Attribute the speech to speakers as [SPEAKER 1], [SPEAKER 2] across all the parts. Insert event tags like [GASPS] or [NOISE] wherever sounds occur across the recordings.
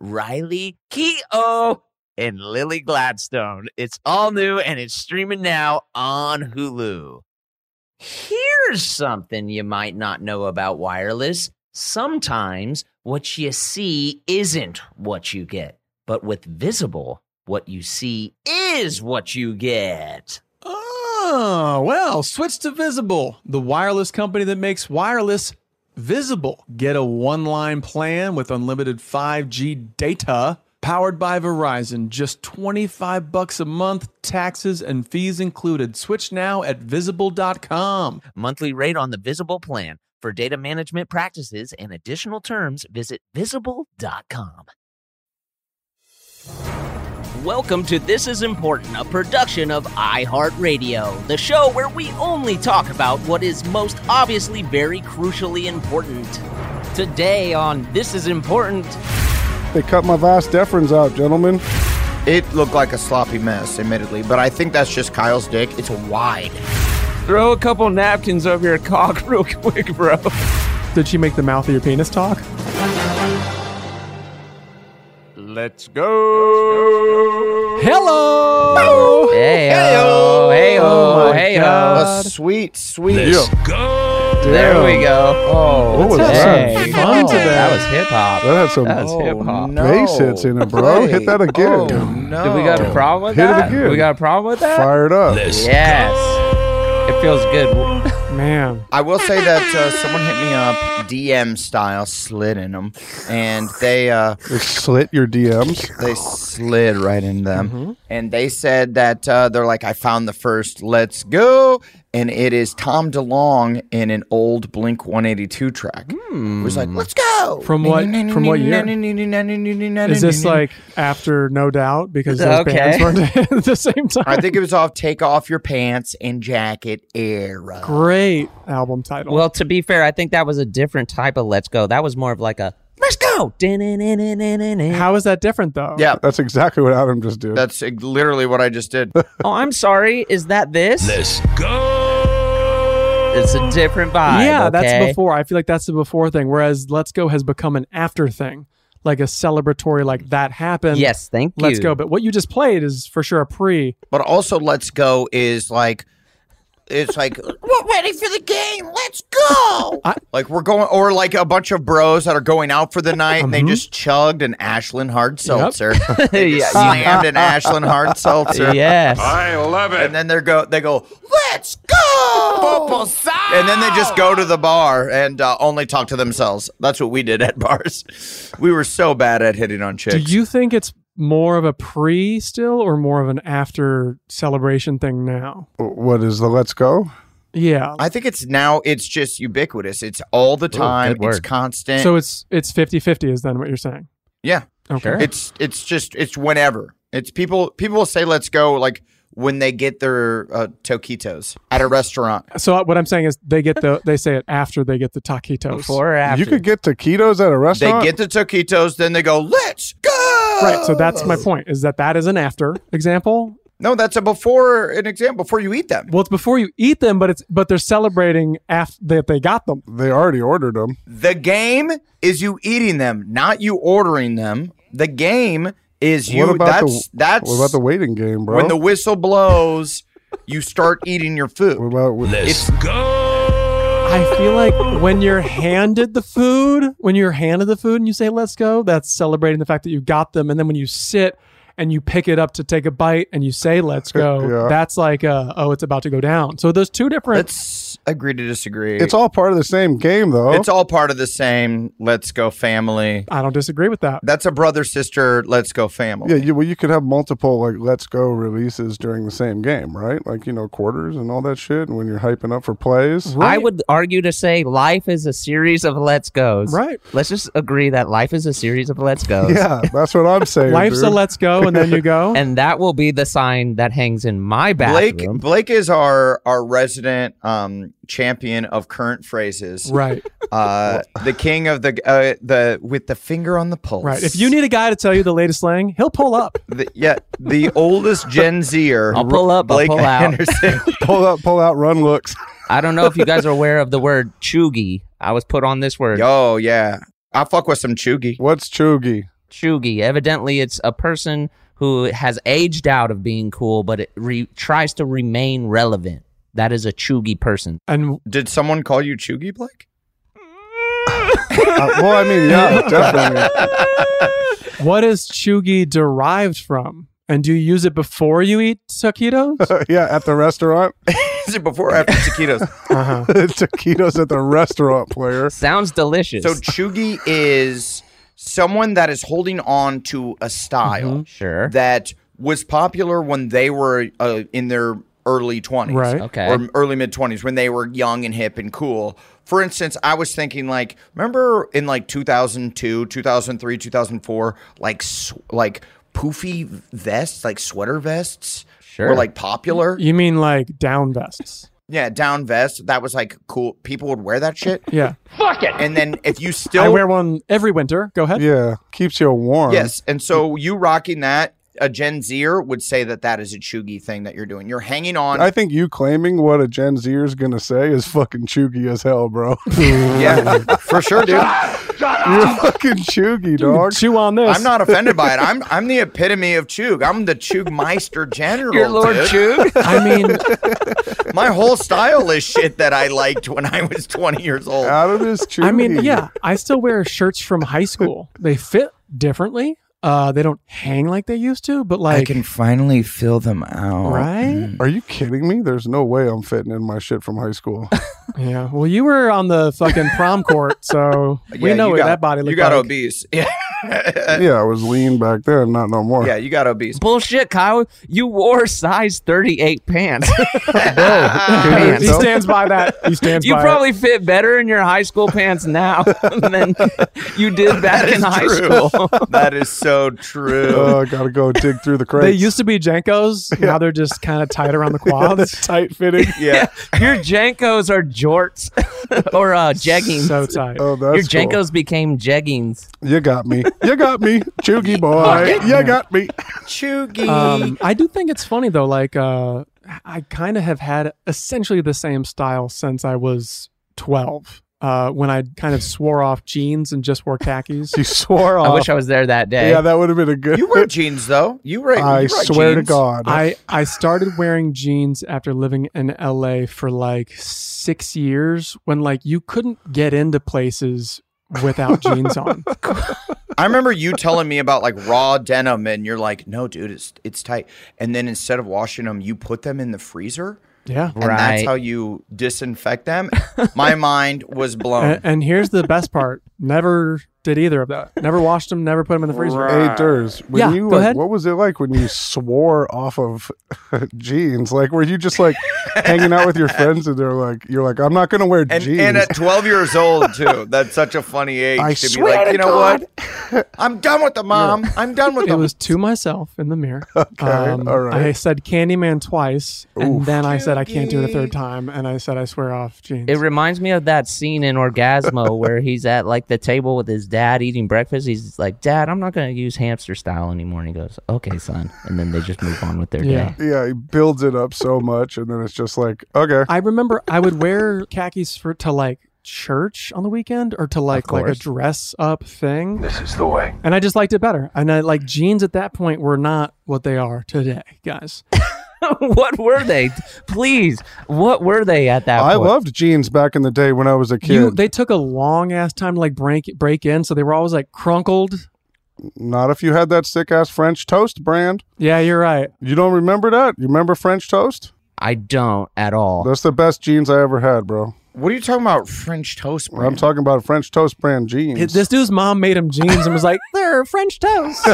[SPEAKER 1] Riley Keough and Lily Gladstone. It's all new and it's streaming now on Hulu. Here's something you might not know about wireless. Sometimes what you see isn't what you get, but with Visible, what you see is what you get.
[SPEAKER 2] Oh, well, switch to Visible, the wireless company that makes wireless visible. Get a one line plan with unlimited 5G data powered by Verizon. Just 25 bucks a month, taxes and fees included. Switch now at visible.com.
[SPEAKER 1] Monthly rate on the Visible plan. For data management practices and additional terms, visit visible.com.
[SPEAKER 3] Welcome to This Is Important, a production of iHeartRadio, the show where we only talk about what is most obviously very crucially important. Today on This Is Important,
[SPEAKER 4] They cut my vice deferens out, gentlemen.
[SPEAKER 5] It looked like a sloppy mess, admittedly, but I think that's just Kyle's dick. It's wide.
[SPEAKER 6] Throw a couple napkins over your cock real quick, bro.
[SPEAKER 2] Did she make the mouth of your penis talk?
[SPEAKER 6] Let's go.
[SPEAKER 2] Hello!
[SPEAKER 1] Hey, oh, hey,
[SPEAKER 2] Oh
[SPEAKER 1] oh,
[SPEAKER 2] my
[SPEAKER 1] hey,
[SPEAKER 2] God.
[SPEAKER 1] oh.
[SPEAKER 5] A sweet, sweet.
[SPEAKER 1] There we go. Oh,
[SPEAKER 4] What was
[SPEAKER 2] that?
[SPEAKER 1] hey.
[SPEAKER 2] Fun today.
[SPEAKER 1] That was hip hop.
[SPEAKER 4] That had some
[SPEAKER 1] That was
[SPEAKER 6] Oh,
[SPEAKER 1] hip hop.
[SPEAKER 5] No.
[SPEAKER 4] bass hits in it, bro. Hit that again.
[SPEAKER 5] Oh, no.
[SPEAKER 1] Did we got a problem with
[SPEAKER 4] Hit it
[SPEAKER 1] that?
[SPEAKER 4] again.
[SPEAKER 1] We got a problem with that?
[SPEAKER 4] oh, Fired up.
[SPEAKER 1] Yes. It feels good.
[SPEAKER 6] Man.
[SPEAKER 5] I will say that uh, someone hit me up DM style, slid in them, and they uh,
[SPEAKER 4] It slit your DMs.
[SPEAKER 5] they slid right in them. And they said that uh, they're like, I found the first Let's Go, and it is Tom DeLong in an old Blink 182 track. It was like, Let's go.
[SPEAKER 6] From what- from what year?
[SPEAKER 5] [LAUGHS] Is
[SPEAKER 6] Is this like after No Doubt? Because those
[SPEAKER 1] Okay.
[SPEAKER 6] bands weren't [LAUGHS] at the same time.
[SPEAKER 5] I think it was off Take Off Your Pants and Jacket era.
[SPEAKER 6] Great album title.
[SPEAKER 1] Well, to be fair, I think that was a different type of let's go. That was more of like a let's go. [LAUGHS] How-
[SPEAKER 6] How is that different though?
[SPEAKER 5] Yeah,
[SPEAKER 4] That's exactly what Adam just did.
[SPEAKER 5] that's uh, literally what I just did.
[SPEAKER 1] Oh, I'm sorry. Is that this? Let's go. It's a different vibe.
[SPEAKER 6] yeah, that's
[SPEAKER 1] okay? [LAUGHS]
[SPEAKER 6] before. I feel like that's the before thing. Whereas Let's Go has become an after thing, like a celebratory, like that happened.
[SPEAKER 1] Yes, thank you.
[SPEAKER 6] Let's go. But what you just played is for sure a pre.
[SPEAKER 5] But also, Let's Go is like, it's like, we're ready for the game. Let's go. like, we're going, or like a bunch of bros that are going out for the night and they just chugged an Ashland hard seltzer. They just slammed an Ashland hard seltzer.
[SPEAKER 1] yes.
[SPEAKER 5] And then they go, they go, let's go. And then they just go to the bar and uh, only talk to themselves. That's what we did at [LAUGHS] bars. We were so bad at hitting on chicks.
[SPEAKER 6] Do you think it's more of a pre still or more of an after celebration thing now?
[SPEAKER 4] what is the let's go?
[SPEAKER 6] Yeah.
[SPEAKER 5] I think it's now it's just ubiquitous. It's all the time. it's
[SPEAKER 1] word.
[SPEAKER 5] constant.
[SPEAKER 6] so it's it's 50-50 is then what you're saying.
[SPEAKER 5] yeah,
[SPEAKER 6] Okay.
[SPEAKER 5] it's it's just it's whenever. It's people people will say let's go like when they get their uh, taquitos at a restaurant.
[SPEAKER 6] So what I'm saying is they get the they say it after they get the taquitos.
[SPEAKER 1] Before or after?
[SPEAKER 4] You could get taquitos at a
[SPEAKER 5] They
[SPEAKER 4] restaurant.
[SPEAKER 5] get the taquitos, then they go let's go.
[SPEAKER 6] Right. So that's my point is that that is an after example.
[SPEAKER 5] No, that's a before an example before you eat them.
[SPEAKER 6] Well, it's before you eat them, but it's but they're celebrating after that they got them.
[SPEAKER 4] They already ordered them.
[SPEAKER 5] The game is you eating them, not you ordering them. The game is you.
[SPEAKER 4] what about
[SPEAKER 5] that's
[SPEAKER 4] the
[SPEAKER 5] that's
[SPEAKER 4] what about the waiting game, bro?
[SPEAKER 5] when the whistle blows, you start eating your
[SPEAKER 4] what
[SPEAKER 5] food.
[SPEAKER 4] about wh-
[SPEAKER 5] It's
[SPEAKER 6] I feel like when you're handed the food, when you're handed the food and you say let's go, that's celebrating the fact that you got them and then when you sit and you pick it up to take a bite and you say let's go,
[SPEAKER 4] Yeah.
[SPEAKER 6] that's like uh, oh it's about to go down. So those two different
[SPEAKER 5] let's agree to disagree.
[SPEAKER 4] it's all part of the same game, though.
[SPEAKER 5] it's all part of the same. Let's go family.
[SPEAKER 6] I don't disagree with that.
[SPEAKER 5] That's a brother sister. Let's go family.
[SPEAKER 4] yeah, you, well, you could have multiple like "Let's Go" releases during the same game, right? Like you know quarters and all that shit. And when you're hyping up for plays,
[SPEAKER 1] I would argue to say life is a series of let's goes.
[SPEAKER 6] Right.
[SPEAKER 1] Let's just agree that life is a series of let's goes.
[SPEAKER 4] yeah, that's what I'm saying.
[SPEAKER 6] Life's
[SPEAKER 4] dude.
[SPEAKER 6] a let's go and then
[SPEAKER 3] [LAUGHS]
[SPEAKER 6] you [LAUGHS] go.
[SPEAKER 1] And that will be the sign that hangs in my
[SPEAKER 5] Blake
[SPEAKER 1] bathroom.
[SPEAKER 5] Blake is our our resident um, champion of current phrases.
[SPEAKER 6] right.
[SPEAKER 5] Uh, the king of the uh, the with the finger on the pulse.
[SPEAKER 6] Right. If you need a guy to tell you the latest slang, he'll
[SPEAKER 5] [LAUGHS]
[SPEAKER 6] pull up.
[SPEAKER 5] the, yeah, the
[SPEAKER 1] [LAUGHS]
[SPEAKER 5] oldest Gen Zer.
[SPEAKER 1] I'll pull up, I'll
[SPEAKER 5] Blake
[SPEAKER 1] pull out.
[SPEAKER 5] Anderson.
[SPEAKER 1] [LAUGHS]
[SPEAKER 4] pull out, pull out, run looks.
[SPEAKER 1] I don't know if you guys are aware of the word chuggy. I was put on this word
[SPEAKER 5] Yo, yeah. I fuck with some chuggy.
[SPEAKER 4] What's chuggy?
[SPEAKER 1] chuggy. Evidently, it's a person who has aged out of being cool, but it re- tries to remain relevant. That is a chuggy person.
[SPEAKER 6] And
[SPEAKER 5] Did someone call you chuggy, Blake? [LAUGHS]
[SPEAKER 4] Uh, well, I mean,
[SPEAKER 6] [LAUGHS]
[SPEAKER 4] yeah, definitely.
[SPEAKER 6] what is chuggy derived from? And do you use it before you eat taquitos?
[SPEAKER 5] [LAUGHS]
[SPEAKER 4] Uh, yeah, at the restaurant,
[SPEAKER 5] Is it
[SPEAKER 1] [LAUGHS]
[SPEAKER 5] before or after taquitos?
[SPEAKER 6] Uh.
[SPEAKER 4] [LAUGHS] taquitos at the restaurant, player.
[SPEAKER 1] Sounds delicious.
[SPEAKER 5] so chuggy is someone that is holding on to a style
[SPEAKER 1] sure.
[SPEAKER 5] that was popular when they were uh, in their early 20s.
[SPEAKER 6] Right.
[SPEAKER 1] Okay.
[SPEAKER 5] Or early mid 20s when they were young and hip and cool. For instance, I was thinking like remember in like 2002, 2003, 2004 like sw- like poofy vests, like sweater vests
[SPEAKER 1] Sure.
[SPEAKER 5] were like popular.
[SPEAKER 6] You mean like down vests?
[SPEAKER 5] Yeah, down vest. That was like cool. People would wear that shit.
[SPEAKER 6] Yeah.
[SPEAKER 5] And then if you still
[SPEAKER 6] [LAUGHS] I wear one every winter. Go ahead.
[SPEAKER 4] Yeah, keeps you warm.
[SPEAKER 5] Yes, and so you rocking that, a Gen Zer would say that that is a chuggy thing that you're doing. You're hanging on.
[SPEAKER 4] I think you claiming what a Gen Zer is gonna say is fucking chuggy as hell, bro. [LAUGHS]
[SPEAKER 5] yeah, for sure,
[SPEAKER 6] [LAUGHS]
[SPEAKER 5] dude.
[SPEAKER 4] You're fucking chuggy, dog.
[SPEAKER 6] Chew on this.
[SPEAKER 5] I'm not offended by it. I'm I'm the epitome of chug. I'm the chug meister general.
[SPEAKER 1] Your Lord
[SPEAKER 5] dude.
[SPEAKER 1] Chug?
[SPEAKER 6] I mean,
[SPEAKER 5] [LAUGHS] My whole style is shit that I liked when I was 20 years old.
[SPEAKER 4] Out of this chuggy.
[SPEAKER 6] I mean, yeah. I still wear shirts from high school. They fit differently. Uh, they don't hang like they used to, but like,
[SPEAKER 5] finally fill them out.
[SPEAKER 6] right?
[SPEAKER 4] Are you kidding me? There's no way I'm fitting in my shit from high
[SPEAKER 5] [LAUGHS]
[SPEAKER 4] school.
[SPEAKER 6] Yeah. Well, you were on the fucking prom
[SPEAKER 5] [LAUGHS]
[SPEAKER 6] court, so we know what that body looked
[SPEAKER 5] You got
[SPEAKER 6] like.
[SPEAKER 5] obese. [LAUGHS] Yeah,
[SPEAKER 4] yeah, I was lean back then, not no more.
[SPEAKER 5] yeah, you got obese.
[SPEAKER 1] Bullshit, Kyle. You wore size 38 pants. [LAUGHS]
[SPEAKER 4] Can [LAUGHS]
[SPEAKER 6] he
[SPEAKER 4] you tell?
[SPEAKER 6] stands by that. He stands
[SPEAKER 1] you
[SPEAKER 6] by it.
[SPEAKER 1] probably fit better in your high school pants now [LAUGHS] than you did back in high school.
[SPEAKER 5] that is
[SPEAKER 4] [LAUGHS]
[SPEAKER 5] so true.
[SPEAKER 4] Uh, gotta go dig through the crates.
[SPEAKER 6] They used to
[SPEAKER 4] [LAUGHS]
[SPEAKER 6] be Jankos. Now they're just kind of tight around the quads.
[SPEAKER 4] tight
[SPEAKER 6] [LAUGHS]
[SPEAKER 4] fitting.
[SPEAKER 5] yeah.
[SPEAKER 1] your Jankos are jorts [LAUGHS] or uh, jeggings.
[SPEAKER 6] so tight.
[SPEAKER 4] Oh, that's
[SPEAKER 1] your
[SPEAKER 4] cool.
[SPEAKER 1] Jankos became jeggings.
[SPEAKER 4] You got me. You got me, chuggy boy. You got me.
[SPEAKER 5] Chuggy.
[SPEAKER 6] Um, I do think it's funny though. Like, uh, I kind of have had essentially the same style since I was twelve. Uh, when I kind of swore off jeans and just wore khakis.
[SPEAKER 4] You swore off.
[SPEAKER 1] I wish I was there that day.
[SPEAKER 4] yeah, that would have been a good.
[SPEAKER 5] you
[SPEAKER 4] [LAUGHS]
[SPEAKER 5] wear jeans though. You wear.
[SPEAKER 4] I
[SPEAKER 5] you wear
[SPEAKER 4] swear
[SPEAKER 5] jeans.
[SPEAKER 4] to God.
[SPEAKER 6] [LAUGHS] I, I started wearing jeans after living in LA for like six years when like you couldn't get into places without
[SPEAKER 4] [LAUGHS]
[SPEAKER 6] jeans on.
[SPEAKER 5] I remember you telling me about like raw denim, and you're like, "No, dude, it's it's tight." And then instead of washing them, you put them in the freezer,
[SPEAKER 6] Yeah.
[SPEAKER 5] and that's
[SPEAKER 1] Right.
[SPEAKER 5] how you disinfect them. My mind was [LAUGHS] blown.
[SPEAKER 6] And, and here's the best part: never did either of that. Never washed them. Never put them in the freezer.
[SPEAKER 4] Hey, Durs, when
[SPEAKER 6] Yeah,
[SPEAKER 4] you
[SPEAKER 6] go
[SPEAKER 4] like,
[SPEAKER 6] ahead.
[SPEAKER 4] what was it like when you swore off of [LAUGHS] jeans? Like, were you just like hanging out with your friends and they're like, you're like, I'm not gonna wear
[SPEAKER 5] And,
[SPEAKER 4] jeans.
[SPEAKER 5] and at 12 years old too, that's such a funny age
[SPEAKER 4] I
[SPEAKER 5] to
[SPEAKER 4] swear
[SPEAKER 5] be like,
[SPEAKER 4] to
[SPEAKER 5] you know what? I'm done with [LAUGHS] the mom. I'm done with
[SPEAKER 6] It
[SPEAKER 5] them.
[SPEAKER 6] was to myself in
[SPEAKER 4] [LAUGHS]
[SPEAKER 6] the mirror. okay,
[SPEAKER 4] all right.
[SPEAKER 6] I said Candyman twice, and then I said I can't do it a third time, and I said I swear off jeans.
[SPEAKER 1] It reminds me of that scene in Orgasmo where he's at like the table with his
[SPEAKER 3] dad eating breakfast. He's like, Dad, I'm not going to use hamster style anymore. And he goes, Okay, son. And then they just move on with their
[SPEAKER 6] Yeah.
[SPEAKER 3] day.
[SPEAKER 4] [LAUGHS] Yeah, he builds it up so much, and then it's just like, okay,
[SPEAKER 6] I remember I would wear khakis for to like church on the weekend or to like like a
[SPEAKER 3] course.
[SPEAKER 6] dress up thing. This is the way. And I just liked it better. And I like jeans at that point were not what they are today, guys.
[SPEAKER 3] [LAUGHS] what were they? Please, what were they at that
[SPEAKER 4] I
[SPEAKER 3] point?
[SPEAKER 4] loved jeans back in the day when I was a kid.
[SPEAKER 6] You they took a long ass time to like break break in, so they were always like crunkled.
[SPEAKER 4] Not if you had that sick ass French toast brand.
[SPEAKER 6] Yeah, you're right.
[SPEAKER 4] You don't remember that? You remember French toast?
[SPEAKER 3] I don't at all.
[SPEAKER 4] That's the best jeans I ever had, bro.
[SPEAKER 5] [LAUGHS] What are you talking about? French toast brand?
[SPEAKER 4] I'm talking about French toast brand jeans,
[SPEAKER 6] This dude's mom made him jeans and was like, [LAUGHS] "They're
[SPEAKER 3] [LAUGHS]
[SPEAKER 6] French toast."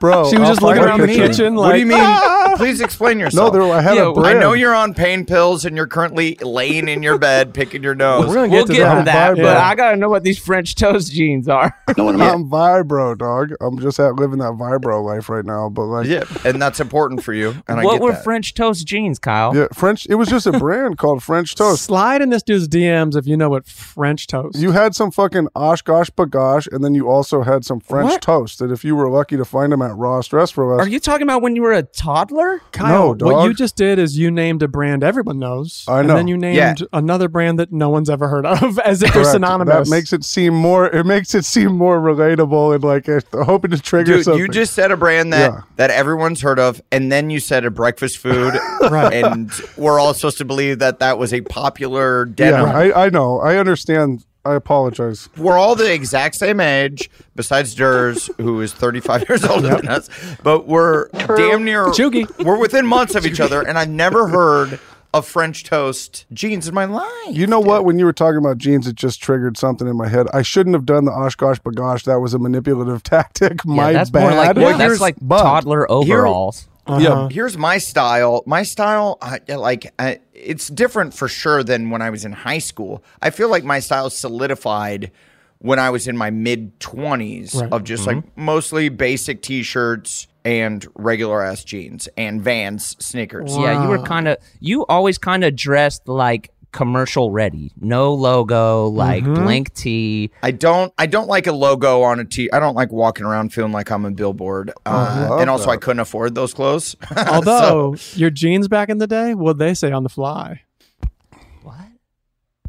[SPEAKER 4] bro.
[SPEAKER 6] She was
[SPEAKER 4] I'll
[SPEAKER 6] just looking
[SPEAKER 4] find
[SPEAKER 6] around
[SPEAKER 4] a
[SPEAKER 6] the kitchen like,
[SPEAKER 5] what do you mean? [LAUGHS]
[SPEAKER 6] [LAUGHS]
[SPEAKER 5] Please explain
[SPEAKER 4] No,
[SPEAKER 5] yourself. Oh,
[SPEAKER 4] there, I had
[SPEAKER 6] Yo,
[SPEAKER 4] a
[SPEAKER 5] I
[SPEAKER 4] brand.
[SPEAKER 5] know you're on pain pills and you're currently laying in your bed picking [LAUGHS] your
[SPEAKER 6] We're
[SPEAKER 5] nose.
[SPEAKER 6] gonna
[SPEAKER 3] we'll
[SPEAKER 6] get to
[SPEAKER 3] get
[SPEAKER 6] that.
[SPEAKER 3] to that,
[SPEAKER 4] Bye,
[SPEAKER 3] but
[SPEAKER 4] bro.
[SPEAKER 3] I gotta know what these French toast jeans are.
[SPEAKER 4] I'm vibro, dog. I'm just at living that vibro life right now. But like,
[SPEAKER 5] Yeah, and that's important for you. And I
[SPEAKER 3] what
[SPEAKER 5] get
[SPEAKER 3] were
[SPEAKER 5] that.
[SPEAKER 3] French toast jeans, Kyle?
[SPEAKER 4] yeah, French. It was just a brand called French toast.
[SPEAKER 6] Slide in this dude's DMs if you know what French toast.
[SPEAKER 4] You had some fucking Oshkosh Bagosh, and then you also had some French
[SPEAKER 3] What?
[SPEAKER 4] toast. That if you were lucky to find them at Ross Dress for Less,
[SPEAKER 3] Are you talking about when you were a toddler?
[SPEAKER 4] no,
[SPEAKER 6] Kyle,
[SPEAKER 4] dog.
[SPEAKER 6] what you just did is you named a brand everyone knows.
[SPEAKER 4] I know.
[SPEAKER 6] And then you named
[SPEAKER 5] Yeah.
[SPEAKER 6] another brand that no one's ever heard of [LAUGHS] as if they're
[SPEAKER 4] Correct.
[SPEAKER 6] synonymous.
[SPEAKER 4] That makes it seem more. It makes it seem more relatable and like it's hoping to trigger
[SPEAKER 5] Dude,
[SPEAKER 4] something.
[SPEAKER 5] you just said a brand that,
[SPEAKER 4] Yeah.
[SPEAKER 5] that everyone's heard of, and then you said a
[SPEAKER 4] [LAUGHS]
[SPEAKER 5] breakfast food,
[SPEAKER 6] Right.
[SPEAKER 5] and we're all supposed to believe that that was a popular
[SPEAKER 4] yeah,
[SPEAKER 5] denim.
[SPEAKER 4] I, I know. I understand. I apologize.
[SPEAKER 5] We're all the exact same age, besides Durs, who is 35 years older than us, but we're damn near
[SPEAKER 6] Chuggy.
[SPEAKER 5] We're within months of each other, and I've never heard of French toast jeans in my life.
[SPEAKER 4] You know what? When you were talking about jeans, it just triggered something in my head. I shouldn't have done the Oshkosh Bagosh. That was a manipulative [LAUGHS] tactic. my
[SPEAKER 3] that's
[SPEAKER 4] bad.
[SPEAKER 3] more like
[SPEAKER 4] Well,
[SPEAKER 3] that's
[SPEAKER 4] here's-
[SPEAKER 3] like
[SPEAKER 4] but-
[SPEAKER 3] toddler overalls.
[SPEAKER 6] Uh-huh.
[SPEAKER 4] Yeah,
[SPEAKER 5] Here's my style. My style, I, I like, I, it's different for sure than when I was in high school. I feel like my style solidified when I was in my mid 20s of just like mostly basic t shirts and regular ass jeans and Vans sneakers.
[SPEAKER 3] Yeah, you were kind of you always kind of dressed like commercial ready, no logo, like blank tee.
[SPEAKER 5] I don't. I don't like a logo on a t. I don't like walking around feeling like I'm a billboard. Uh, and also, I couldn't afford those clothes. [LAUGHS]
[SPEAKER 3] [LAUGHS]
[SPEAKER 6] Although your jeans back in the day, what they say on the fly?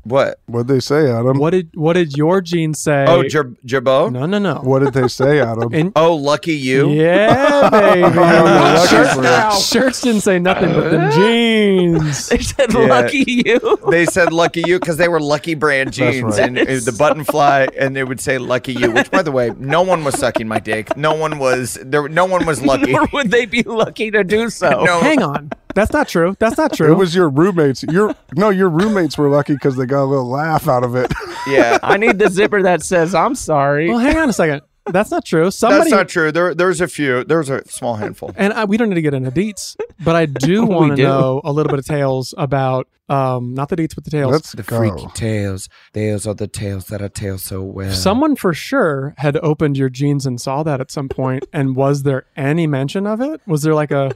[SPEAKER 5] what?
[SPEAKER 4] What'd they say, Adam?
[SPEAKER 6] What did what did your jeans say?
[SPEAKER 5] Oh, Jer- Jerbo.
[SPEAKER 6] no, no, no.
[SPEAKER 4] What did they say, Adam?
[SPEAKER 6] And-
[SPEAKER 5] Oh, lucky you.
[SPEAKER 6] Yeah,
[SPEAKER 4] lucky
[SPEAKER 6] baby.
[SPEAKER 4] for
[SPEAKER 6] shirts, shirts didn't say nothing, but the jeans.
[SPEAKER 3] They said lucky you. [LAUGHS]
[SPEAKER 5] they said lucky you because they were lucky brand jeans
[SPEAKER 4] right.
[SPEAKER 5] and uh, the button fly and they would say lucky you which by the [LAUGHS] way no one was sucking my dick no one was there no one was lucky
[SPEAKER 3] Nor would they be lucky to do so.
[SPEAKER 5] no
[SPEAKER 6] Hang on, that's not true. That's not
[SPEAKER 4] it
[SPEAKER 6] true.
[SPEAKER 4] was your roommates. Your no, your roommates were lucky because they got a little laugh out of it.
[SPEAKER 5] yeah
[SPEAKER 3] I need the zipper that says I'm sorry. [LAUGHS]
[SPEAKER 6] [LAUGHS] well, hang on a second. That's not true. Somebody
[SPEAKER 5] that's not true there there's a few there's a small handful
[SPEAKER 6] And I, we don't need to get into deets, but
[SPEAKER 5] [LAUGHS]
[SPEAKER 6] I do
[SPEAKER 3] We
[SPEAKER 6] want to
[SPEAKER 3] do.
[SPEAKER 6] know a little bit of tales about, um, not the deets, but the tales.
[SPEAKER 4] Let's go.
[SPEAKER 5] tales tales Oh. are the tales that i tell so well
[SPEAKER 6] Someone for sure had opened your jeans and saw that at some point, and was there any mention of it? Was there like a,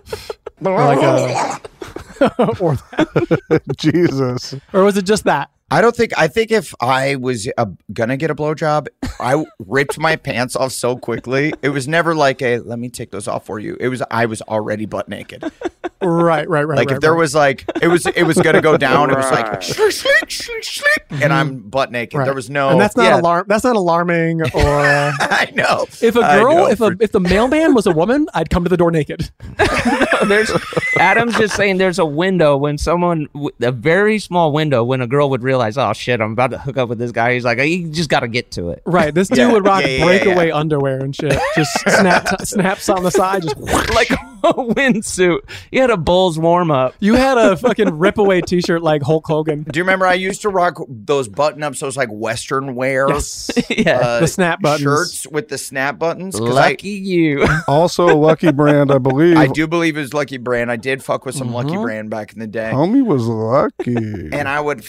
[SPEAKER 6] or like a, or,
[SPEAKER 4] Jesus.
[SPEAKER 6] or was it just
[SPEAKER 5] [LAUGHS]
[SPEAKER 6] that?
[SPEAKER 5] I don't think. I think if I was uh, gonna get a blowjob, I ripped my pants off so quickly. It was never like a "let me take those off for you." It was I was already butt naked.
[SPEAKER 6] Right, right, right.
[SPEAKER 5] Like
[SPEAKER 6] right,
[SPEAKER 5] if there
[SPEAKER 6] right.
[SPEAKER 5] was like it was it was gonna
[SPEAKER 6] [LAUGHS]
[SPEAKER 5] go down. It was like shlick shlick shlick shlick, and I'm butt naked.
[SPEAKER 6] Mm-hmm. Right.
[SPEAKER 5] There was no.
[SPEAKER 6] and that's not
[SPEAKER 5] yeah,
[SPEAKER 6] alarm. That's not alarming. Or
[SPEAKER 5] [LAUGHS] I know.
[SPEAKER 6] if a
[SPEAKER 5] I
[SPEAKER 6] girl,
[SPEAKER 5] know
[SPEAKER 6] if a
[SPEAKER 5] for-
[SPEAKER 6] if the mailman was a woman, I'd come to the
[SPEAKER 2] [LAUGHS]
[SPEAKER 6] door naked.
[SPEAKER 3] there's Adam's just saying there's a window when someone w- a very small window when a girl would realize oh shit I'm about to hook up with this guy he's like you just got to get to it [LAUGHS]
[SPEAKER 6] Right, this dude would rock
[SPEAKER 5] yeah, yeah, yeah,
[SPEAKER 6] breakaway underwear and shit. Just
[SPEAKER 5] [LAUGHS]
[SPEAKER 6] snap, snaps on the side. Just [LAUGHS]
[SPEAKER 3] like a [LAUGHS] windsuit you had a Bulls warm up
[SPEAKER 6] You had a fucking ripaway T-shirt like Hulk Hogan.
[SPEAKER 5] do you remember I used to rock those button ups, those like Western wear
[SPEAKER 6] Yes. [LAUGHS]
[SPEAKER 3] yeah
[SPEAKER 5] uh,
[SPEAKER 6] The snap buttons.
[SPEAKER 5] shirts with the snap buttons? 'Cause I-
[SPEAKER 3] lucky you [LAUGHS]
[SPEAKER 4] Also, a lucky brand, I believe.
[SPEAKER 5] I do believe it was Lucky Brand. I did fuck with some
[SPEAKER 6] Mm-hmm.
[SPEAKER 5] Lucky Brand back in the day,
[SPEAKER 6] Oh
[SPEAKER 4] Homie was lucky.
[SPEAKER 5] and I would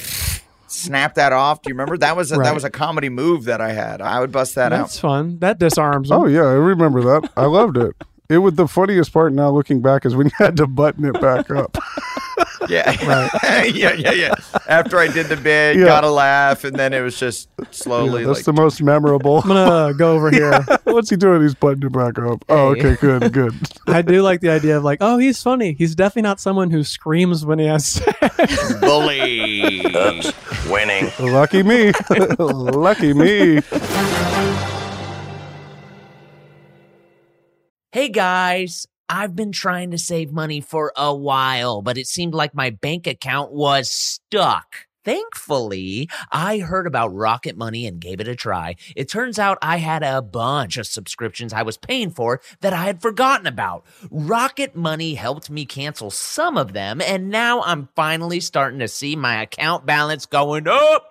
[SPEAKER 5] snap that off. Do you remember that was a,
[SPEAKER 6] Right.
[SPEAKER 5] that was a comedy move that I had? I would bust that
[SPEAKER 6] That's
[SPEAKER 5] out.
[SPEAKER 6] fun. That disarms. Them.
[SPEAKER 4] Oh yeah, I remember that. I
[SPEAKER 6] [LAUGHS]
[SPEAKER 4] loved it. It was the funniest part now looking back is when you had to button it back up.
[SPEAKER 3] [LAUGHS]
[SPEAKER 5] Yeah. [LAUGHS] yeah, yeah, yeah. After I did the bit,
[SPEAKER 3] Yeah.
[SPEAKER 5] got a laugh, and then it was just slowly
[SPEAKER 3] that's
[SPEAKER 5] like
[SPEAKER 3] the most memorable. [LAUGHS]
[SPEAKER 6] I'm gonna go
[SPEAKER 5] [LAUGHS]
[SPEAKER 6] over here.
[SPEAKER 3] What's he doing? He's buttoning it back up. Oh, okay, good,
[SPEAKER 6] [LAUGHS]
[SPEAKER 3] good.
[SPEAKER 6] I do like the idea of like, oh, he's funny. He's definitely not someone who screams when he has [LAUGHS] sex.
[SPEAKER 5] bully.
[SPEAKER 7] Winning.
[SPEAKER 3] Lucky me.
[SPEAKER 6] [LAUGHS]
[SPEAKER 3] Lucky me.
[SPEAKER 1] Hey guys, I've been trying to save money for a while, but it seemed like my bank account was stuck. Thankfully, I heard about Rocket Money and gave it a try. It turns out I had a bunch of subscriptions I was paying for that I had forgotten about. Rocket Money helped me cancel some of them, and now I'm finally starting to see my account balance going up.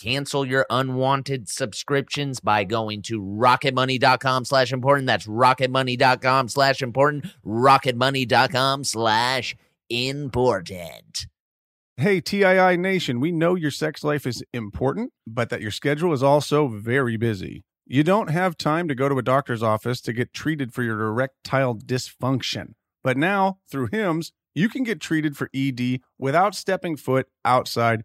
[SPEAKER 1] Cancel your unwanted subscriptions by going to rocketmoney.com slash important. That's rocketmoney.com slash important. Rocketmoney.com slash important.
[SPEAKER 4] Hey, TII Nation, we know your sex life is important, but that your schedule is also very busy. You don't have time to go to a doctor's office to get treated for your erectile dysfunction. But now, through HIMS, you can get treated for ED without stepping foot outside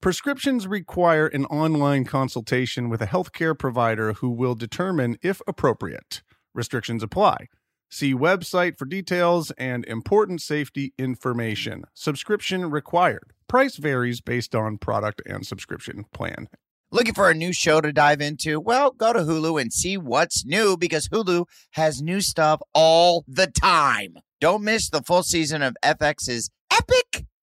[SPEAKER 4] Prescriptions require an online consultation with a healthcare provider who will determine if appropriate. Restrictions apply. See website for details and important safety information. Subscription required. Price varies based on product and subscription plan.
[SPEAKER 5] Looking for a new show to dive into? Well, go to Hulu and see what's new because Hulu has new stuff all the time. Don't miss the full season of FX's epic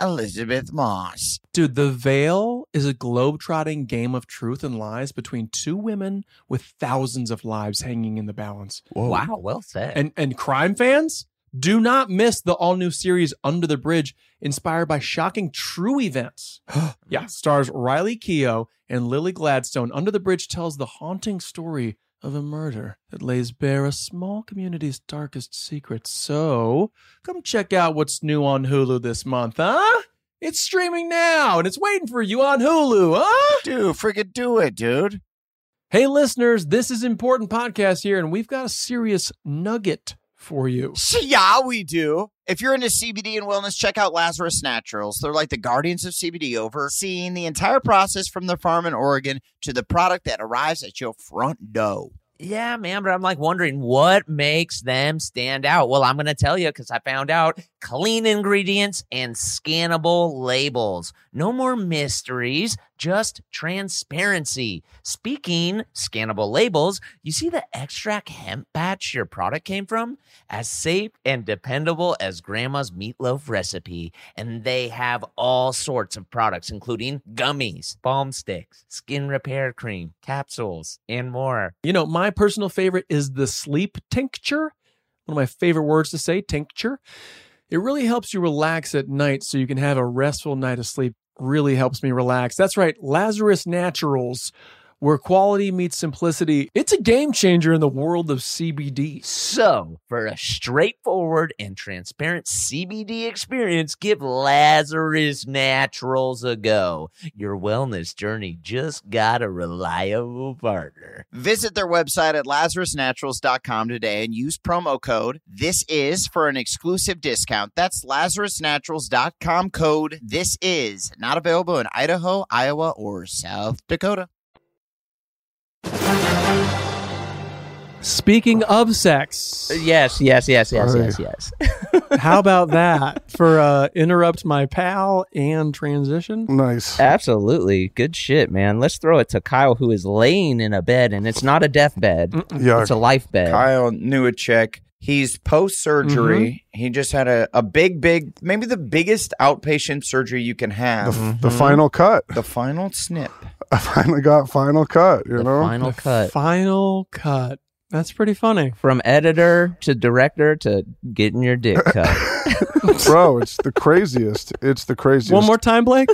[SPEAKER 5] Elizabeth Moss.
[SPEAKER 2] Dude, The Veil is a globe-trotting game of truth and lies between two women with thousands of lives hanging in the balance.
[SPEAKER 1] Wow, well said.
[SPEAKER 2] And and crime fans, do not miss the all-new series Under the Bridge, inspired by shocking true events. yeah, stars Riley Keough and Lily Gladstone. Under the Bridge tells the haunting story of a murder that lays bare a small community's darkest secrets. So, come check out what's new on Hulu this month, huh? It's streaming now and it's waiting for you on Hulu, huh?
[SPEAKER 5] Dude, freaking do it, dude.
[SPEAKER 2] Hey, listeners, this is Important Podcast here, and we've got a serious nugget for you.
[SPEAKER 5] See, yeah, we do. If you're into CBD and wellness, check out Lazarus Naturals. They're like the guardians of CBD, overseeing the entire process from the farm in Oregon to the product that arrives at your front door.
[SPEAKER 1] yeah, man, but I'm like wondering what makes them stand out. Well, I'm going to tell you because I found out clean ingredients and scannable labels. No more mysteries, just transparency. Speaking scannable labels, you see the extract hemp batch your product came from? As safe and dependable as grandma's meatloaf recipe. And they have all sorts of products, including gummies, balm sticks, skin repair cream, capsules, and more.
[SPEAKER 6] You know, my personal favorite is the sleep tincture. One of my favorite words to say, tincture. It really helps you relax at night so you can have a restful night of sleep. Really helps me relax. That's right, Lazarus Naturals, where quality meets simplicity. It's a game changer in the world of CBD.
[SPEAKER 1] So, for a straightforward and transparent CBD experience, give Lazarus Naturals a go. Your wellness journey just got a reliable partner.
[SPEAKER 5] Visit their website at lazarusnaturals.com today and use promo code This Is for an exclusive discount. That's lazarusnaturals.com code This Is. Not available in Idaho, Iowa, or South Dakota.
[SPEAKER 6] Speaking of sex,
[SPEAKER 1] Yes, yes, yes, yes,
[SPEAKER 4] Oh,
[SPEAKER 1] yes, yes.
[SPEAKER 6] how about that for uh, interrupt my pal and transition?
[SPEAKER 4] Nice.
[SPEAKER 1] Absolutely. Good shit, man. Let's throw it to Kyle, who is laying in a bed, and it's not a deathbed,
[SPEAKER 4] Yeah.
[SPEAKER 1] it's a life bed.
[SPEAKER 5] Kyle knew a chick. He's post surgery.
[SPEAKER 4] Mm-hmm.
[SPEAKER 5] He just had a, a big, big, maybe the biggest outpatient surgery you can
[SPEAKER 4] The,
[SPEAKER 5] have.
[SPEAKER 4] f- the final cut. [LAUGHS]
[SPEAKER 5] the final snip.
[SPEAKER 4] I finally got final cut. You
[SPEAKER 1] the
[SPEAKER 4] know. [LAUGHS]
[SPEAKER 1] final cut.
[SPEAKER 6] Final cut. That's pretty funny.
[SPEAKER 1] From editor to director to getting your dick cut.
[SPEAKER 4] Bro, it's the craziest. It's the craziest.
[SPEAKER 6] One more time, Blake.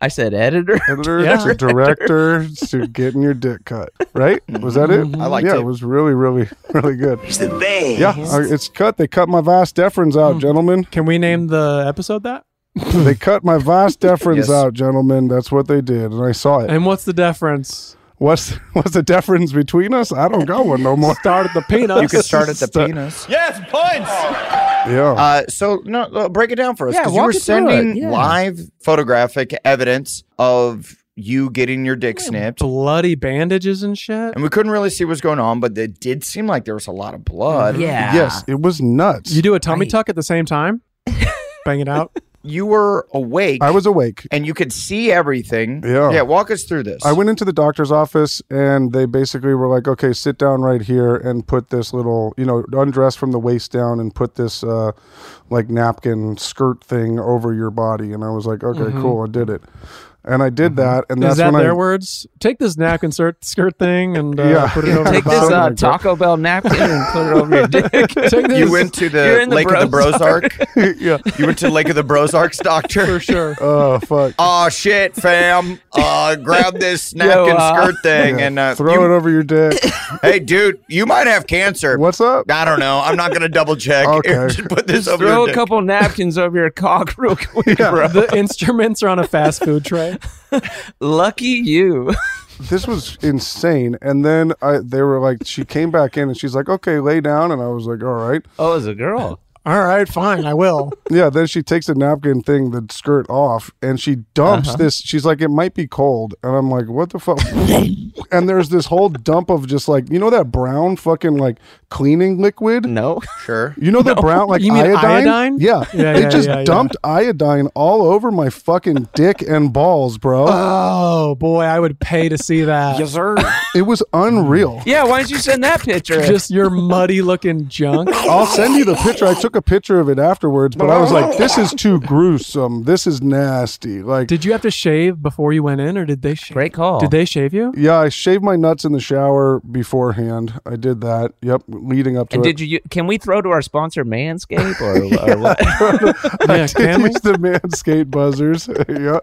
[SPEAKER 1] I said editor.
[SPEAKER 4] [LAUGHS] editor
[SPEAKER 6] Yeah.
[SPEAKER 4] to director to getting your dick cut. Right? Was that it?
[SPEAKER 5] I liked
[SPEAKER 4] yeah,
[SPEAKER 5] it.
[SPEAKER 4] it was really, really, [LAUGHS] really good. It's the best. Yeah, uh, it's cut. They cut my vas deferens out, gentlemen.
[SPEAKER 6] Can we name the episode that? Hmm.
[SPEAKER 4] They cut my vas deferens
[SPEAKER 5] Yes.
[SPEAKER 4] out, gentlemen. That's what they did, and I saw it.
[SPEAKER 6] And what's the deference?
[SPEAKER 4] What's [LAUGHS] what's the deference between us? I don't got one no more.
[SPEAKER 6] Start at the peanuts.
[SPEAKER 5] You can start at the
[SPEAKER 4] Start-
[SPEAKER 5] penis.
[SPEAKER 6] Ah.
[SPEAKER 4] Yeah,
[SPEAKER 5] Uh, so no, uh, break it down for us
[SPEAKER 1] Yeah,
[SPEAKER 5] because you
[SPEAKER 1] walk
[SPEAKER 5] were
[SPEAKER 1] it through it,
[SPEAKER 5] sending
[SPEAKER 1] yeah.
[SPEAKER 5] live photographic evidence of you getting your dick snipped,
[SPEAKER 6] [LAUGHS] bloody bandages and shit.
[SPEAKER 5] and we couldn't really see what's going on, but it did seem like there was a lot of blood.
[SPEAKER 1] Yeah.
[SPEAKER 4] yes, it was nuts.
[SPEAKER 6] You do a tummy
[SPEAKER 1] Right.
[SPEAKER 6] tuck at the same time. Bang it out.
[SPEAKER 5] you were awake.
[SPEAKER 4] I was awake.
[SPEAKER 5] and you could see everything.
[SPEAKER 4] Yeah.
[SPEAKER 5] yeah. Walk us through this.
[SPEAKER 4] I went into the doctor's office and they basically were like, okay, sit down right here and put this little, you know, undress from the waist down and put this uh, like napkin skirt thing over your body. And I was like, okay, cool, I did it. And I did that. And
[SPEAKER 6] Mm-hmm.
[SPEAKER 4] that's
[SPEAKER 6] Is that
[SPEAKER 4] when
[SPEAKER 6] their
[SPEAKER 4] I.
[SPEAKER 6] words? Take this napkin skirt, skirt thing and uh,
[SPEAKER 4] Yeah.
[SPEAKER 6] put
[SPEAKER 4] [LAUGHS]
[SPEAKER 6] it over.
[SPEAKER 1] Take
[SPEAKER 6] the
[SPEAKER 1] this
[SPEAKER 6] bottom. Oh
[SPEAKER 1] uh,
[SPEAKER 4] like that.
[SPEAKER 1] Taco Bell napkin and put it over your dick. [LAUGHS]
[SPEAKER 6] Take this.
[SPEAKER 5] you went to
[SPEAKER 1] You're
[SPEAKER 5] the
[SPEAKER 1] in the
[SPEAKER 5] Lake of the
[SPEAKER 4] [LAUGHS]
[SPEAKER 5] Brozark.
[SPEAKER 4] yeah.
[SPEAKER 5] you went to Lake of
[SPEAKER 1] [LAUGHS]
[SPEAKER 5] the Brozarks, doctor.
[SPEAKER 6] for sure.
[SPEAKER 4] Oh,
[SPEAKER 6] [LAUGHS]
[SPEAKER 4] fuck.
[SPEAKER 5] Oh
[SPEAKER 1] [LAUGHS]
[SPEAKER 5] shit, fam! Uh, grab this napkin
[SPEAKER 1] uh,
[SPEAKER 5] skirt thing
[SPEAKER 4] Yeah.
[SPEAKER 5] and uh,
[SPEAKER 4] Throw
[SPEAKER 5] you-
[SPEAKER 4] it over your dick.
[SPEAKER 5] Hey, dude, you might have cancer.
[SPEAKER 4] What's up?
[SPEAKER 5] I don't know. I'm not gonna double
[SPEAKER 4] [LAUGHS]
[SPEAKER 5] check.
[SPEAKER 4] Okay.
[SPEAKER 5] Just put this over
[SPEAKER 1] Throw
[SPEAKER 5] your
[SPEAKER 1] a
[SPEAKER 5] dick.
[SPEAKER 1] couple napkins over your cock real quick, bro.
[SPEAKER 6] The instruments are on a fast food tray.
[SPEAKER 1] Lucky you.
[SPEAKER 4] this was insane. And then I, they were like, she came back in and she's like, okay, lay down. And I was like, all right.
[SPEAKER 1] Oh, it's a girl.
[SPEAKER 6] All right, fine, I will.
[SPEAKER 4] Yeah, then she takes the napkin thing, the skirt off, and she dumps
[SPEAKER 1] Uh-huh.
[SPEAKER 4] this. She's like, it might be cold. And I'm like, what
[SPEAKER 1] [LAUGHS]
[SPEAKER 4] the fuck? and there's this whole dump of just like, you know, that brown fucking like cleaning liquid?
[SPEAKER 1] No.
[SPEAKER 5] Sure.
[SPEAKER 4] You know the brown like
[SPEAKER 6] You mean
[SPEAKER 4] iodine?
[SPEAKER 6] iodine?
[SPEAKER 4] Yeah.
[SPEAKER 6] Yeah,
[SPEAKER 4] they
[SPEAKER 6] yeah,
[SPEAKER 4] just
[SPEAKER 6] yeah, yeah.
[SPEAKER 4] dumped iodine all over my fucking dick and balls, bro.
[SPEAKER 1] Uh.
[SPEAKER 6] Oh boy, I would pay to see that.
[SPEAKER 4] it was unreal.
[SPEAKER 1] Yeah, why don't you send that picture? in?
[SPEAKER 6] Just your muddy looking junk.
[SPEAKER 4] I'll send you the picture. I took a picture of it afterwards, but I was like, this is too gruesome. This is nasty. Like
[SPEAKER 6] Did you have to shave before you went in, or did they shave?
[SPEAKER 1] Great call.
[SPEAKER 6] Did they
[SPEAKER 4] [LAUGHS]
[SPEAKER 6] shave you?
[SPEAKER 4] Yeah, I shaved my nuts in the shower beforehand. I did that. Yep, leading up to
[SPEAKER 1] and
[SPEAKER 4] it. [LAUGHS]
[SPEAKER 1] did you? Can we throw to our sponsor Manscaped or,
[SPEAKER 6] [LAUGHS]
[SPEAKER 1] or what?
[SPEAKER 6] Yeah, can we?
[SPEAKER 4] use the manscaped buzzers? [LAUGHS] yeah.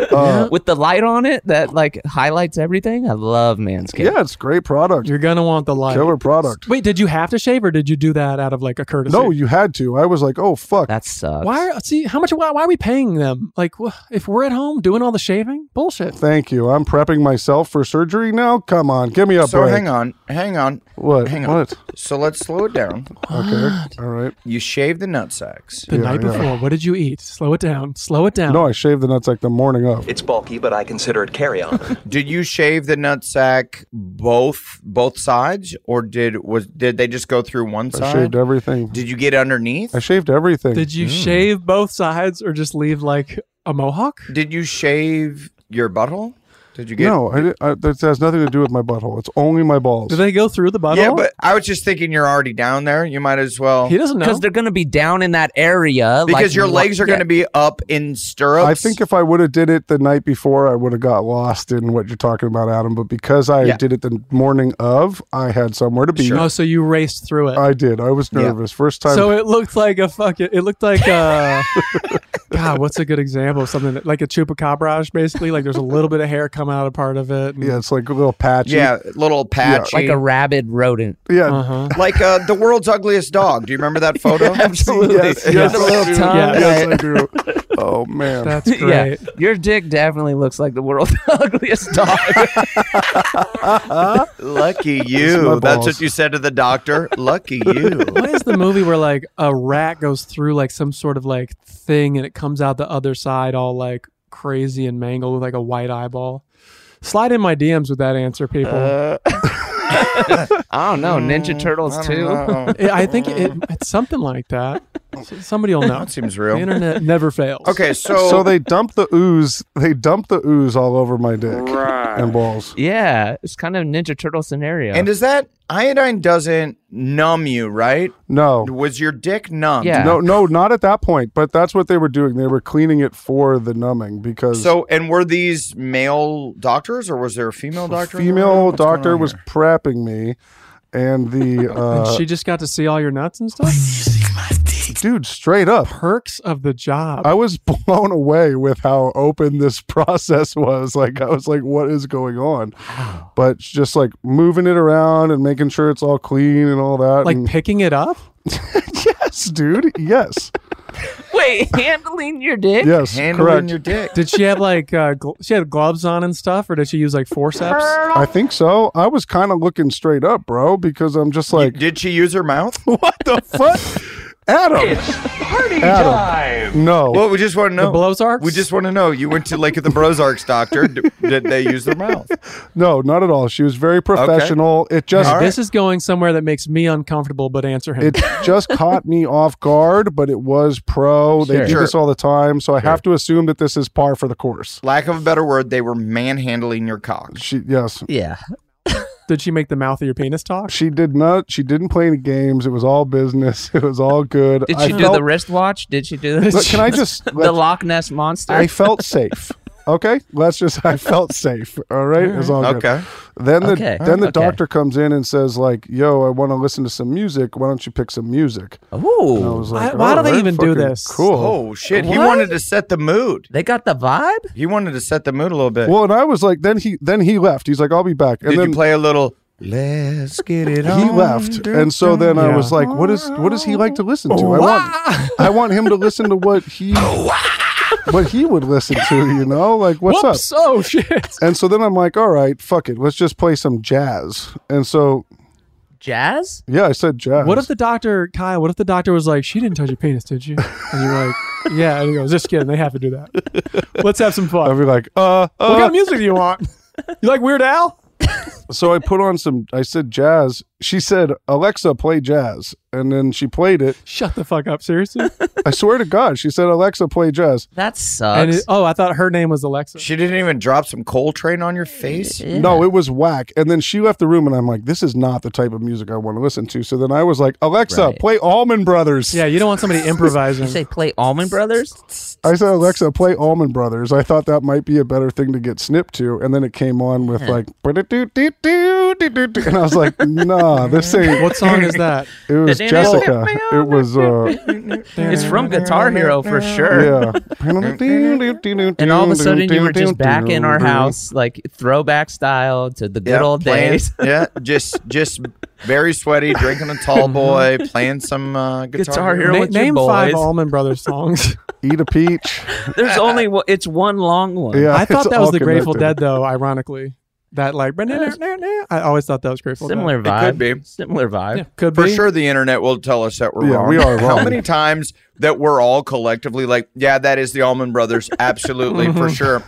[SPEAKER 4] Uh,
[SPEAKER 1] with the light on it that like highlights everything? I love Manscaped.
[SPEAKER 4] yeah, it's great product.
[SPEAKER 6] You're gonna want the light.
[SPEAKER 4] Killer product.
[SPEAKER 6] Wait, did you have to shave, or did you do that out of like a courtesy?
[SPEAKER 4] No, you had to. I was like, oh fuck.
[SPEAKER 1] That sucks.
[SPEAKER 6] Why? Are, see, how much? Why, why are we paying them? Like, wh- if we're at home doing all the shaving, bullshit.
[SPEAKER 4] Thank you. I'm prepping myself for surgery now. Come on, give me a
[SPEAKER 5] So
[SPEAKER 4] break.
[SPEAKER 5] hang on, hang on.
[SPEAKER 4] What?
[SPEAKER 5] Hang on.
[SPEAKER 4] what?
[SPEAKER 5] So let's slow it down.
[SPEAKER 4] Okay.
[SPEAKER 6] [GASPS]
[SPEAKER 4] All right.
[SPEAKER 5] You shave the nut sacks.
[SPEAKER 6] The
[SPEAKER 4] Yeah,
[SPEAKER 6] night
[SPEAKER 4] yeah.
[SPEAKER 6] before, what did you eat? Slow it down. Slow it down.
[SPEAKER 4] No, I shaved the nuts like the morning up.
[SPEAKER 8] It's bulky, but I consider it carry on.
[SPEAKER 5] Did you shave the nutsack both both sides, or did was did they just go through one
[SPEAKER 4] I
[SPEAKER 5] side?
[SPEAKER 4] shaved everything.
[SPEAKER 5] Did you get underneath?
[SPEAKER 4] I shaved everything.
[SPEAKER 6] Did you shave both sides or just leave like a mohawk?
[SPEAKER 5] Did you shave your butthole? Did you get?
[SPEAKER 4] no, I, di- I, that has nothing to do with my butthole. It's only my balls.
[SPEAKER 6] Do they go through the butthole?
[SPEAKER 5] Yeah, but I was just thinking you're already down there. You might as well
[SPEAKER 6] he doesn't know.
[SPEAKER 3] Because they're going to be down in that area.
[SPEAKER 5] because
[SPEAKER 3] like-
[SPEAKER 5] your legs are
[SPEAKER 3] Yeah.
[SPEAKER 5] going to be up in stirrups.
[SPEAKER 4] I think if I would have did it the night before, I would have got lost in what you're talking about, Adam. But because I
[SPEAKER 5] Yeah.
[SPEAKER 4] did it the morning of, I had somewhere to be.
[SPEAKER 6] Oh, so you raced through it.
[SPEAKER 4] I did. I was
[SPEAKER 5] Yeah.
[SPEAKER 4] nervous. First time.
[SPEAKER 6] so it looked like a fucking. It looked like uh [LAUGHS] God, what's a good example of something that, like a chupacabra? Basically, like there's a little bit of hair coming out of part of it. and-
[SPEAKER 4] yeah, it's like a little patchy.
[SPEAKER 5] yeah, little patchy,
[SPEAKER 3] like a rabid rodent.
[SPEAKER 4] Yeah.
[SPEAKER 6] Uh-huh.
[SPEAKER 5] like uh, the world's ugliest dog. Do you remember that photo?
[SPEAKER 4] [LAUGHS] Absolutely. Yes, yes,
[SPEAKER 3] The little
[SPEAKER 4] I do.
[SPEAKER 3] tongue.
[SPEAKER 4] Yes, I do.
[SPEAKER 6] [LAUGHS]
[SPEAKER 4] Oh man.
[SPEAKER 6] That's great.
[SPEAKER 3] Yeah, your dick definitely looks like
[SPEAKER 1] [LAUGHS]
[SPEAKER 3] the world's ugliest dog.
[SPEAKER 5] Lucky
[SPEAKER 4] It's my
[SPEAKER 5] you. That's
[SPEAKER 4] balls.
[SPEAKER 5] what you said to the [LAUGHS] doctor. Lucky you.
[SPEAKER 6] What is the movie where like a rat goes through like some sort of like thing and it comes out the other side all like crazy and mangled with like a white eyeball? Slide in my DMs with that answer, people.
[SPEAKER 3] I don't know. Ninja Turtles too.
[SPEAKER 1] [LAUGHS]
[SPEAKER 6] It- I think it, it's something like that. S- Somebody [LAUGHS] will know.
[SPEAKER 5] That seems
[SPEAKER 6] The
[SPEAKER 5] real.
[SPEAKER 6] internet never fails.
[SPEAKER 5] Okay, so,
[SPEAKER 4] So they dumped the ooze. They dumped the ooze all over my dick and balls.
[SPEAKER 3] Yeah, it's kind of Ninja Turtle scenario.
[SPEAKER 5] and is that iodine doesn't numb you, right?
[SPEAKER 4] No.
[SPEAKER 5] Was your dick numb?
[SPEAKER 3] Yeah.
[SPEAKER 4] No, no, not at that point. But that's what they were doing. They were cleaning it for the numbing because
[SPEAKER 5] So and were these male doctors or was there a female doctor? in the room?
[SPEAKER 4] female
[SPEAKER 5] What's going
[SPEAKER 4] doctor
[SPEAKER 5] on
[SPEAKER 4] was
[SPEAKER 5] here?
[SPEAKER 4] prepping me, and
[SPEAKER 5] [LAUGHS]
[SPEAKER 4] the
[SPEAKER 6] And
[SPEAKER 4] uh,
[SPEAKER 6] she just got to see all your nuts and stuff. [LAUGHS]
[SPEAKER 4] dude straight up.
[SPEAKER 6] Perks of the job.
[SPEAKER 4] I was [LAUGHS] blown away with how open this [LAUGHS] process was. Like I was like, "What is going on?" But just like moving it around and making sure it's all clean and all that.
[SPEAKER 6] like
[SPEAKER 4] and-
[SPEAKER 6] picking it up.
[SPEAKER 4] yes, dude.
[SPEAKER 5] [LAUGHS]
[SPEAKER 4] Yes,
[SPEAKER 1] [LAUGHS]
[SPEAKER 3] Wait, handling your dick?
[SPEAKER 4] yes,
[SPEAKER 5] handling
[SPEAKER 4] correct.
[SPEAKER 5] your dick.
[SPEAKER 6] Did she have like uh, gl- she had gloves on and stuff, or did she use like forceps?
[SPEAKER 4] I think so. I was kind of looking straight up, bro, because I'm just [LAUGHS] like,
[SPEAKER 5] Did she use her mouth?
[SPEAKER 4] [LAUGHS] "What the fuck, Adam?" Adam, No.
[SPEAKER 5] Well, we just want to know.
[SPEAKER 6] The Blowsarks?
[SPEAKER 5] We just want to know. You went to Lake of the Brozarks, doctor. D- did they use their mouth?
[SPEAKER 4] No, not at all. She was very professional. It just
[SPEAKER 5] All right.
[SPEAKER 6] This is going somewhere that makes me uncomfortable, but answer
[SPEAKER 3] [LAUGHS]
[SPEAKER 6] him.
[SPEAKER 4] it just caught me off guard, but it was pro. They do
[SPEAKER 5] Sure.
[SPEAKER 4] this all the time, so I have to assume that this is par for the course.
[SPEAKER 5] Lack of a better word, they were manhandling your cock.
[SPEAKER 4] She yes.
[SPEAKER 3] Yeah.
[SPEAKER 6] Did she make the mouth of your penis talk?
[SPEAKER 4] She did not she didn't play any games. It was all business. [LAUGHS] It was all good.
[SPEAKER 3] Did
[SPEAKER 4] I
[SPEAKER 3] she do
[SPEAKER 4] felt-
[SPEAKER 3] the wristwatch? Did she do
[SPEAKER 4] [LAUGHS]
[SPEAKER 3] this? [LAUGHS]
[SPEAKER 4] Look, can I just
[SPEAKER 3] the
[SPEAKER 4] let-
[SPEAKER 3] Loch Ness monster?
[SPEAKER 4] I felt safe. Okay, let's just. I felt safe. All right, it was all good.
[SPEAKER 5] Okay.
[SPEAKER 4] Then the
[SPEAKER 3] Okay.
[SPEAKER 4] then the
[SPEAKER 3] Okay.
[SPEAKER 4] doctor comes in and says like, "Yo, I want to listen to some music. Why don't you pick some music?" And I
[SPEAKER 3] Ooh,
[SPEAKER 4] was like,
[SPEAKER 6] Why- why do
[SPEAKER 4] "Oh,
[SPEAKER 6] they
[SPEAKER 4] very
[SPEAKER 6] even do
[SPEAKER 4] fucking
[SPEAKER 6] this?"
[SPEAKER 4] Cool.
[SPEAKER 5] Oh shit! He
[SPEAKER 3] What?
[SPEAKER 5] wanted to set the mood.
[SPEAKER 3] they got the vibe.
[SPEAKER 5] He wanted to set the mood a little bit.
[SPEAKER 4] Well, and I was like, then he then he left. He's like, I'll be back. And
[SPEAKER 5] did
[SPEAKER 4] then
[SPEAKER 5] you play a little? Let's get
[SPEAKER 3] [LAUGHS]
[SPEAKER 5] it on.
[SPEAKER 4] he left. And so then I
[SPEAKER 6] Yeah.
[SPEAKER 4] was like, what is what does he like to listen to? I want I want him to listen to what he what he would listen to, you know? Like what's
[SPEAKER 6] Whoops!
[SPEAKER 4] up?
[SPEAKER 6] Oh shit!
[SPEAKER 4] And so then I'm like, all right, fuck it. Let's just play some jazz. And so
[SPEAKER 3] Jazz?
[SPEAKER 4] yeah, I said jazz.
[SPEAKER 6] What if the doctor, Kyle? What if the doctor was like, "She didn't touch your penis, did you?" And you're like, "Yeah." And he goes, "Just kidding. They have to do that.
[SPEAKER 4] [LAUGHS]
[SPEAKER 6] Let's have some
[SPEAKER 4] I'd
[SPEAKER 6] fun.
[SPEAKER 4] be like, uh,
[SPEAKER 6] what kind
[SPEAKER 4] uh.
[SPEAKER 6] of music do you want? You like Weird Al?
[SPEAKER 4] So I put on some, I said jazz. She said, Alexa, play jazz. And then she played it.
[SPEAKER 6] Shut the fuck up,
[SPEAKER 4] [LAUGHS]
[SPEAKER 6] seriously."
[SPEAKER 4] I swear to God, she said, Alexa, play jazz.
[SPEAKER 3] That sucks.
[SPEAKER 6] And it, oh, I thought her name was Alexa.
[SPEAKER 5] She didn't even drop some Coltrane on your face.
[SPEAKER 4] No, it was whack. And then she left the room, and I'm like, this is not the type of music I want to listen to. So then I was like, Alexa,
[SPEAKER 3] Right.
[SPEAKER 4] play Allman Brothers.
[SPEAKER 6] Yeah, you don't
[SPEAKER 4] [LAUGHS]
[SPEAKER 6] want somebody improvising.
[SPEAKER 3] you say play Almond Brothers?
[SPEAKER 4] I said, Alexa, play Allman Brothers. I thought that might be a better thing to get snipped to. And then it came on with like, "Ba-da-doo-doo-doo-doo-doo-doo." and I was like, nah, this ain't.
[SPEAKER 6] what song is that?
[SPEAKER 4] It was Jessica. It was, uh,
[SPEAKER 3] It's from Guitar Hero for sure.
[SPEAKER 4] yeah.
[SPEAKER 3] And all of a sudden, you were just back in our house, like throwback style to the good
[SPEAKER 5] Yeah,
[SPEAKER 3] old
[SPEAKER 5] playing-
[SPEAKER 3] days.
[SPEAKER 5] [LAUGHS] yeah, just just very sweaty, drinking a
[SPEAKER 3] [LAUGHS]
[SPEAKER 5] tall boy, playing some uh, guitar.
[SPEAKER 3] Guitar Hero.
[SPEAKER 6] Na-
[SPEAKER 3] with your
[SPEAKER 6] name five
[SPEAKER 3] boys.
[SPEAKER 6] Allman Brothers songs.
[SPEAKER 4] Eat a peach.
[SPEAKER 3] There's only one, it's one long one.
[SPEAKER 4] Yeah,
[SPEAKER 6] I
[SPEAKER 4] it's
[SPEAKER 6] thought that was
[SPEAKER 4] all
[SPEAKER 6] the Grateful
[SPEAKER 4] connected.
[SPEAKER 6] Dead, though. Ironically, That like, "Nah, nah, nah, nah." [LAUGHS] I always thought that was Grateful Dead.
[SPEAKER 3] Similar
[SPEAKER 5] It
[SPEAKER 3] vibe.
[SPEAKER 5] could be.
[SPEAKER 3] Similar vibe.
[SPEAKER 6] Yeah, could
[SPEAKER 5] For
[SPEAKER 6] be.
[SPEAKER 5] sure, the internet will tell us that we're
[SPEAKER 4] Yeah,
[SPEAKER 5] wrong.
[SPEAKER 4] we
[SPEAKER 5] [LAUGHS]
[SPEAKER 4] are
[SPEAKER 5] How
[SPEAKER 4] wrong.
[SPEAKER 5] many times that we're all collectively like, yeah, that is the Allman Brothers, absolutely for sure,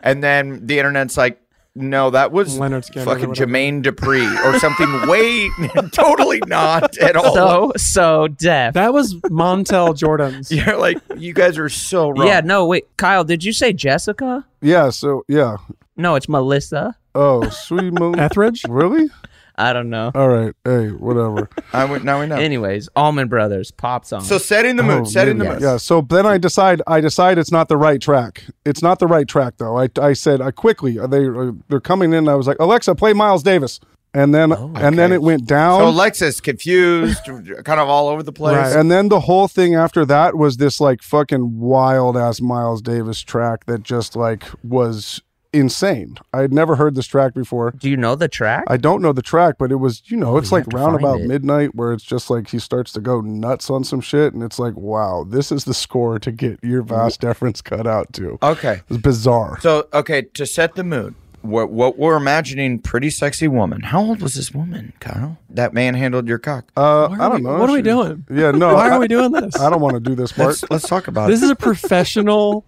[SPEAKER 5] and then the internet's like, no, that was
[SPEAKER 6] Leonard Skinner or
[SPEAKER 5] fucking
[SPEAKER 6] whatever.
[SPEAKER 5] Jermaine Dupree or something. way [LAUGHS] totally not at all.
[SPEAKER 1] So so deaf.
[SPEAKER 6] That was Montel Jordan's.
[SPEAKER 5] You're like, you guys are so wrong.
[SPEAKER 1] Yeah, no, wait, Kyle, did you say Jessica?
[SPEAKER 4] Yeah. So yeah.
[SPEAKER 1] No, it's Melissa.
[SPEAKER 4] Oh, sweet moon.
[SPEAKER 6] Etheridge?
[SPEAKER 4] Really?
[SPEAKER 1] I don't know.
[SPEAKER 4] All right. Hey,
[SPEAKER 5] [LAUGHS]
[SPEAKER 4] whatever.
[SPEAKER 5] I would, now we know.
[SPEAKER 1] Anyways, Almond Brothers pop song.
[SPEAKER 5] so setting the mood, setting the
[SPEAKER 4] Yeah,
[SPEAKER 5] mood.
[SPEAKER 4] Oh, Yeah. So then I decide. I decide it's not the right track. It's not the right track though. I, I said I quickly. uh, They uh, they're coming in. I was like Alexa, play Miles Davis, and then and then it went down.
[SPEAKER 5] So Alexis confused, kind of all over the place.
[SPEAKER 6] Right.
[SPEAKER 4] Um, and then the whole thing after that was this like fucking wild ass Miles Davis track that just like was insane. I had never heard this track before.
[SPEAKER 1] do you know the track?
[SPEAKER 4] I don't know the track, but it was, you know, it's
[SPEAKER 1] you
[SPEAKER 4] like
[SPEAKER 1] have to
[SPEAKER 4] round
[SPEAKER 1] find
[SPEAKER 4] about
[SPEAKER 1] it.
[SPEAKER 4] midnight where it's just like he starts to go nuts on some shit. And it's like, wow, this is the score to get your vast deference cut out to.
[SPEAKER 5] Okay.
[SPEAKER 4] It's bizarre.
[SPEAKER 5] So, okay, to set the mood, what, what we're imagining, pretty sexy woman. How old was this woman, Kyle? That man handled your cock.
[SPEAKER 4] Uh,
[SPEAKER 6] Why are
[SPEAKER 4] I don't
[SPEAKER 6] we-
[SPEAKER 4] know.
[SPEAKER 6] What are we
[SPEAKER 4] She-
[SPEAKER 6] doing?
[SPEAKER 4] Yeah, no.
[SPEAKER 6] [LAUGHS] Why
[SPEAKER 4] I,
[SPEAKER 6] are we doing this?
[SPEAKER 4] I don't want to do this part.
[SPEAKER 5] Let's, let's talk about
[SPEAKER 6] This
[SPEAKER 5] it.
[SPEAKER 6] is a professional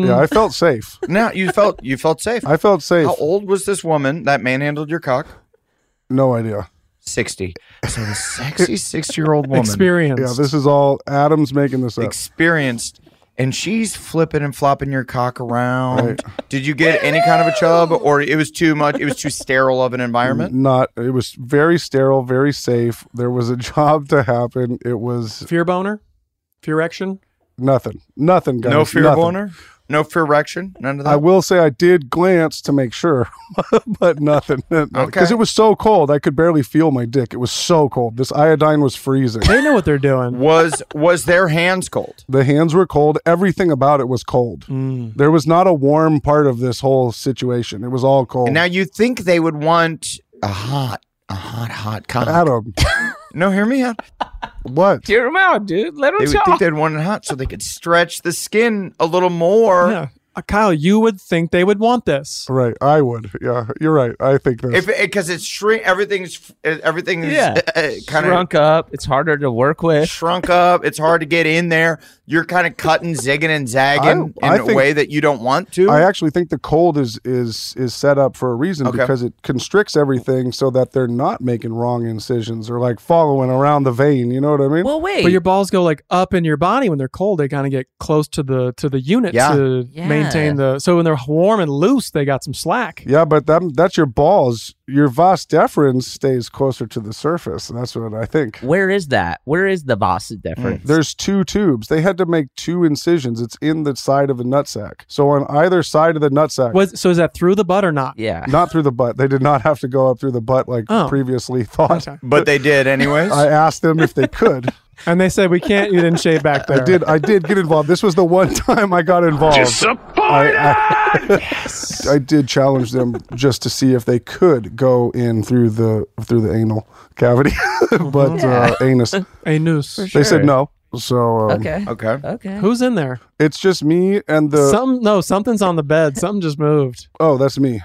[SPEAKER 4] [LAUGHS] yeah, I felt safe.
[SPEAKER 5] Now you felt you felt safe.
[SPEAKER 4] I felt safe.
[SPEAKER 5] How old was this woman that man handled your cock?
[SPEAKER 4] No idea.
[SPEAKER 5] Sixty. So
[SPEAKER 4] [LAUGHS]
[SPEAKER 5] the sexy six-year-old woman
[SPEAKER 6] experience.
[SPEAKER 4] Yeah, this is all Adam's making this up.
[SPEAKER 5] experienced, and she's flipping and flopping your cock around.
[SPEAKER 4] Right.
[SPEAKER 5] Did you get any kind of a chub, or it was too much? It was too sterile of an environment.
[SPEAKER 4] Not. It was very sterile, very safe. There was a [LAUGHS] job to happen. It was
[SPEAKER 6] fear boner, fear erection.
[SPEAKER 4] nothing. Nothing, guys.
[SPEAKER 5] No fear
[SPEAKER 4] nothing.
[SPEAKER 5] boner. No fear erection. None of that.
[SPEAKER 4] I will say I did glance to make sure, [LAUGHS] but nothing. [LAUGHS] Because
[SPEAKER 5] Okay.
[SPEAKER 4] it was so cold, I could barely feel my dick. It was so cold. This iodine was freezing.
[SPEAKER 6] They know what they're doing.
[SPEAKER 5] was was their hands cold?
[SPEAKER 4] the hands were cold. Everything about it was cold.
[SPEAKER 5] Hmm.
[SPEAKER 4] There was not a warm part of this whole situation. It was all cold.
[SPEAKER 5] And now you think they would want a hot, a hot, hot cock?
[SPEAKER 4] Adam,
[SPEAKER 5] no, hear me out.
[SPEAKER 4] [LAUGHS] what?
[SPEAKER 3] Hear him out, dude. Let him
[SPEAKER 5] They would
[SPEAKER 3] talk.
[SPEAKER 5] think they'd want it hot so they could stretch the skin a little more.
[SPEAKER 6] Yeah. Uh, Kyle, you would think they would want this.
[SPEAKER 4] Right, I would. Yeah, you're right. I think this.
[SPEAKER 5] If because it's shrink, everything's everything's
[SPEAKER 1] Yeah.
[SPEAKER 5] kind of
[SPEAKER 1] Shrunk up. It's harder to work with.
[SPEAKER 5] uh, shrunk up. It's hard to get in there. You're kind of cutting, zigging, and zagging
[SPEAKER 4] I- I
[SPEAKER 5] in a
[SPEAKER 4] think-
[SPEAKER 5] way that you don't want to.
[SPEAKER 4] I actually think the cold is is is set up for a reason
[SPEAKER 5] Okay.
[SPEAKER 4] because it constricts everything so that they're not making wrong incisions or like following around the vein. You know what I mean?
[SPEAKER 1] Well, wait.
[SPEAKER 6] But your balls go like up in your body when they're cold. They kind of get close to the to the unit
[SPEAKER 5] Yeah.
[SPEAKER 6] to
[SPEAKER 1] Yeah.
[SPEAKER 6] maintain the. So when they're warm and loose, they got some slack.
[SPEAKER 4] Yeah, but that, that's your balls. Your vas deferens stays closer to the surface. And that's what I think.
[SPEAKER 6] Hmm.
[SPEAKER 1] Where is that? Where is the boss difference?
[SPEAKER 4] There's two tubes. They had to make two incisions. It's in the side of the nutsack. So on either side of the nutsack,
[SPEAKER 6] Was so is that through the butt or not?
[SPEAKER 1] yeah.
[SPEAKER 4] not through the butt. They did not have to go up through the butt like
[SPEAKER 6] Oh.
[SPEAKER 4] previously thought.
[SPEAKER 6] Okay.
[SPEAKER 5] but they did anyways.
[SPEAKER 4] I asked them if they could.
[SPEAKER 6] And they said we can't. You didn't shave back
[SPEAKER 4] [LAUGHS]
[SPEAKER 6] there.
[SPEAKER 4] I did. I did get involved. This was the one [LAUGHS] time I got involved. Disappointed. I, I, I did challenge them just to see if they could go in through the through the anal cavity, [LAUGHS]
[SPEAKER 6] Mm-hmm.
[SPEAKER 4] but uh, anus.
[SPEAKER 6] A noose.
[SPEAKER 4] They said no. So um,
[SPEAKER 1] Okay.
[SPEAKER 5] okay.
[SPEAKER 1] Okay.
[SPEAKER 6] Who's in there?
[SPEAKER 4] it's just me and the.
[SPEAKER 6] Some no. Something's on the bed. Something just moved.
[SPEAKER 4] oh, that's
[SPEAKER 6] [LAUGHS]
[SPEAKER 4] me.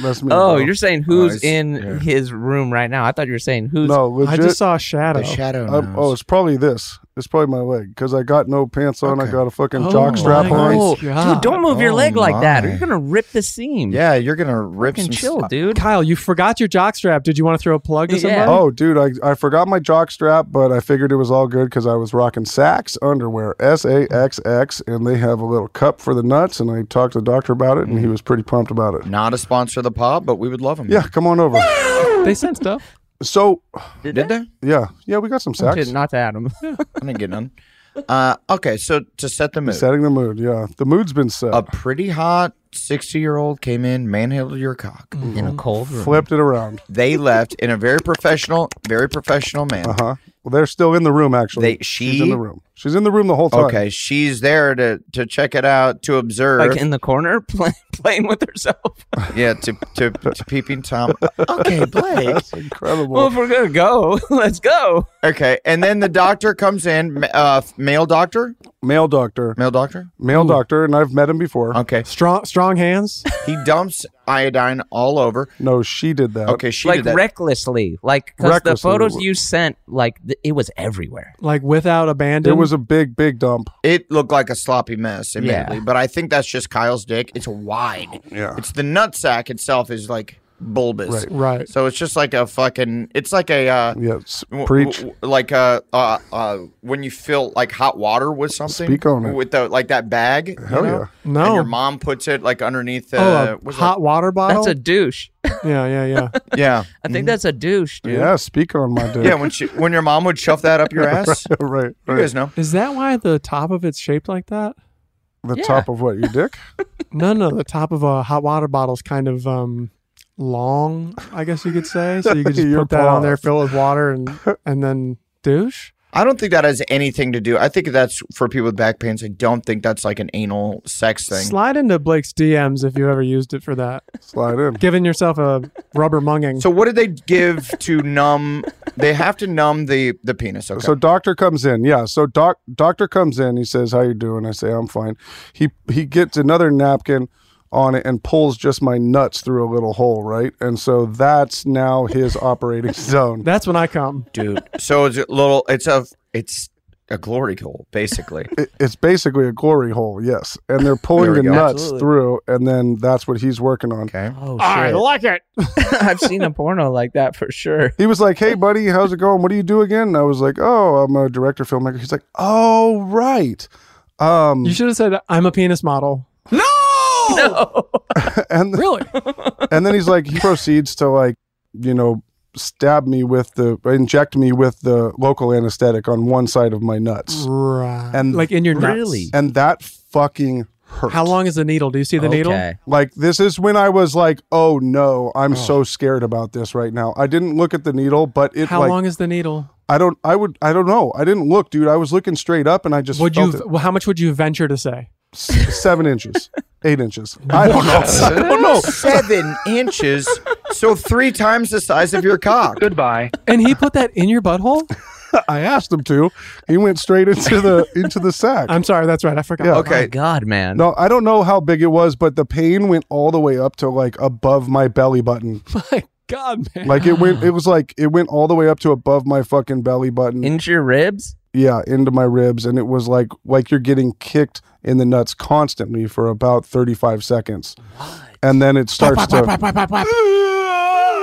[SPEAKER 4] that's me.
[SPEAKER 1] Oh,
[SPEAKER 4] bro.
[SPEAKER 1] you're saying
[SPEAKER 5] I
[SPEAKER 1] who's
[SPEAKER 5] see.
[SPEAKER 1] in
[SPEAKER 5] Yeah.
[SPEAKER 1] his room right now? I thought you were saying who's.
[SPEAKER 4] no legit.
[SPEAKER 6] I just saw a shadow.
[SPEAKER 5] The shadow.
[SPEAKER 4] I'm- oh,
[SPEAKER 5] knows.
[SPEAKER 4] it's probably this. It's probably my leg because I got no pants on. I
[SPEAKER 5] Okay.
[SPEAKER 4] got a fucking
[SPEAKER 6] Oh
[SPEAKER 4] jock strap
[SPEAKER 6] my
[SPEAKER 4] on.
[SPEAKER 6] God.
[SPEAKER 1] Oh, dude, don't move your
[SPEAKER 5] Oh
[SPEAKER 1] leg like that. Or
[SPEAKER 5] my.
[SPEAKER 1] you're gonna rip the seam.
[SPEAKER 5] yeah, you're gonna rip
[SPEAKER 1] Fucking
[SPEAKER 5] some
[SPEAKER 1] chill,
[SPEAKER 5] shit.
[SPEAKER 1] dude.
[SPEAKER 6] Kyle, you forgot your jockstrap. Did you want to throw a plug to
[SPEAKER 1] Yeah.
[SPEAKER 6] somebody?
[SPEAKER 4] Oh, dude, I, I forgot my jock strap, but I figured it was all good because I was rocking Saks underwear, S A X X, and they have a little cup for the nuts. And I talked to the doctor about it, and
[SPEAKER 5] Mm.
[SPEAKER 4] he was pretty pumped about it.
[SPEAKER 5] Not a sponsor of the pod, but we would love them.
[SPEAKER 4] Yeah, come on over.
[SPEAKER 6] They sent stuff.
[SPEAKER 4] So,
[SPEAKER 5] Did, they?
[SPEAKER 4] yeah, yeah, we got some Saks.
[SPEAKER 1] Not to Adam. [LAUGHS]
[SPEAKER 5] I didn't get none. Uh, okay, so to set the mood,
[SPEAKER 4] Setting the mood. Yeah, the mood's been set.
[SPEAKER 5] a pretty hot sixty-year-old came in, manhandled your cock.
[SPEAKER 4] Mm-hmm.
[SPEAKER 1] in
[SPEAKER 6] Oh,
[SPEAKER 1] a cold room.
[SPEAKER 4] Flipped it around.
[SPEAKER 5] They left in a very professional, very professional man.
[SPEAKER 4] Uh huh. Well, they're still in the room, actually.
[SPEAKER 5] They-
[SPEAKER 4] She's in
[SPEAKER 5] she-
[SPEAKER 4] the room. She's in the room the whole time.
[SPEAKER 5] Okay, she's there to to check it out, to observe.
[SPEAKER 1] Like in the corner, [LAUGHS] play, playing with herself.
[SPEAKER 5] Yeah, to to, to peeping tom. Okay, Blake.
[SPEAKER 4] That's incredible.
[SPEAKER 1] Well, if we're gonna go, [LAUGHS] let's go.
[SPEAKER 5] Okay, and then the doctor comes in, ma- uh, male doctor,
[SPEAKER 4] Male doctor.
[SPEAKER 5] male doctor.
[SPEAKER 4] Male doctor, and I've met him before.
[SPEAKER 5] Okay,
[SPEAKER 6] Strong, strong hands.
[SPEAKER 5] he dumps iodine all over.
[SPEAKER 4] No, she did that.
[SPEAKER 5] Okay, she
[SPEAKER 1] like
[SPEAKER 5] did that.
[SPEAKER 1] recklessly, like because the
[SPEAKER 4] Recklessly.
[SPEAKER 1] photos you sent, like th- it was everywhere.
[SPEAKER 6] like without abandon.
[SPEAKER 4] It was a big, big dump.
[SPEAKER 5] it looked like a sloppy mess, admittedly, but I think that's just Kyle's dick. It's wide.
[SPEAKER 4] Yeah.
[SPEAKER 5] It's the nutsack itself is like bulbous.
[SPEAKER 4] Right.
[SPEAKER 6] right.
[SPEAKER 5] So it's just like a fucking. It's like a. Uh,
[SPEAKER 4] Yeah, s-
[SPEAKER 5] w-
[SPEAKER 4] preach.
[SPEAKER 5] w- like uh, uh, uh, when you fill like hot water with something.
[SPEAKER 4] Speak on it.
[SPEAKER 5] With the like that bag. you
[SPEAKER 4] Hell
[SPEAKER 5] know?
[SPEAKER 4] yeah.
[SPEAKER 6] No.
[SPEAKER 5] And your mom puts it like underneath. Uh,
[SPEAKER 6] oh, a
[SPEAKER 5] what's
[SPEAKER 6] hot water bottle.
[SPEAKER 1] That's a douche.
[SPEAKER 6] a yeah, yeah, yeah.
[SPEAKER 5] that? Yeah.
[SPEAKER 1] I think that's a douche, dude.
[SPEAKER 4] Yeah, speak on my dick.
[SPEAKER 5] [LAUGHS] Yeah. When she, when your mom would shove that up your ass.
[SPEAKER 4] [LAUGHS] right,
[SPEAKER 5] You
[SPEAKER 4] right.
[SPEAKER 5] guys know.
[SPEAKER 6] Is that why the top of it's shaped like that?
[SPEAKER 4] The top of what your dick?
[SPEAKER 6] No, no, the top of a hot water bottle is kind of um long, I guess you could say. So
[SPEAKER 4] [LAUGHS]
[SPEAKER 6] you could just
[SPEAKER 4] Your
[SPEAKER 6] put that on there,
[SPEAKER 4] paws.
[SPEAKER 6] fill it with
[SPEAKER 4] [LAUGHS]
[SPEAKER 6] water, and and then douche.
[SPEAKER 5] I don't think that has anything to do. I think that's for people with back pains. I don't think that's like an anal sex thing.
[SPEAKER 6] Slide into Blake's DMs if you ever used it for that.
[SPEAKER 4] Slide
[SPEAKER 5] [LAUGHS]
[SPEAKER 4] in.
[SPEAKER 6] Giving yourself a rubber munging.
[SPEAKER 5] So what did they give to numb? They have to numb the the penis. Okay.
[SPEAKER 4] So doctor comes in. Yeah. So doc doctor comes in. He says, "How you doing?" I say, "I'm fine." He he gets another napkin on it and pulls just my nuts through a little hole, right? And so that's now his
[SPEAKER 5] [LAUGHS]
[SPEAKER 4] operating zone.
[SPEAKER 6] That's when I come.
[SPEAKER 5] dude. So it's a little. It's a. It's a glory hole, basically.
[SPEAKER 4] It- It's basically a glory hole, yes. And they're pulling
[SPEAKER 5] [LAUGHS] There we
[SPEAKER 4] the
[SPEAKER 5] go.
[SPEAKER 4] nuts
[SPEAKER 1] Absolutely.
[SPEAKER 4] through, and then that's what he's working on.
[SPEAKER 5] Okay.
[SPEAKER 1] Oh shit!
[SPEAKER 6] I like it.
[SPEAKER 1] [LAUGHS] I've seen a porno like that for sure.
[SPEAKER 4] He was like, "Hey, buddy, how's it going? What do you do again?" And I was like, "Oh, I'm a director filmmaker." He's like, "Oh, right." Um,
[SPEAKER 6] You should have said, I'm a penis model.
[SPEAKER 4] and [LAUGHS]
[SPEAKER 6] Really?
[SPEAKER 4] and then he's like he proceeds to like you know stab me with the inject me with the local anesthetic on one side of my nuts
[SPEAKER 6] Mm. right.
[SPEAKER 4] And-
[SPEAKER 6] like in your nuts.
[SPEAKER 1] Really?
[SPEAKER 4] and that fucking hurt
[SPEAKER 6] How long is the needle? Do you see the needle?
[SPEAKER 1] Okay.
[SPEAKER 4] like this is when i was like oh no i'm so scared about this right now i didn't look at the needle but it
[SPEAKER 6] How
[SPEAKER 4] like
[SPEAKER 6] long is the needle?
[SPEAKER 4] i don't i would i don't know i didn't look dude i was looking straight up and i just
[SPEAKER 6] Would you?
[SPEAKER 4] felt it.
[SPEAKER 6] well, How much would you venture to say?
[SPEAKER 4] S- seven inches eight
[SPEAKER 6] [LAUGHS]
[SPEAKER 4] inches i don't know i don't know
[SPEAKER 5] Seven inches. So three times the size of your cock.
[SPEAKER 8] Goodbye.
[SPEAKER 6] And he put that in your butthole?
[SPEAKER 4] i asked him to he went straight into the into the sack
[SPEAKER 6] I'm sorry. That's right. I forgot.
[SPEAKER 4] Yeah.
[SPEAKER 1] My
[SPEAKER 5] Okay.
[SPEAKER 1] God, man.
[SPEAKER 4] No, I don't know how big it was, but the pain went all the way up to like above my belly button.
[SPEAKER 6] My God, man.
[SPEAKER 4] Like it went, it was like it went all the way up to above my fucking belly button.
[SPEAKER 1] Into your ribs?
[SPEAKER 4] yeah, into my ribs, and it was like like you're getting kicked in the nuts constantly for about 35 seconds, and then it starts to. [LAUGHS]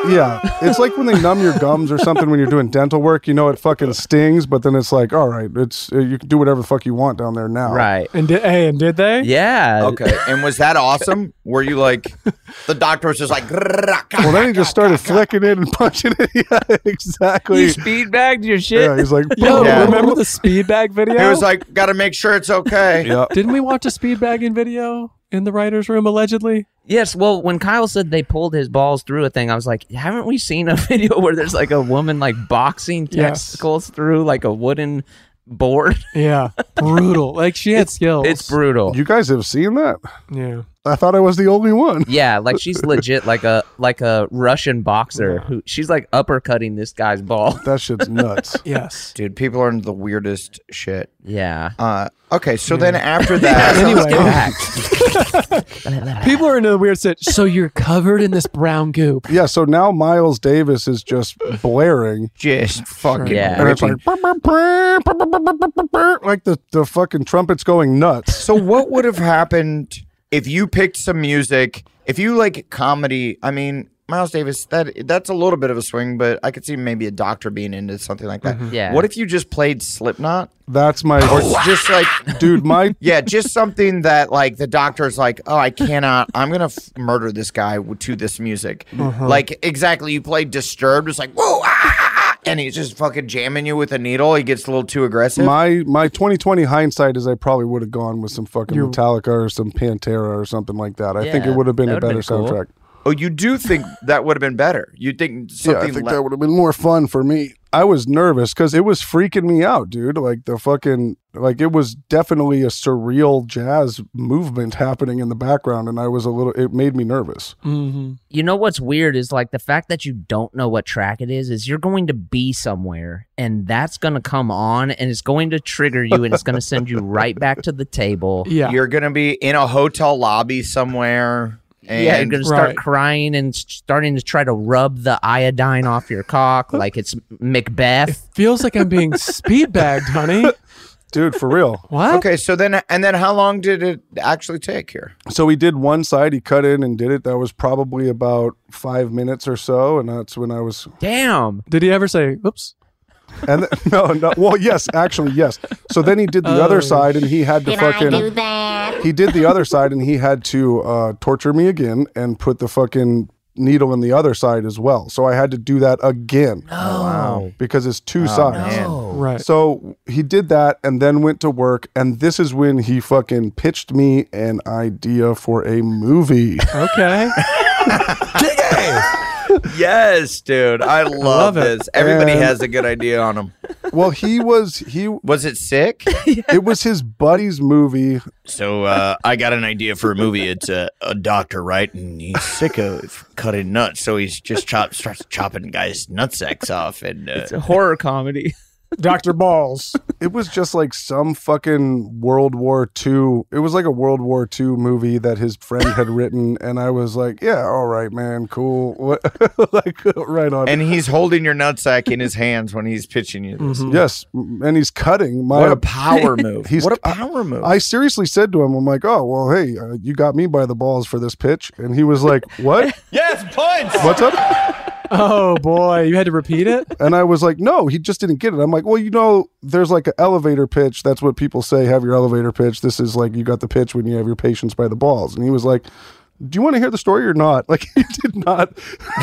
[SPEAKER 4] Yeah, it's like when they numb your gums or something when you're doing dental work. You know, it fucking stings, but then it's like, all right, it's you can do whatever the fuck you want down there now.
[SPEAKER 1] Right.
[SPEAKER 6] and did, hey, and did they?
[SPEAKER 1] Yeah.
[SPEAKER 3] Oh,
[SPEAKER 5] Okay. And was that awesome? Were you like, the doctor was just like,
[SPEAKER 4] Well, then he just started flicking it and [LAUGHS] punching it. Yeah,
[SPEAKER 1] You
[SPEAKER 4] exactly.
[SPEAKER 1] speed bagged your shit.
[SPEAKER 4] Yeah,
[SPEAKER 1] [LAUGHS]
[SPEAKER 4] he's like,
[SPEAKER 6] Yo,
[SPEAKER 5] Yeah.
[SPEAKER 6] remember the uh, speed bag video?
[SPEAKER 5] it was like, got to make sure it's okay.
[SPEAKER 4] yeah.
[SPEAKER 6] Didn't we watch a speed bagging video in the writer's room allegedly?
[SPEAKER 1] Yes, well, when Kyle said they pulled his balls through a thing, I was like, haven't we seen a [LAUGHS] video where there's like a woman like boxing
[SPEAKER 6] Yes.
[SPEAKER 1] testicles through like a wooden board?
[SPEAKER 6] Yeah. Brutal. Like she had skills.
[SPEAKER 1] It's brutal.
[SPEAKER 4] You guys have seen that?
[SPEAKER 6] yeah.
[SPEAKER 4] I thought I was the only one. [LAUGHS]
[SPEAKER 1] yeah, like she's legit like a like a Russian boxer who she's like uppercutting this guy's ball.
[SPEAKER 4] That shit's nuts.
[SPEAKER 6] Yes.
[SPEAKER 5] Dude, people are into the weirdest shit.
[SPEAKER 1] Yeah.
[SPEAKER 5] Uh, okay. So then after that,
[SPEAKER 6] Anyway, people are into the weird shit. So you're covered in this brown goop.
[SPEAKER 4] Yeah, so now Miles Davis is just blaring.
[SPEAKER 5] [LAUGHS] just fucking
[SPEAKER 1] Yeah.
[SPEAKER 4] And it's like,
[SPEAKER 5] ripping.
[SPEAKER 4] like the, the fucking trumpet's going nuts.
[SPEAKER 5] So what would have happened if you picked some music? If you like comedy, I mean, Miles Davis, that that's a little bit of a swing, but I could see maybe a doctor being into something like
[SPEAKER 4] Mm-hmm.
[SPEAKER 5] that.
[SPEAKER 1] Yeah.
[SPEAKER 5] What if you just played Slipknot?
[SPEAKER 4] That's my
[SPEAKER 5] Or just like
[SPEAKER 4] dude, my
[SPEAKER 5] yeah, just something that like the doctor's like, oh, I cannot. I'm gonna f- murder this guy w- to this music.
[SPEAKER 4] Uh-huh.
[SPEAKER 5] Like exactly, you play Disturbed. It's like whoa, ah, ah, ah, and he's just fucking jamming you with a needle. He gets a little too aggressive.
[SPEAKER 4] my my 2020 hindsight is I probably would have gone with some fucking Metallica or some Pantera or something like that. I think
[SPEAKER 1] Yeah,
[SPEAKER 4] it would have been
[SPEAKER 1] that
[SPEAKER 4] a
[SPEAKER 1] would've
[SPEAKER 4] better
[SPEAKER 1] been cool.
[SPEAKER 4] soundtrack.
[SPEAKER 5] oh, you do think that would have been better? You think
[SPEAKER 4] Yeah,
[SPEAKER 5] something?
[SPEAKER 4] I think
[SPEAKER 5] le-
[SPEAKER 4] that would have been more fun for me. I was nervous because it was freaking me out, dude. Like the fucking, like it was definitely a surreal jazz movement happening in the background, and I was a little. It made me nervous.
[SPEAKER 6] Mm-hmm.
[SPEAKER 1] you know what's weird is like the fact that you don't know what track it is is you're going to be somewhere and that's going to come on and it's going to trigger you and it's going to [LAUGHS] send you right back to the table
[SPEAKER 6] Yeah.
[SPEAKER 5] You're gonna be in a hotel lobby somewhere.
[SPEAKER 1] yeah, you're
[SPEAKER 5] And-
[SPEAKER 1] gonna start
[SPEAKER 6] Right.
[SPEAKER 1] crying and s- starting to try to rub the iodine off your cock like it's Macbeth. [LAUGHS]
[SPEAKER 6] Feels like I'm being speed bagged, [LAUGHS] honey.
[SPEAKER 4] dude, for
[SPEAKER 5] [LAUGHS]
[SPEAKER 4] real.
[SPEAKER 6] What?
[SPEAKER 5] Okay, so then and then how long did it actually take here?
[SPEAKER 4] So he did one side, he cut in and did it. That was probably about five minutes or so, and that's when I was.
[SPEAKER 1] Damn.
[SPEAKER 6] Did he ever say, "Oops"?
[SPEAKER 4] And th- [LAUGHS] no, no, well, yes, actually, yes. So then he did the
[SPEAKER 6] Oh,
[SPEAKER 4] other side, and he had to
[SPEAKER 9] Did
[SPEAKER 4] fucking.
[SPEAKER 9] I do that?
[SPEAKER 4] he did the other side and he had to uh, torture me again and put the fucking needle in the other side as well. So I had to do that again.
[SPEAKER 1] Oh, wow.
[SPEAKER 4] Because it's two sides.
[SPEAKER 1] Oh.
[SPEAKER 6] Right.
[SPEAKER 4] So he did that and then went to work. And this is when he fucking pitched me an idea for a movie.
[SPEAKER 6] [LAUGHS] Okay.
[SPEAKER 5] [LAUGHS] Yes, dude. I love,
[SPEAKER 6] it.
[SPEAKER 5] this. Everybody
[SPEAKER 4] And-
[SPEAKER 5] has a good idea on them.
[SPEAKER 4] well, he was, he,
[SPEAKER 5] Was it sick?
[SPEAKER 4] it was his buddy's movie.
[SPEAKER 5] So uh, I got an idea for a movie. It's a, a doctor, right? And he's sick of cutting nuts, so he's just chop starts chopping guys' nutsacks off. And uh,
[SPEAKER 1] It's a horror comedy.
[SPEAKER 6] Doctor Balls.
[SPEAKER 4] It was just like some fucking World War II. It was like a World War II movie that his friend had written, and I was like, "Yeah, all right, man, cool." [LAUGHS] What- like right on.
[SPEAKER 5] [LAUGHS] and he's holding your nutsack in his hands when he's pitching you this.
[SPEAKER 4] yes, and he's cutting my.
[SPEAKER 5] Mm-hmm. What a power move!
[SPEAKER 4] He's-
[SPEAKER 5] what a power move!
[SPEAKER 4] I seriously said to him, "I'm like, oh well, hey, uh, you got me by the balls for this pitch," and he was like, "What?
[SPEAKER 5] yes, points.
[SPEAKER 4] What's up?"
[SPEAKER 6] Oh boy, you had to repeat it.
[SPEAKER 4] And I was like, "No, he just didn't get it." I'm like, "Well, you know, there's like an elevator pitch. That's what people say. Have your elevator pitch. This is like you got the pitch when you have your patients by the balls." And he was like. Do you want to hear the story or not? [LAUGHS] Like he did not [LAUGHS]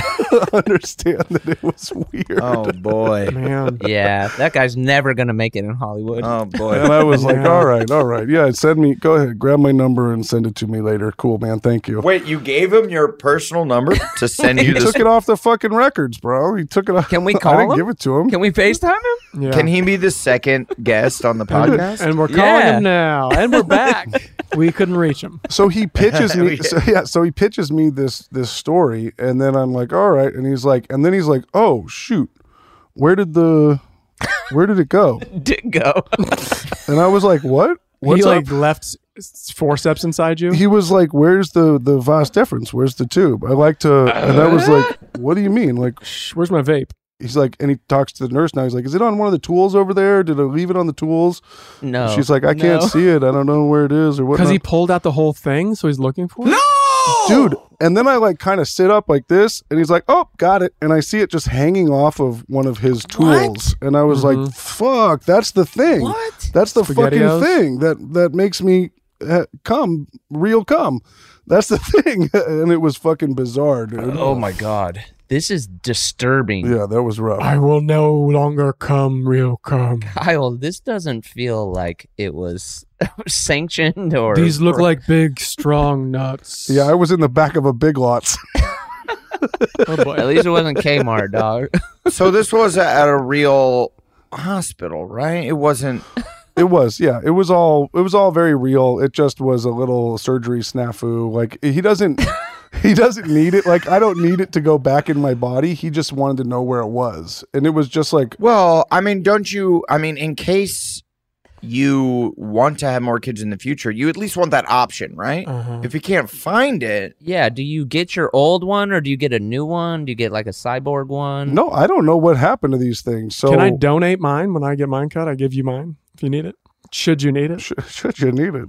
[SPEAKER 4] understand that it was weird.
[SPEAKER 5] Oh boy!
[SPEAKER 6] Man.
[SPEAKER 1] [LAUGHS] yeah, that guy's never gonna make it in Hollywood.
[SPEAKER 5] Oh boy!
[SPEAKER 4] And [LAUGHS] I was like,
[SPEAKER 6] Yeah.
[SPEAKER 4] all right, all right. Yeah, send me, go ahead, grab my number and send it to me later. Cool, man. Thank you.
[SPEAKER 5] Wait, you gave him your personal number to send
[SPEAKER 4] he
[SPEAKER 5] you this?
[SPEAKER 4] took it off the fucking records, bro. He took it off.
[SPEAKER 1] Can we
[SPEAKER 4] [LAUGHS] I
[SPEAKER 1] call
[SPEAKER 4] didn't
[SPEAKER 1] him?
[SPEAKER 4] give it to him.
[SPEAKER 1] Can we FaceTime him?
[SPEAKER 6] Yeah.
[SPEAKER 5] Can he be the second guest on the
[SPEAKER 6] And,
[SPEAKER 5] podcast?
[SPEAKER 6] and we're calling
[SPEAKER 1] Yeah.
[SPEAKER 6] him now, and we're [LAUGHS] back. we couldn't reach him.
[SPEAKER 4] so he pitches me.
[SPEAKER 5] Yeah.
[SPEAKER 4] so, yeah, so he pitches me this this story, and then I'm like, all right, and he's like, and then he's like, oh shoot, where did the, where did it go?
[SPEAKER 1] [LAUGHS] Did go.
[SPEAKER 4] And I was like, what? What's
[SPEAKER 6] he
[SPEAKER 4] up?
[SPEAKER 6] like left s- forceps
[SPEAKER 5] [LAUGHS]
[SPEAKER 6] inside you.
[SPEAKER 4] he was like, "Where's the the vas deferens? Where's the tube?" I like to, and I was like, "What do you mean?" Like,
[SPEAKER 6] Shh, where's my vape?
[SPEAKER 4] he's like, and he talks to the nurse now. He's like, "Is it on one of the tools over there? Did I leave it on the tools?"
[SPEAKER 3] Oh,
[SPEAKER 1] No.
[SPEAKER 4] She's like, "I can't
[SPEAKER 1] No.
[SPEAKER 4] see it. I don't know where it is or what."
[SPEAKER 6] Because he pulled out the whole thing, so he's looking for it. No.
[SPEAKER 4] dude. And then I like kind of sit up like this, and he's like, "Oh, got it." And I see it just hanging off of one of his tools, and I was like, "Fuck, that's the thing. What? That's the fucking
[SPEAKER 6] SpaghettiOs?
[SPEAKER 4] thing that that makes me uh, come real come." That's the [LAUGHS] thing, and it was fucking bizarre, dude.
[SPEAKER 1] oh my god. This is disturbing.
[SPEAKER 4] Yeah, that was rough.
[SPEAKER 6] I will no longer come, real come.
[SPEAKER 1] Kyle, this doesn't feel like it was [LAUGHS] sanctioned or
[SPEAKER 6] These look
[SPEAKER 1] or-
[SPEAKER 6] like big, [LAUGHS] strong nuts.
[SPEAKER 4] yeah, I was in the back of a Big Lots.
[SPEAKER 6] Oh [LAUGHS] boy.
[SPEAKER 1] at least it wasn't Kmart, dog. [LAUGHS]
[SPEAKER 5] so this was at a real hospital, right? It wasn't.
[SPEAKER 4] it was, yeah, it was all it was all very real. It just was a little surgery snafu. Like he doesn't [LAUGHS] he doesn't need it. Like I don't need it to go back in my body. He just wanted to know where it was, and it was just like
[SPEAKER 5] Well, I mean, don't you? I mean, in case you want to have more kids in the future, you at least want that option, right?
[SPEAKER 6] Uh-huh.
[SPEAKER 5] If you can't find it,
[SPEAKER 1] yeah, do you get your old one or do you get a new one? Do you get like a cyborg one?
[SPEAKER 4] no, I don't know what happened to these things. So
[SPEAKER 6] Can I donate mine when I get mine cut? I give you mine if you need it. Should you need it?
[SPEAKER 4] sh- [LAUGHS] should you need it?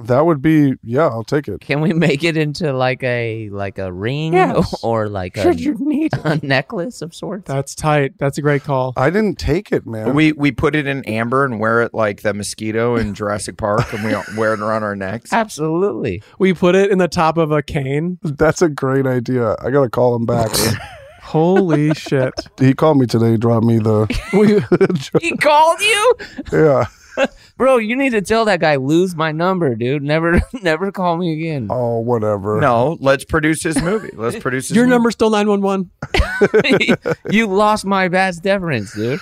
[SPEAKER 4] That would be yeah, I'll take it.
[SPEAKER 1] Can we make it into like a like a ring
[SPEAKER 6] Yes.
[SPEAKER 1] [LAUGHS] or like a,
[SPEAKER 6] Should you need it?
[SPEAKER 1] a necklace of
[SPEAKER 6] [LAUGHS]
[SPEAKER 1] sorts?
[SPEAKER 6] That's tight. That's a great call.
[SPEAKER 4] I didn't take it, man.
[SPEAKER 5] we we put it in amber and wear it like the mosquito in Jurassic Park, and we all wear it around our
[SPEAKER 3] [LAUGHS]
[SPEAKER 5] necks.
[SPEAKER 1] Absolutely.
[SPEAKER 6] We put it in the top of a cane.
[SPEAKER 4] [LAUGHS] That's a great idea. I gotta call him back.
[SPEAKER 6] [LAUGHS] Holy shit.
[SPEAKER 4] he called me today, dropped me the
[SPEAKER 6] We,
[SPEAKER 1] He called you?
[SPEAKER 4] [LAUGHS] yeah.
[SPEAKER 1] Bro, you need to tell that guy lose my number, dude. Never [LAUGHS] never call me
[SPEAKER 6] [LAUGHS]
[SPEAKER 1] again. [LAUGHS]
[SPEAKER 4] Oh, whatever.
[SPEAKER 5] No, let's produce his movie. Let's produce his
[SPEAKER 6] your
[SPEAKER 5] movie.
[SPEAKER 6] number's still 911.
[SPEAKER 1] you lost my vast deference, dude.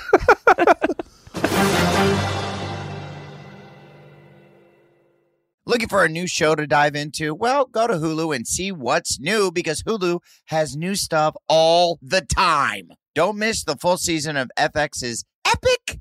[SPEAKER 3] Looking for a new show to dive into? Well, go to Hulu and see what's new because Hulu has new stuff all the time. Don't miss the full season of FX's epic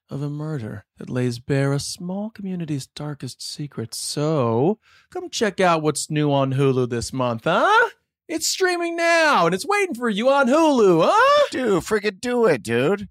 [SPEAKER 2] of a murder that lays bare a small community's darkest secrets. So, come check out what's new on Hulu this month, huh? It's streaming now and it's waiting for you on Hulu, huh?
[SPEAKER 5] Dude, friggin' do it, dude.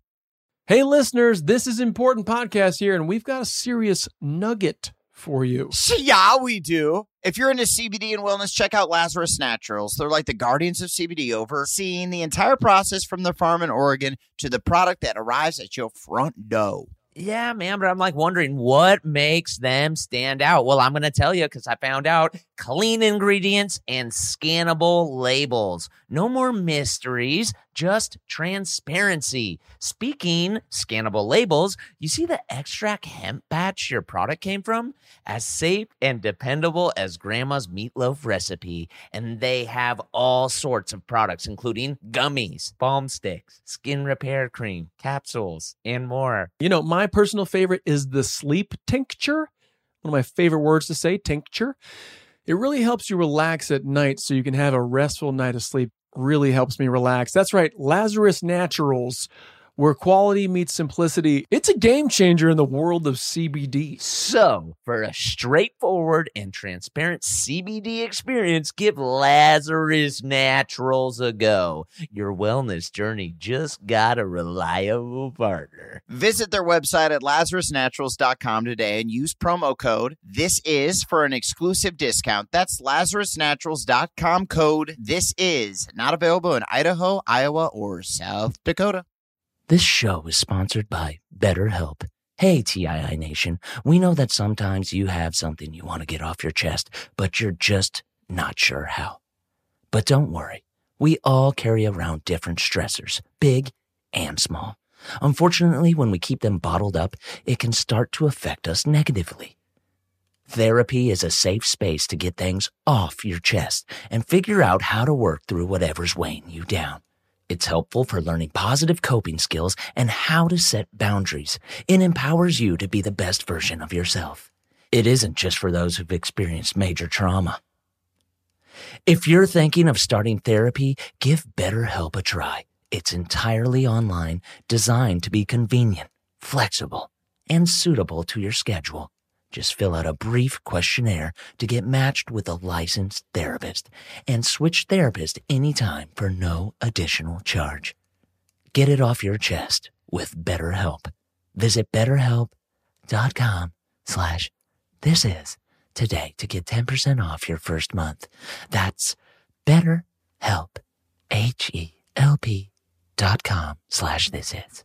[SPEAKER 2] Hey, listeners, this is Important Podcast here, and we've got a serious nugget for you.
[SPEAKER 5] Yeah, we do. If you're into CBD and wellness, check out Lazarus Naturals. They're like the guardians of CBD, overseeing the entire process from the farm in Oregon to the product that arrives at your front door.
[SPEAKER 1] Yeah, man, but I'm like wondering what makes them stand out. Well, I'm going to tell you because I found out clean ingredients and scannable labels. No more mysteries, just transparency. Speaking scannable labels, you see the extract hemp batch your product came from? As safe and dependable as grandma's meatloaf recipe. And they have all sorts of products, including gummies, balm sticks, skin repair cream, capsules, and more.
[SPEAKER 2] You know, my personal favorite is the sleep tincture. One of my favorite words to say, tincture. It really helps you relax at night so you can have a restful night of sleep. Really helps me relax. That's right, Lazarus Naturals, where quality meets simplicity. It's a game changer in the world of CBD.
[SPEAKER 1] So, for a straightforward and transparent CBD experience, give Lazarus Naturals a go. Your wellness journey just got a reliable partner.
[SPEAKER 5] Visit their website at lazarusnaturals.com today and use promo code This Is for an exclusive discount. That's lazarusnaturals.com code This Is. Not available in Idaho, Iowa, or South Dakota.
[SPEAKER 9] This show is sponsored by BetterHelp. Hey, TII Nation, we know that sometimes you have something you want to get off your chest, but you're just not sure how. But don't worry, we all carry around different stressors, big and small. Unfortunately, when we keep them bottled up, it can start to affect us negatively. Therapy is a safe space to get things off your chest and figure out how to work through whatever's weighing you down. It's helpful for learning positive coping skills and how to set boundaries. It empowers you to be the best version of yourself. It isn't just for those who've experienced major trauma. If you're thinking of starting therapy, give BetterHelp a try. It's entirely online, designed to be convenient, flexible, and suitable to your schedule. Just fill out a brief questionnaire to get matched with a licensed therapist and switch therapist anytime for no additional charge. Get it off your chest with BetterHelp. Visit betterhelp.com slash this is today to get 10% off your first month. That's betterhelp, H-E-L-P dot com slash this is.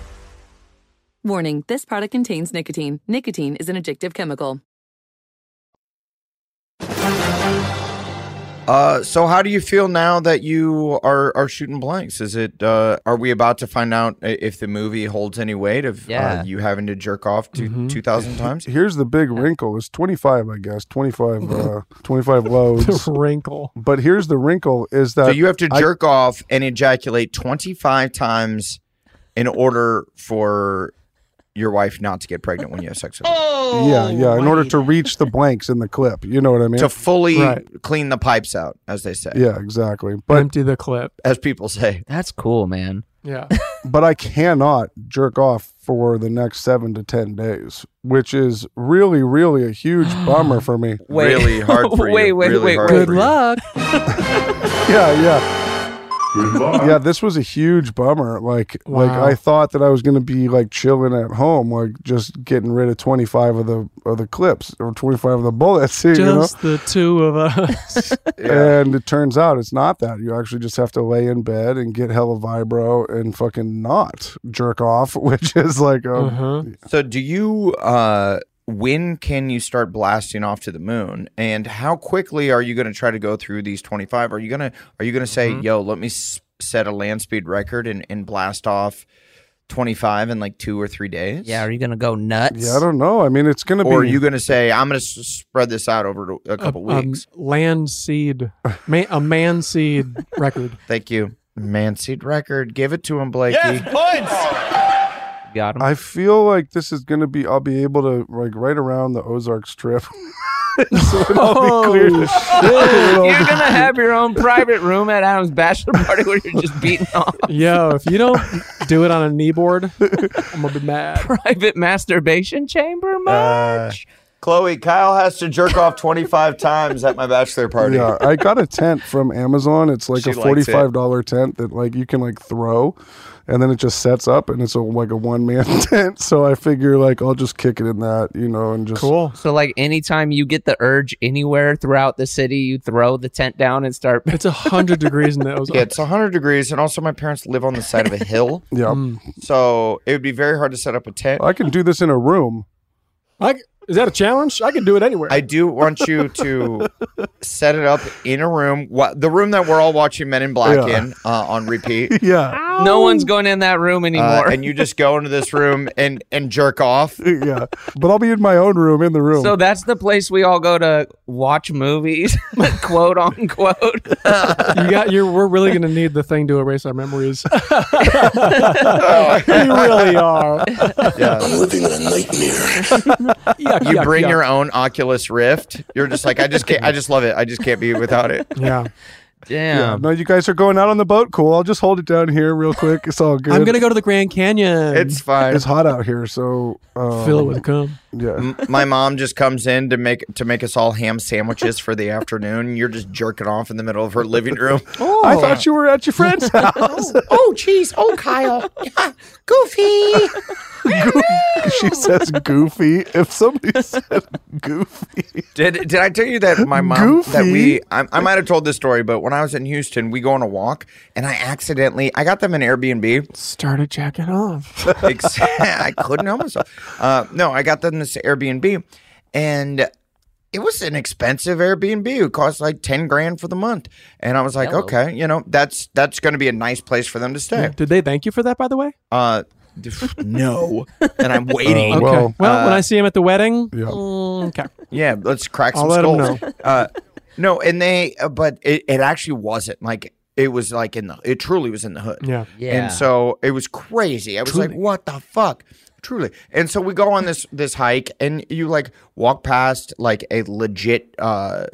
[SPEAKER 10] Warning this product contains nicotine. Nicotine is an addictive chemical.
[SPEAKER 5] Uh, so how do you feel now that you are are shooting blanks? Is it uh, are we about to find out i- if the movie holds any weight of
[SPEAKER 4] Yeah.
[SPEAKER 5] uh, you having to jerk off to
[SPEAKER 4] [LAUGHS]
[SPEAKER 5] thousand times?
[SPEAKER 4] Here's the big wrinkle. It's 25, I guess. 25, uh, 25 loads.
[SPEAKER 6] wrinkle.
[SPEAKER 4] But here's the wrinkle is that
[SPEAKER 5] So you have to
[SPEAKER 4] Uh, I-
[SPEAKER 5] jerk off and ejaculate twenty five times in order for your wife not to get pregnant when you have sex with her.
[SPEAKER 4] yeah, yeah. In order to reach the blanks in the clip, you know what I mean?
[SPEAKER 5] to fully
[SPEAKER 4] Right.
[SPEAKER 5] clean the pipes out, as they say.
[SPEAKER 4] Yeah, exactly. But
[SPEAKER 6] empty the clip,
[SPEAKER 5] as people say.
[SPEAKER 1] That's cool, man.
[SPEAKER 6] [LAUGHS] Yeah.
[SPEAKER 4] but I cannot jerk off for the next seven to ten days, which is really, really a huge bummer for me.
[SPEAKER 5] Wait. Really hard [LAUGHS] for you. Wait, wait, Really wait, hard wait. for you.
[SPEAKER 6] luck.
[SPEAKER 4] yeah, yeah. Yeah, this was a huge bummer. Like, like
[SPEAKER 6] Wow.
[SPEAKER 4] I thought that I was gonna be like chilling at home, like just getting rid of twenty five of the of the clips or twenty five of the bullets. [LAUGHS] You know?
[SPEAKER 6] Just [LAUGHS] the two of us.
[SPEAKER 4] And it turns out it's not that. You actually just have to lay in bed and get hella vibro and fucking not jerk off, [LAUGHS] which is like, a,
[SPEAKER 6] Mm-hmm.
[SPEAKER 5] So do you uh when can you start blasting off to the moon and how quickly are you going to try to go through these 25 are you going to are you going to say
[SPEAKER 4] Mm-hmm.
[SPEAKER 5] yo let me s- set a land speed record and, and blast off 25 in like two or three days
[SPEAKER 1] Yeah, are you gonna go nuts?
[SPEAKER 4] yeah, I don't know. I mean, it's gonna
[SPEAKER 5] or are
[SPEAKER 4] be. Uh,
[SPEAKER 5] you going to say i'm going to s- spread this out over to a couple weeks
[SPEAKER 6] Um, land seed, Ma a
[SPEAKER 5] [LAUGHS]
[SPEAKER 6] man seed record.
[SPEAKER 5] thank you man seed record give it to him blakey
[SPEAKER 1] Got him.
[SPEAKER 4] I feel like this is gonna be. I'll be able to like right around the Ozark Strip. [LAUGHS] so
[SPEAKER 6] Oh.
[SPEAKER 4] it'll be clear. It'll
[SPEAKER 1] You're
[SPEAKER 4] be-
[SPEAKER 1] gonna
[SPEAKER 6] [LAUGHS]
[SPEAKER 1] have your own private room at Adam's bachelor party where you're just
[SPEAKER 6] [LAUGHS]
[SPEAKER 1] beating off
[SPEAKER 6] Yo, if you don't do it on a knee board, I'm gonna
[SPEAKER 5] [LAUGHS]
[SPEAKER 6] be mad.
[SPEAKER 1] private masturbation chamber,
[SPEAKER 5] Uh,
[SPEAKER 1] much.
[SPEAKER 5] chloe kyle has to jerk off 25 [LAUGHS] times at my bachelor party
[SPEAKER 4] Yeah, I got a tent from Amazon. It's like
[SPEAKER 5] She
[SPEAKER 4] a
[SPEAKER 5] likes it.
[SPEAKER 4] forty-five dollar tent that like you can like throw, and then it just sets up, and it's a, like a one-man [LAUGHS] tent. So I figure like I'll just kick it in that, you know, and just
[SPEAKER 6] Cool.
[SPEAKER 1] so like anytime you get the urge anywhere throughout the city, you throw the tent down and start. [LAUGHS]
[SPEAKER 6] It's a hundred degrees in the ozone.
[SPEAKER 5] Yeah, it's 100 degrees, and also my parents live on the side of a hill, [LAUGHS]
[SPEAKER 4] Yeah,
[SPEAKER 5] so it would be very hard to set up a tent.
[SPEAKER 4] I can do this in a room.
[SPEAKER 6] I, is that a challenge? I can do it anywhere.
[SPEAKER 5] I do want you to set it up in a room, wha- the room that we're all watching Men in Black
[SPEAKER 4] Yeah.
[SPEAKER 5] in uh, on repeat,
[SPEAKER 4] [LAUGHS] Yeah,
[SPEAKER 1] No one's going in that room
[SPEAKER 5] uh,
[SPEAKER 1] anymore.
[SPEAKER 5] and you just go into this room and and jerk off.
[SPEAKER 4] yeah. But I'll be in my own room in the room.
[SPEAKER 1] so that's the place we all go to watch movies, [LAUGHS] quote
[SPEAKER 5] [LAUGHS]
[SPEAKER 1] unquote.
[SPEAKER 6] you got. You're. We're really gonna need the thing to erase
[SPEAKER 5] [LAUGHS]
[SPEAKER 6] our memories. we
[SPEAKER 4] [LAUGHS]
[SPEAKER 6] really are.
[SPEAKER 5] Yeah.
[SPEAKER 11] living in a nightmare.
[SPEAKER 6] Yuck,
[SPEAKER 5] You
[SPEAKER 6] yuck,
[SPEAKER 5] bring
[SPEAKER 6] yuck.
[SPEAKER 5] your own Oculus Rift. You're just like I just can't. I just love it. I just can't be without it.
[SPEAKER 6] [LAUGHS] Yeah.
[SPEAKER 4] yeah,
[SPEAKER 1] Damn.
[SPEAKER 4] no, you guys are going out on the boat. Cool. I'll just hold it down here real quick. It's all good.
[SPEAKER 6] I'm gonna go to the Grand Canyon.
[SPEAKER 5] It's fine.
[SPEAKER 4] It's hot out here, so um,
[SPEAKER 6] fill it with cum.
[SPEAKER 4] yeah.
[SPEAKER 5] M- My mom just comes in to make to make us all ham sandwiches for the afternoon. and You're just jerking off in the middle of her living
[SPEAKER 6] [LAUGHS]
[SPEAKER 5] room.
[SPEAKER 4] I thought you were at your friend's house. [LAUGHS]
[SPEAKER 3] Oh, jeez. Oh,
[SPEAKER 6] [LAUGHS]
[SPEAKER 3] Kyle. Goofy.
[SPEAKER 4] she says goofy. If somebody said goofy,
[SPEAKER 5] Did did I tell you that my mom that we I, I might have told this story, but when I was in Houston, we go on a walk and I accidentally I got them an Airbnb.
[SPEAKER 6] Started jacking off.
[SPEAKER 5] Ex- [LAUGHS] I couldn't help myself. Uh, no, I got them this Airbnb, and it was an expensive Airbnb. It cost like ten grand for the month, and I was like,
[SPEAKER 1] Hello.
[SPEAKER 5] okay, you know that's that's going to be a nice place for them to stay.
[SPEAKER 6] Did they thank you for that, by the way?
[SPEAKER 5] Uh, [LAUGHS] no, and I'm waiting.
[SPEAKER 4] Oh,
[SPEAKER 6] Okay.
[SPEAKER 4] Well,
[SPEAKER 6] Well,
[SPEAKER 5] Uh,
[SPEAKER 6] when I see him at the wedding,
[SPEAKER 4] Yeah.
[SPEAKER 6] mm, okay.
[SPEAKER 5] Yeah, let's crack some
[SPEAKER 6] I'll let 'em
[SPEAKER 5] skulls. [LAUGHS] Uh, no, and they, uh, but it, it actually wasn't like it was like in the, it truly was in the hood.
[SPEAKER 6] Yeah.
[SPEAKER 1] Yeah.
[SPEAKER 5] And so it was crazy. I was like, what the fuck? Truly. And so we go on this this hike, and you like walk past like a legit, uh,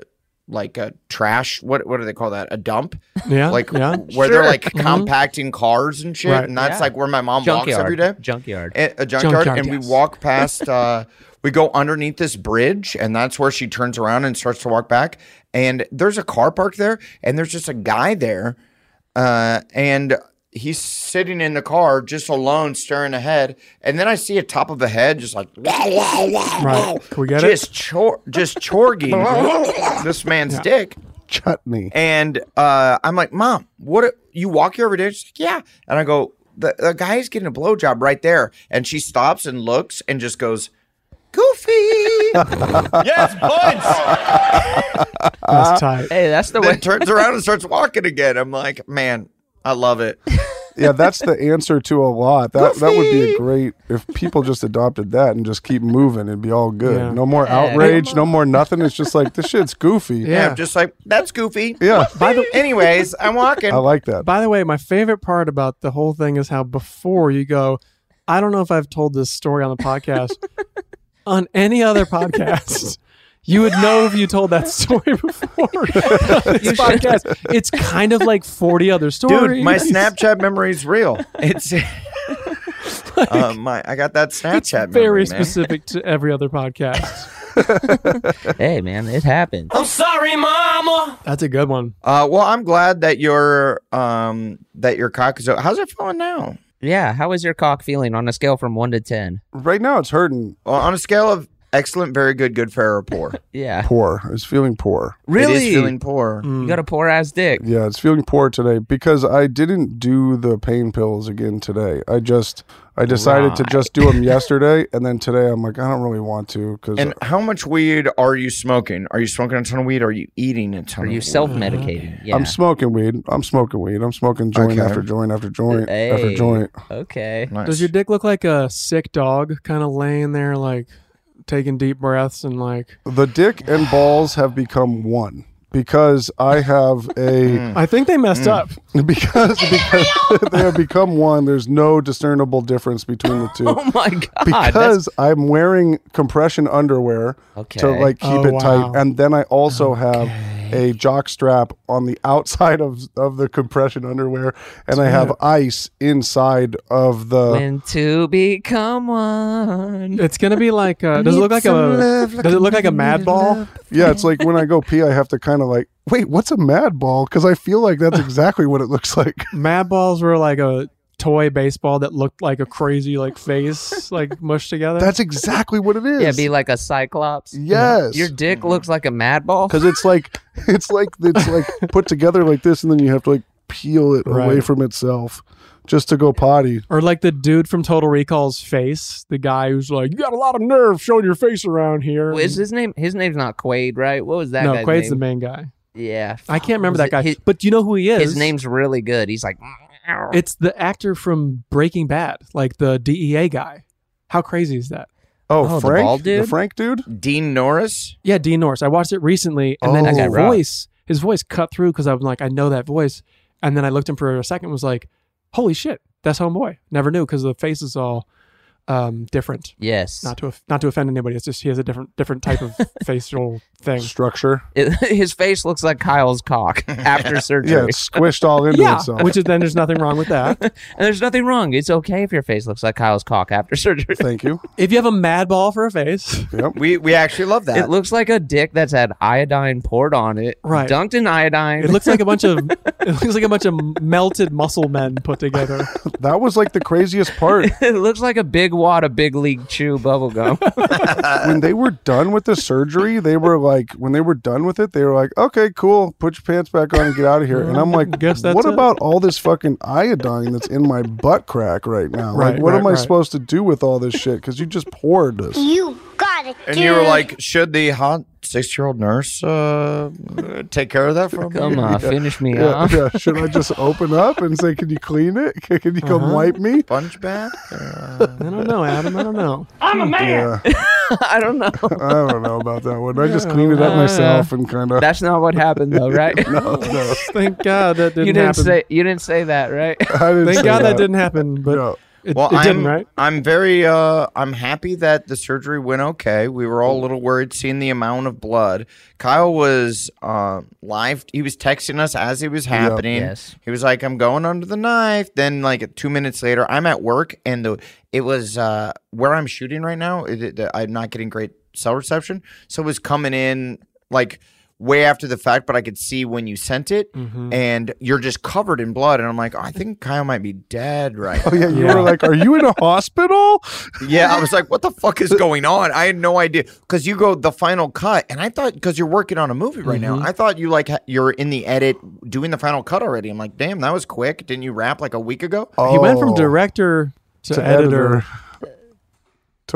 [SPEAKER 5] like a trash. What what do they call that? A dump.
[SPEAKER 6] Yeah.
[SPEAKER 5] [LAUGHS] Like
[SPEAKER 6] yeah. Mm-hmm.
[SPEAKER 5] where they're like compacting cars and shit.
[SPEAKER 6] Right.
[SPEAKER 5] And that's
[SPEAKER 1] Yeah.
[SPEAKER 5] like where my mom walks every
[SPEAKER 1] Junkyard.
[SPEAKER 5] day
[SPEAKER 1] Junkyard.
[SPEAKER 5] Eh, a, a junkyard,
[SPEAKER 6] Junkyard,
[SPEAKER 5] and
[SPEAKER 6] yes.
[SPEAKER 5] we
[SPEAKER 6] [LAUGHS]
[SPEAKER 5] walk past. Uh, we go underneath this bridge, and that's where she turns around and starts to walk back. And there's a car parked there, and there's just a guy there, uh, and he's sitting in the car just alone, staring ahead. And then I see a top of a head, just like [LAUGHS]
[SPEAKER 6] Right. Can we get it?
[SPEAKER 5] just chor- just
[SPEAKER 6] [LAUGHS]
[SPEAKER 5] chorging this man's dick.
[SPEAKER 4] chutney.
[SPEAKER 5] And uh, I'm like, Mom, what a- you walk here every day? She's like, Yeah. And I go, the, the guy's getting a blowjob right there. And she stops and looks and just goes, Goofy. yes, points.
[SPEAKER 6] That's tight.
[SPEAKER 3] Hey, that's the
[SPEAKER 5] then [LAUGHS]
[SPEAKER 3] way-
[SPEAKER 5] turns around and starts walking again. I'm like, man, I love it.
[SPEAKER 4] yeah, that's the answer to a lot. That that would be a great if people just adopted that and just keep moving. It'd be all good.
[SPEAKER 6] Yeah.
[SPEAKER 4] No more
[SPEAKER 5] Yeah,
[SPEAKER 4] outrage.
[SPEAKER 5] come
[SPEAKER 4] No more nothing. It's just like this shit's goofy.
[SPEAKER 5] Yeah, I'm just like that's goofy.
[SPEAKER 4] Yeah.
[SPEAKER 5] By the anyways, I'm walking.
[SPEAKER 4] like that.
[SPEAKER 6] By the way, my favorite part about the whole thing is how before you go, I don't know if I've told this story on the podcast. on any other podcast, you would know if you told that story
[SPEAKER 5] [LAUGHS]
[SPEAKER 6] before. this podcast. It's kind of like 40 other stories.
[SPEAKER 5] Dude, my Snapchat memory's real. It's uh, my I got that Snapchat
[SPEAKER 6] It's very
[SPEAKER 5] memory, man.
[SPEAKER 6] specific to every
[SPEAKER 5] [LAUGHS]
[SPEAKER 6] other podcast.
[SPEAKER 3] hey, man, it happened.
[SPEAKER 5] Oh.
[SPEAKER 8] I'm sorry, mama.
[SPEAKER 6] That's a good one.
[SPEAKER 5] Uh, well, I'm glad that your um that your cock is. How's it feeling now?
[SPEAKER 3] Yeah, how is your cock feeling on a scale from one to ten?
[SPEAKER 4] Right now, it's hurting.
[SPEAKER 5] Well, on a scale of excellent, very good, good, fair, or
[SPEAKER 3] [LAUGHS]
[SPEAKER 5] poor.
[SPEAKER 3] Yeah,
[SPEAKER 4] Poor. It's feeling poor.
[SPEAKER 5] It is feeling poor.
[SPEAKER 3] you got a poor ass dick.
[SPEAKER 4] Yeah, it's feeling poor today because I didn't do the pain pills again today. I just I decided to just do them yesterday, and then today I'm like I don't really want to because
[SPEAKER 5] And how much weed are you smoking? Are you smoking a ton of weed? Are you eating a ton?
[SPEAKER 3] Are
[SPEAKER 5] of
[SPEAKER 3] you
[SPEAKER 5] weed?
[SPEAKER 3] self medicating? Yeah.
[SPEAKER 4] I'm smoking weed. I'm smoking weed. I'm smoking joint
[SPEAKER 5] Okay.
[SPEAKER 4] after joint after joint after
[SPEAKER 3] Hey.
[SPEAKER 4] joint.
[SPEAKER 5] [LAUGHS]
[SPEAKER 3] Okay.
[SPEAKER 5] Nice.
[SPEAKER 6] Does your dick look like a sick dog kind of laying there, like taking deep breaths and like.
[SPEAKER 4] The dick and balls have become one because I have
[SPEAKER 6] [LAUGHS]
[SPEAKER 4] a
[SPEAKER 6] I think they
[SPEAKER 5] Mm.
[SPEAKER 6] messed up.
[SPEAKER 4] because, because [LAUGHS] they have become one. There's no discernible difference between the two.
[SPEAKER 3] [LAUGHS] Oh my god. that's-
[SPEAKER 4] because I'm wearing compression underwear to
[SPEAKER 3] Okay.
[SPEAKER 4] like keep
[SPEAKER 6] Oh,
[SPEAKER 4] it
[SPEAKER 6] wow.
[SPEAKER 4] tight, and then I also have a jock strap on the outside of of the compression underwear, and I have ice inside of
[SPEAKER 6] Uh,
[SPEAKER 4] the.
[SPEAKER 3] when to become one.
[SPEAKER 6] It's gonna be like. Uh, does it look like a? does it look like a mad ball?
[SPEAKER 4] Yeah, it's like when I go pee, I have to kind of like wait, what's a mad ball? Because I feel like that's exactly what it looks
[SPEAKER 3] [LAUGHS]
[SPEAKER 4] like.
[SPEAKER 6] Mad balls were like a toy baseball that looked like a crazy like face [LAUGHS] like mushed together.
[SPEAKER 4] That's exactly what it is.
[SPEAKER 3] Yeah, be like a cyclops.
[SPEAKER 4] yes.
[SPEAKER 3] Your dick looks like a mad
[SPEAKER 6] [LAUGHS]
[SPEAKER 3] ball.
[SPEAKER 4] because it's like it's like it's like put together like this, and then you have to like peel it away
[SPEAKER 6] Right.
[SPEAKER 4] from itself just to go potty.
[SPEAKER 6] or like the dude from Total Recall's face, the guy who's like, "You got a lot of nerve showing your face around here."
[SPEAKER 3] Is his name? His name's not Quaid, right? What was that?
[SPEAKER 6] no,
[SPEAKER 3] guy's
[SPEAKER 6] Quaid's the
[SPEAKER 3] name?
[SPEAKER 6] main guy.
[SPEAKER 3] Yeah,
[SPEAKER 6] I can't remember
[SPEAKER 3] Was
[SPEAKER 6] that
[SPEAKER 3] it
[SPEAKER 6] guy,
[SPEAKER 3] his-
[SPEAKER 6] but you know who he is.
[SPEAKER 3] His name's really good. He's like,
[SPEAKER 6] It's the actor from Breaking Bad, like the DEA guy. How crazy is that?
[SPEAKER 4] Oh,
[SPEAKER 3] Oh, the
[SPEAKER 4] Frank,
[SPEAKER 3] bald
[SPEAKER 4] the
[SPEAKER 3] dude?
[SPEAKER 4] Frank dude.
[SPEAKER 5] Dean Norris?
[SPEAKER 6] Yeah, Dean Norris. I watched it recently, and then
[SPEAKER 4] Oh.
[SPEAKER 6] his
[SPEAKER 4] That guy
[SPEAKER 3] rocked.
[SPEAKER 6] voice, his voice cut through because I'm like, I know that voice, and then I looked him for a second, and was like, holy shit, that's homeboy. Never knew because the face is all um, different.
[SPEAKER 3] yes.
[SPEAKER 6] Not to off- not to offend anybody, it's just he has a different different type of facial thing.
[SPEAKER 4] structure.
[SPEAKER 3] It- [LAUGHS] his face looks like Kyle's cock after surgery.
[SPEAKER 4] Yeah, it's squished all into
[SPEAKER 6] Yeah,
[SPEAKER 4] itself.
[SPEAKER 6] which is then there's nothing wrong with that.
[SPEAKER 3] And there's nothing wrong. It's okay if your face looks like Kyle's cock after [LAUGHS] surgery.
[SPEAKER 4] Thank you.
[SPEAKER 6] If you have a mad ball for a face,
[SPEAKER 5] We we actually love that.
[SPEAKER 3] It looks like a dick that's had iodine poured on it,
[SPEAKER 6] Right.
[SPEAKER 3] Dunked in iodine.
[SPEAKER 6] it looks like a bunch of it looks like a bunch of melted muscle men put together.
[SPEAKER 4] That was like the craziest
[SPEAKER 6] [LAUGHS]
[SPEAKER 4] part
[SPEAKER 3] [LAUGHS] it looks like a big wad of big league chew bubblegum.
[SPEAKER 4] when they were done with the surgery. They were like, when they were done with it, they were like, "Okay, cool, put your pants back on and get out of here." And I'm like,
[SPEAKER 6] Guess that's
[SPEAKER 4] "What
[SPEAKER 6] it."
[SPEAKER 4] about all this fucking iodine that's in my butt crack right now? like,
[SPEAKER 6] Right,
[SPEAKER 4] what
[SPEAKER 6] right,
[SPEAKER 4] am I
[SPEAKER 6] right.
[SPEAKER 4] supposed to do with all this shit? Because you just poured this."
[SPEAKER 11] You got it,
[SPEAKER 5] and you were like, should the hot six year old nurse
[SPEAKER 3] [LAUGHS]
[SPEAKER 5] uh, uh, take care of that for me?
[SPEAKER 3] Come on, finish me
[SPEAKER 4] Yeah,
[SPEAKER 3] off.
[SPEAKER 4] yeah. Should I just open up and say, "Can you clean it? Can you come
[SPEAKER 6] Uh-huh.
[SPEAKER 4] wipe me?"
[SPEAKER 5] Sponge bath?
[SPEAKER 3] [LAUGHS]
[SPEAKER 5] Uh,
[SPEAKER 6] I don't know, Adam. I don't know.
[SPEAKER 4] Yeah,
[SPEAKER 3] I don't know.
[SPEAKER 4] [LAUGHS] I don't know about that one. I just cleaned it up myself and kind [LAUGHS] of.
[SPEAKER 3] That's not what happened though, right?
[SPEAKER 5] [LAUGHS]
[SPEAKER 6] Thank God that didn't,
[SPEAKER 3] you didn't
[SPEAKER 6] happen.
[SPEAKER 3] say you didn't say that, right?
[SPEAKER 4] I didn't
[SPEAKER 6] Thank
[SPEAKER 4] say
[SPEAKER 6] God that. didn't happen, but
[SPEAKER 4] No.
[SPEAKER 6] it,
[SPEAKER 5] well,
[SPEAKER 6] it
[SPEAKER 5] I'm,
[SPEAKER 6] didn't, right?
[SPEAKER 5] I'm very, uh, I'm happy that the surgery went okay. We were all a little worried seeing the amount of blood. Kyle was uh, live. He was texting us as it was happening.
[SPEAKER 3] Yes.
[SPEAKER 5] He was like, I'm going under the knife. Then, like, two minutes later, I'm at work and the, it was uh, where I'm shooting right now. It, it- I'm not getting great cell reception. So it was coming in like way after the fact, but I could see when you sent it
[SPEAKER 6] Mm-hmm.
[SPEAKER 5] and you're just covered in blood. And I'm like, "Oh, I think Kyle might be dead right
[SPEAKER 4] Oh yeah, you were like, "Are you in a hospital?"
[SPEAKER 5] yeah, I was like, what the fuck is going on? I had no idea. Because you go the final cut, and I thought, because you're working on a movie right now, I thought you like ha- you're in the edit doing the final cut already. I'm like, damn, that was quick. Oh,
[SPEAKER 4] Oh,
[SPEAKER 5] Didn't you rap like a week ago?
[SPEAKER 6] He went from director to, editor.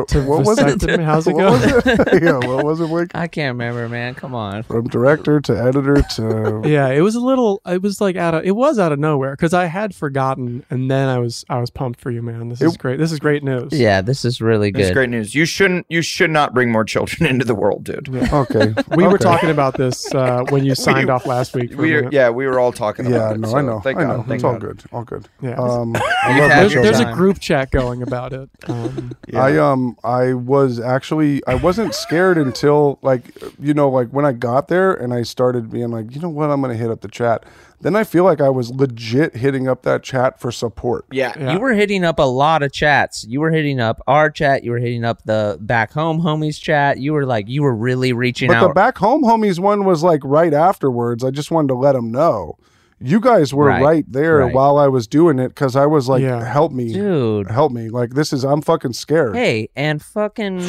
[SPEAKER 4] To, what was it? [LAUGHS]
[SPEAKER 6] vasectomy? How's it
[SPEAKER 4] What was
[SPEAKER 6] going?
[SPEAKER 4] it? [LAUGHS] yeah, what was it like?
[SPEAKER 1] [LAUGHS] I can't remember, man. Come on.
[SPEAKER 4] From director to editor
[SPEAKER 6] [LAUGHS]
[SPEAKER 4] to
[SPEAKER 6] yeah, it was a little. It was like out of. It was out of nowhere because I had forgotten, and then I was. I was pumped for you, man. This is great. This is great news.
[SPEAKER 1] Yeah, this is really
[SPEAKER 5] That's
[SPEAKER 1] good.
[SPEAKER 5] great news. You shouldn't. You should not bring more children [LAUGHS] into the world, dude.
[SPEAKER 4] Okay.
[SPEAKER 6] We were
[SPEAKER 4] Okay.
[SPEAKER 6] talking about this
[SPEAKER 5] [LAUGHS]
[SPEAKER 6] uh, when you signed off last week. for a
[SPEAKER 5] We are,
[SPEAKER 6] minute.
[SPEAKER 5] yeah, we were all talking about
[SPEAKER 4] Yeah,
[SPEAKER 5] it.
[SPEAKER 4] no,
[SPEAKER 5] so
[SPEAKER 4] I know.
[SPEAKER 5] Thank
[SPEAKER 4] I
[SPEAKER 5] God,
[SPEAKER 4] know.
[SPEAKER 5] thank
[SPEAKER 4] it's all
[SPEAKER 5] God.
[SPEAKER 4] good. All good.
[SPEAKER 6] Yeah.
[SPEAKER 4] Um, I
[SPEAKER 5] You've
[SPEAKER 4] love
[SPEAKER 5] had
[SPEAKER 6] There's,
[SPEAKER 4] those
[SPEAKER 5] your
[SPEAKER 4] shows.
[SPEAKER 6] there's a
[SPEAKER 5] time.
[SPEAKER 6] group chat going
[SPEAKER 5] [LAUGHS]
[SPEAKER 6] about it. Um,
[SPEAKER 4] I um I was actually I wasn't scared until like you know like when I got there and I started being like you know what I'm gonna hit up the chat. Then I feel like I was legit hitting up that chat for support.
[SPEAKER 5] Yeah.
[SPEAKER 6] Yeah.
[SPEAKER 1] You were hitting up a lot of chats. You were hitting up our chat. You were hitting up the back home homies chat. You were like, you were really reaching
[SPEAKER 4] But
[SPEAKER 1] out.
[SPEAKER 4] the back home homies one was like right afterwards. I just wanted to let them know. You guys were
[SPEAKER 1] Right.
[SPEAKER 4] right, there
[SPEAKER 1] Right.
[SPEAKER 4] while I was doing it because I was like,
[SPEAKER 6] Yeah.
[SPEAKER 4] "Help me,
[SPEAKER 1] Dude.
[SPEAKER 4] help me!" Like this is I'm fucking scared.
[SPEAKER 1] Hey, and fucking,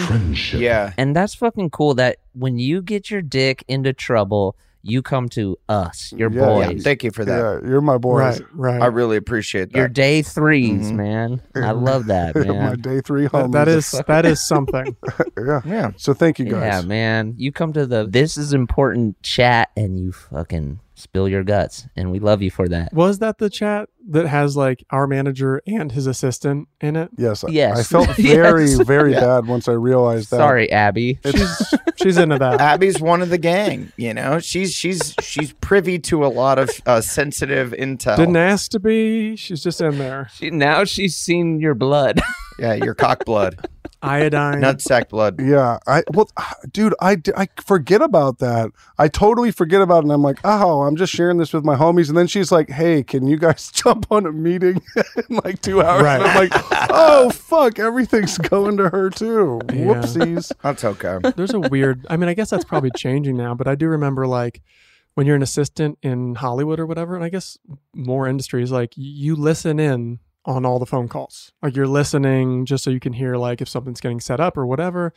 [SPEAKER 5] Yeah,
[SPEAKER 1] and that's fucking cool that when you get your dick into trouble, you come to us, your
[SPEAKER 4] Yeah.
[SPEAKER 5] yeah.
[SPEAKER 1] boys.
[SPEAKER 5] Thank you for that.
[SPEAKER 4] Yeah, you're my boy. [LAUGHS]
[SPEAKER 6] right, right.
[SPEAKER 5] I really appreciate that.
[SPEAKER 1] your day 3s
[SPEAKER 5] Mm-hmm.
[SPEAKER 1] man. I love
[SPEAKER 5] [LAUGHS]
[SPEAKER 1] that,
[SPEAKER 4] my
[SPEAKER 1] man.
[SPEAKER 4] day three
[SPEAKER 6] That-
[SPEAKER 4] homies.
[SPEAKER 6] that is that is something.
[SPEAKER 4] yeah.
[SPEAKER 5] yeah.
[SPEAKER 4] So thank you guys.
[SPEAKER 1] Yeah, man. You come to the this is important chat and you fucking spill your guts. And we love you for that.
[SPEAKER 6] Was that the chat that has like our manager and his assistant in it?
[SPEAKER 4] Yes. I-
[SPEAKER 1] Yes.
[SPEAKER 4] I
[SPEAKER 1] [LAUGHS]
[SPEAKER 4] felt
[SPEAKER 1] Yes.
[SPEAKER 4] very, very bad once I realized that.
[SPEAKER 1] Sorry, Abby. [LAUGHS]
[SPEAKER 6] She's she's
[SPEAKER 5] [LAUGHS]
[SPEAKER 6] into that.
[SPEAKER 5] Abby's one of the gang. You know, she's she's she's privy to a lot of uh, sensitive intel.
[SPEAKER 6] Didn't ask to be. She's just in there.
[SPEAKER 1] She, now she's seen your blood.
[SPEAKER 5] yeah, your cock blood,
[SPEAKER 6] Iodine.
[SPEAKER 5] nutsack blood.
[SPEAKER 4] Yeah. I well, ah, dude, I, d- I forget about that. I totally forget about it. And I'm like, oh, I'm just sharing this with my homies. And then she's like, hey, can you guys [LAUGHS] jump on a meeting in like two hours?
[SPEAKER 6] Right.
[SPEAKER 4] And I'm like, oh fuck, everything's [LAUGHS] going to her too.
[SPEAKER 6] Yeah.
[SPEAKER 4] Whoopsies.
[SPEAKER 5] That's okay.
[SPEAKER 6] There's a weird. I mean, I guess that's probably changing now, but I do remember like when you're an assistant in Hollywood or whatever, and I guess more industries like you listen in on all the phone calls. Like you're listening just so you can hear like if something's getting set up or whatever.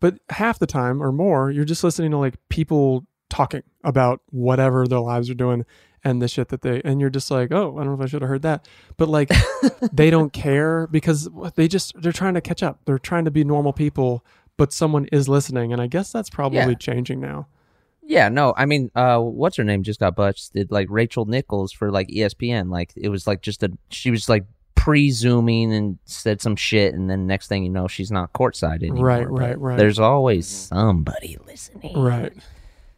[SPEAKER 6] But half the time or more, you're just listening to like people talking about whatever their lives are doing and the shit that they and you're just like, "Oh, I don't know if I should have heard that." But like they don't care because they just they're trying to catch up. They're trying to be normal people, but someone is listening and I guess that's probably
[SPEAKER 1] Yeah.
[SPEAKER 6] changing now.
[SPEAKER 1] yeah, no, I mean, uh, what's her name just got busted? Like Rachel Nichols for like E ESPN. Like it was like just a she was like pre zooming and said some shit, and then next thing you know, she's not courtside anymore.
[SPEAKER 6] Right,
[SPEAKER 1] But
[SPEAKER 6] right, right. Mm-hmm.
[SPEAKER 1] There's always somebody listening.
[SPEAKER 6] Right.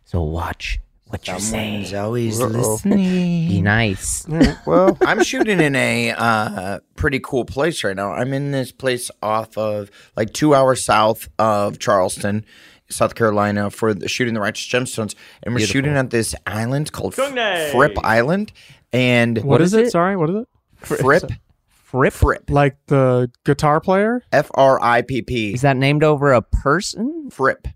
[SPEAKER 1] So watch what you're saying.
[SPEAKER 5] Someone's always
[SPEAKER 4] Uh-oh.
[SPEAKER 1] Be nice.
[SPEAKER 4] Well,
[SPEAKER 5] I'm shooting in a uh, pretty cool place right now. I'm in this place off of like two hours south of Charleston, South Carolina, for the, shooting the Righteous Gemstones, and we're shooting at this island called F- Fripp Island, and
[SPEAKER 6] what is,
[SPEAKER 1] is
[SPEAKER 6] it?
[SPEAKER 1] it?
[SPEAKER 6] Sorry, what is it?
[SPEAKER 5] Fripp,
[SPEAKER 1] Fripp.
[SPEAKER 5] Fripp,
[SPEAKER 6] Like the guitar player?
[SPEAKER 5] F R I P P,
[SPEAKER 1] Is that named over a person?
[SPEAKER 5] Fripp.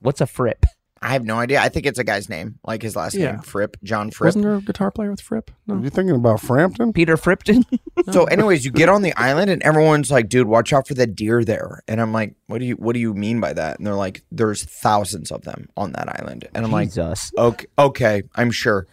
[SPEAKER 1] What's a Fripp?
[SPEAKER 5] I have no idea. I think it's a guy's name, like his last
[SPEAKER 6] Yeah.
[SPEAKER 5] name, Fripp, John Fripp.
[SPEAKER 6] Wasn't there a guitar player with Fripp? No.
[SPEAKER 1] Hmm.
[SPEAKER 4] you thinking about Frampton?
[SPEAKER 1] Peter
[SPEAKER 6] [LAUGHS]
[SPEAKER 1] Fripton?
[SPEAKER 5] So, anyways, you get on the island and everyone's like, "Dude, watch out for the deer there." And I'm like, "What do you What do you mean by that?" And they're like, "There's thousands of them on that island." And I'm like,
[SPEAKER 1] Jesus.
[SPEAKER 5] "Okay, okay, I'm sure."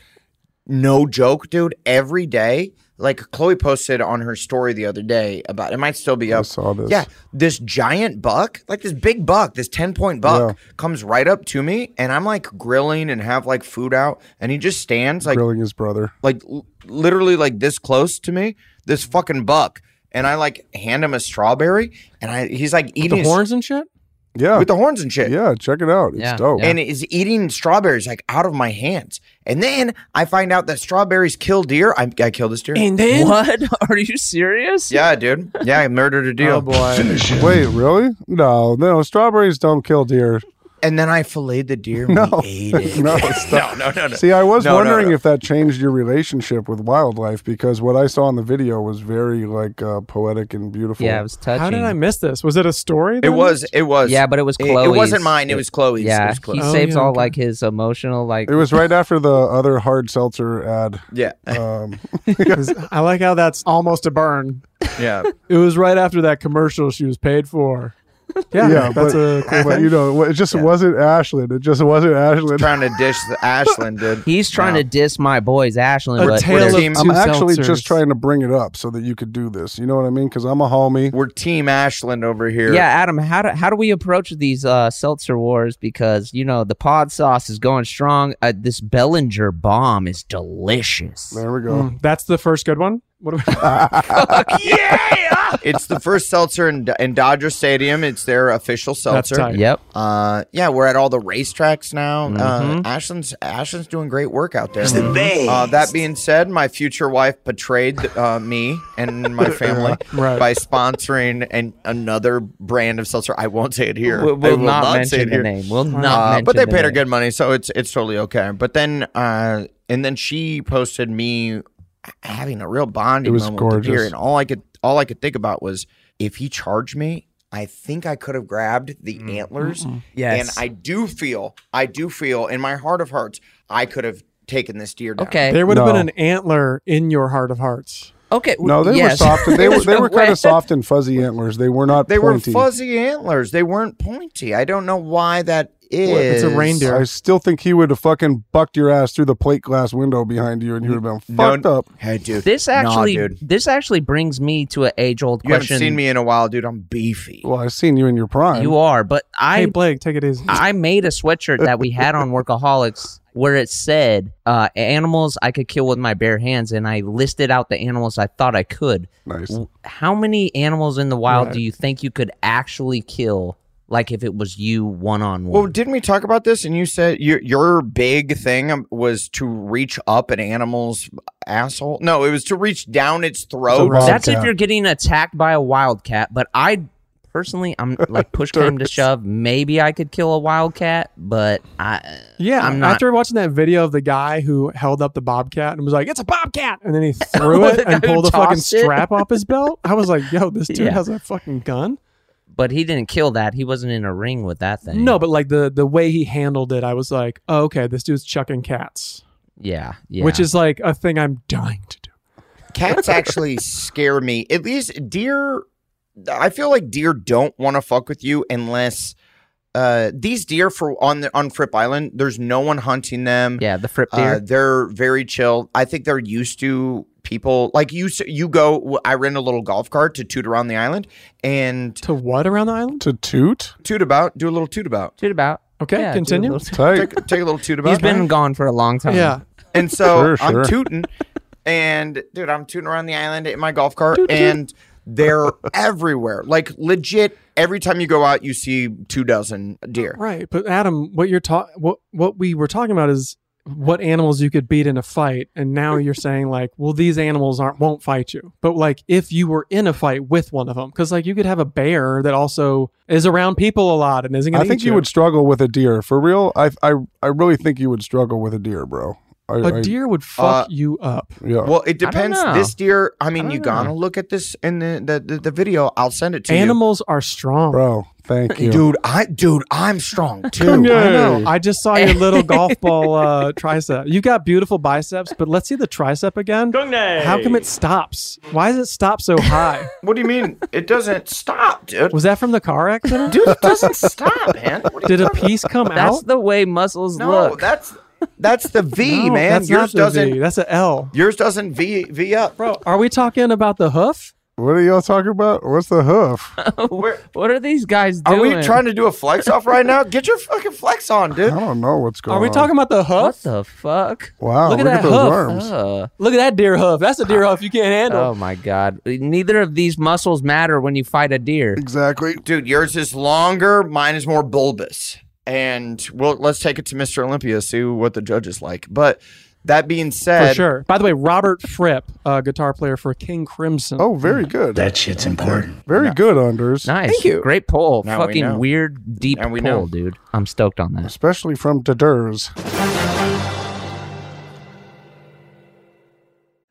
[SPEAKER 5] No joke, dude. Every day, like Chloe posted on her story the other day about it might still be up.
[SPEAKER 4] saw this.
[SPEAKER 5] Yeah, this giant buck, like this big buck, this ten point buck, comes right up to me, and I'm like grilling and have like food out, and he just stands like
[SPEAKER 4] Grilling his brother.
[SPEAKER 5] like l- literally like this close to me, this fucking buck. And I like hand him a strawberry, and I he's like eating
[SPEAKER 6] The
[SPEAKER 5] his-
[SPEAKER 6] horns and shit?
[SPEAKER 4] Yeah.
[SPEAKER 5] with the horns and shit.
[SPEAKER 4] yeah, check it out. It's
[SPEAKER 1] Yeah.
[SPEAKER 4] dope.
[SPEAKER 5] And is eating strawberries like out of my hands. And then I find out that strawberries kill deer. I, I killed this deer.
[SPEAKER 6] then
[SPEAKER 1] What? Are you serious?
[SPEAKER 5] yeah, dude. Yeah, I murdered a deer.
[SPEAKER 6] Oh boy.
[SPEAKER 4] Wait, really? No, no, strawberries don't kill deer.
[SPEAKER 5] And then I filleted the deer. And
[SPEAKER 4] No.
[SPEAKER 5] we ate
[SPEAKER 6] [LAUGHS]
[SPEAKER 4] [LAUGHS]
[SPEAKER 5] it.
[SPEAKER 4] No, it's
[SPEAKER 5] not. [LAUGHS] no, no, no, no.
[SPEAKER 4] See, I was
[SPEAKER 5] No, no,
[SPEAKER 4] wondering
[SPEAKER 5] no.
[SPEAKER 4] if that changed your relationship with wildlife because what I saw in the video was very like uh, poetic and beautiful.
[SPEAKER 1] Yeah, it was touching.
[SPEAKER 6] How did I miss this? Was it a story?
[SPEAKER 5] It
[SPEAKER 6] then?
[SPEAKER 5] was. It was.
[SPEAKER 1] Yeah, but it was
[SPEAKER 5] It, it
[SPEAKER 1] Chloe's.
[SPEAKER 5] wasn't mine. It was Chloe's.
[SPEAKER 1] Yeah,
[SPEAKER 5] It was
[SPEAKER 1] he
[SPEAKER 5] Chloe's.
[SPEAKER 6] Oh,
[SPEAKER 1] saves
[SPEAKER 6] yeah,
[SPEAKER 1] all
[SPEAKER 6] okay.
[SPEAKER 1] like his emotional like.
[SPEAKER 4] It was right after the other hard seltzer ad.
[SPEAKER 6] [LAUGHS]
[SPEAKER 5] yeah.
[SPEAKER 6] Oh.
[SPEAKER 4] Um,
[SPEAKER 6] 'Cause I like how that's almost a burn.
[SPEAKER 5] yeah.
[SPEAKER 6] It was right after that commercial she was paid for. Yeah, that's
[SPEAKER 4] but,
[SPEAKER 6] a cool
[SPEAKER 4] but,
[SPEAKER 6] thing.
[SPEAKER 4] you know, it just wasn't Ashland. It just wasn't Ashland.
[SPEAKER 5] Trying to dish the Ashland, dude.
[SPEAKER 1] He's trying to diss my boys, Ashland. but
[SPEAKER 4] I'm
[SPEAKER 1] we're team-
[SPEAKER 4] actually just trying to bring it up so that you could do this. You know what I mean? Because I'm a homie.
[SPEAKER 5] We're Team Ashland over here.
[SPEAKER 1] Yeah, Adam, how do how do we approach these uh, seltzer wars? Because you know the pod sauce is going strong. Uh, this Bellinger bomb is delicious.
[SPEAKER 4] There we
[SPEAKER 6] Mm, that's the first good one. What do we?
[SPEAKER 5] It's the first seltzer in, in Dodger Stadium. It's their official
[SPEAKER 6] That's
[SPEAKER 5] seltzer.
[SPEAKER 6] tight. Yep.
[SPEAKER 5] Uh, yeah, we're at all the racetracks now.
[SPEAKER 1] Mm-hmm.
[SPEAKER 6] Mhm.
[SPEAKER 5] Uh, Ashland's Ashland's doing great work out there.
[SPEAKER 6] It's the best.
[SPEAKER 5] Uh, that being said, my future wife betrayed uh, me and my family
[SPEAKER 6] [LAUGHS] Right.
[SPEAKER 5] by sponsoring an, another brand of seltzer. I won't say it here.
[SPEAKER 1] We- we'll
[SPEAKER 5] I will
[SPEAKER 1] not
[SPEAKER 5] say
[SPEAKER 1] mention
[SPEAKER 5] it
[SPEAKER 1] the
[SPEAKER 5] here.
[SPEAKER 1] name. We'll not
[SPEAKER 5] Uh, but
[SPEAKER 1] mention
[SPEAKER 5] they
[SPEAKER 1] the
[SPEAKER 5] paid her
[SPEAKER 1] name.
[SPEAKER 5] good money, so it's it's totally okay. But then uh, and then she posted me having a real bonding
[SPEAKER 4] It was
[SPEAKER 5] moment with the beer,
[SPEAKER 4] gorgeous.
[SPEAKER 5] and all I could all I could think about was if he charged me, I think I could have grabbed the
[SPEAKER 4] Mm.
[SPEAKER 5] antlers.
[SPEAKER 11] Mm-mm.
[SPEAKER 5] and
[SPEAKER 11] Yes.
[SPEAKER 5] I do feel, I do feel in my heart of hearts, I could have taken this deer down.
[SPEAKER 6] There would have been an antler in your heart of hearts.
[SPEAKER 1] Okay.
[SPEAKER 4] No, they were soft. They
[SPEAKER 1] [LAUGHS]
[SPEAKER 4] were they were kind of soft and fuzzy antlers. They were not.
[SPEAKER 5] They
[SPEAKER 4] pointy.
[SPEAKER 5] were fuzzy antlers. They weren't pointy. I don't know why that is.
[SPEAKER 4] I still think he would have fucking bucked your ass through the plate glass window behind you, and you would have been
[SPEAKER 5] No,
[SPEAKER 4] fucked up.
[SPEAKER 5] Hey, dude.
[SPEAKER 1] This
[SPEAKER 5] Nah,
[SPEAKER 1] actually,
[SPEAKER 5] dude.
[SPEAKER 1] this actually brings me to an age old
[SPEAKER 5] You haven't
[SPEAKER 1] question.
[SPEAKER 5] seen me in a while, dude. I'm beefy.
[SPEAKER 4] Well, I've seen you in your prime.
[SPEAKER 1] You are, but I
[SPEAKER 6] Hey Blake, take it easy.
[SPEAKER 1] I made a sweatshirt that we had
[SPEAKER 5] [LAUGHS]
[SPEAKER 1] on Workaholics where it said uh, animals I could kill with my bare hands, and I listed out the animals I thought I could.
[SPEAKER 4] Nice.
[SPEAKER 1] How many animals in the wild
[SPEAKER 5] Right.
[SPEAKER 1] do you think you could actually kill? Like if it was you one on one.
[SPEAKER 5] Well, didn't we talk about this? And you said your your big thing was to reach up an animal's asshole. No, it was to reach down its throat.
[SPEAKER 1] That's if you're getting attacked by a wildcat. But I personally, I'm like push came to shove. Maybe I could kill a wildcat, but I
[SPEAKER 6] Yeah,
[SPEAKER 1] I'm not.
[SPEAKER 6] after watching that video of the guy who held up the bobcat and was like, "It's a bobcat," and
[SPEAKER 1] [LAUGHS]
[SPEAKER 6] then he threw it
[SPEAKER 1] The
[SPEAKER 6] and
[SPEAKER 1] guy who
[SPEAKER 6] pulled a fucking
[SPEAKER 1] tossed it?
[SPEAKER 6] strap off his belt, I was like, "Yo, this dude
[SPEAKER 1] Yeah.
[SPEAKER 6] has a fucking gun."
[SPEAKER 1] but he didn't kill that. He wasn't in a ring with that thing.
[SPEAKER 6] No, but like the the way he handled it, I was like, oh, "Okay, this dude's chucking cats,"
[SPEAKER 1] Yeah, yeah.
[SPEAKER 6] which is like a thing I'm dying to.
[SPEAKER 5] Cats actually scare me. At least deer, I feel like deer don't want to fuck with you unless uh, these deer for on the, on Fripp Island. There's no one hunting them.
[SPEAKER 1] Yeah, the Fripp
[SPEAKER 5] Uh,
[SPEAKER 1] deer.
[SPEAKER 5] they're very chill. I think they're used to people like you. s- You go. I rent a little golf cart to toot around the island and
[SPEAKER 6] to what around the island
[SPEAKER 4] to toot
[SPEAKER 5] toot about. Do a little toot about.
[SPEAKER 1] Toot about.
[SPEAKER 6] Okay,
[SPEAKER 5] Yeah, do a
[SPEAKER 6] continue.
[SPEAKER 5] little- Take, take a little toot about.
[SPEAKER 1] He's been gone for a long time.
[SPEAKER 6] Yeah.
[SPEAKER 5] And so
[SPEAKER 1] Sure,
[SPEAKER 5] I'm
[SPEAKER 1] sure.
[SPEAKER 5] tooting, and dude, I'm tooting around the island in my golf cart, and they're everywhere. Like legit, every time you go out, you see two dozen deer.
[SPEAKER 6] Right, but Adam, what you're ta- what what we were talking about is what animals you could beat in a fight, and now you're saying like, well, these animals aren't won't fight you, but like if you were in a fight with one of them, because like you could have a bear that also is around people a lot and isn't going
[SPEAKER 4] I
[SPEAKER 6] to.
[SPEAKER 4] think you would struggle with a deer for real. I I I really think you would struggle with a deer, bro. I,
[SPEAKER 6] A
[SPEAKER 4] I-
[SPEAKER 6] deer would
[SPEAKER 5] Uh,
[SPEAKER 6] fuck you up.
[SPEAKER 4] Yeah.
[SPEAKER 5] Well, it depends.
[SPEAKER 6] know.
[SPEAKER 5] This deer, I mean,
[SPEAKER 6] I
[SPEAKER 5] you
[SPEAKER 6] don't
[SPEAKER 5] gotta
[SPEAKER 6] know.
[SPEAKER 5] look at this in the the, the, the video. I'll send it to
[SPEAKER 6] Animals are strong,
[SPEAKER 4] bro.
[SPEAKER 6] [LAUGHS]
[SPEAKER 4] Thank you,
[SPEAKER 5] dude. I dude, I'm strong too.
[SPEAKER 6] I know. I just saw
[SPEAKER 5] [LAUGHS]
[SPEAKER 6] your little golf ball uh, tricep. You got beautiful biceps, but let's see the tricep again. How come it stops? Why does it stop so high?
[SPEAKER 5] you. What do you mean? It doesn't stop, dude.
[SPEAKER 6] Was that from the car accident?
[SPEAKER 5] Dude, it doesn't stop, man. What are you
[SPEAKER 6] Did a
[SPEAKER 5] talking
[SPEAKER 6] piece come
[SPEAKER 1] That's
[SPEAKER 6] out?
[SPEAKER 1] the way muscles
[SPEAKER 5] No,
[SPEAKER 1] look.
[SPEAKER 5] that's that's the V,
[SPEAKER 6] No,
[SPEAKER 5] E, man.
[SPEAKER 6] That's
[SPEAKER 5] Yours
[SPEAKER 6] not the
[SPEAKER 5] doesn't.
[SPEAKER 6] V. That's an L.
[SPEAKER 5] Yours doesn't V V up,
[SPEAKER 6] bro. Are we talking about the hoof?
[SPEAKER 4] What are y'all talking about? What's the hoof?
[SPEAKER 1] what are these guys
[SPEAKER 5] Are
[SPEAKER 1] doing?
[SPEAKER 5] we trying to do a flex off right now? Get your fucking flex on, dude.
[SPEAKER 4] I don't know what's going
[SPEAKER 6] Are we
[SPEAKER 4] on.
[SPEAKER 6] talking about the hoof?
[SPEAKER 1] What the fuck?
[SPEAKER 4] Wow,
[SPEAKER 6] Look at
[SPEAKER 4] look
[SPEAKER 6] that
[SPEAKER 4] at those
[SPEAKER 6] hoof.
[SPEAKER 4] arms.
[SPEAKER 1] Uh,
[SPEAKER 6] Look at that deer hoof. That's a deer hoof you can't handle.
[SPEAKER 1] oh my god. Neither of these muscles matter when you fight a deer.
[SPEAKER 4] Exactly.
[SPEAKER 5] Dude, yours is longer, mine is more bulbous. And well, let's take it to Mr. Olympia, see what the judge is like. But that being said,
[SPEAKER 6] For sure. By the way, Robert Fripp, uh, guitar player for King Crimson.
[SPEAKER 4] Oh, very good.
[SPEAKER 9] That shit's important.
[SPEAKER 4] Very good, Unders.
[SPEAKER 1] Nice.
[SPEAKER 6] Thank you.
[SPEAKER 1] Great pull.
[SPEAKER 5] Now we
[SPEAKER 1] Fucking
[SPEAKER 5] know.
[SPEAKER 1] weird deep
[SPEAKER 5] Now we
[SPEAKER 1] pull,
[SPEAKER 5] know.
[SPEAKER 1] dude. I'm stoked on that.
[SPEAKER 4] Especially from Dadurs.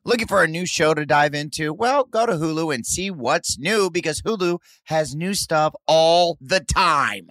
[SPEAKER 5] Looking for a new show to dive into? Well, go to Hulu and see what's new because Hulu has new stuff all the time.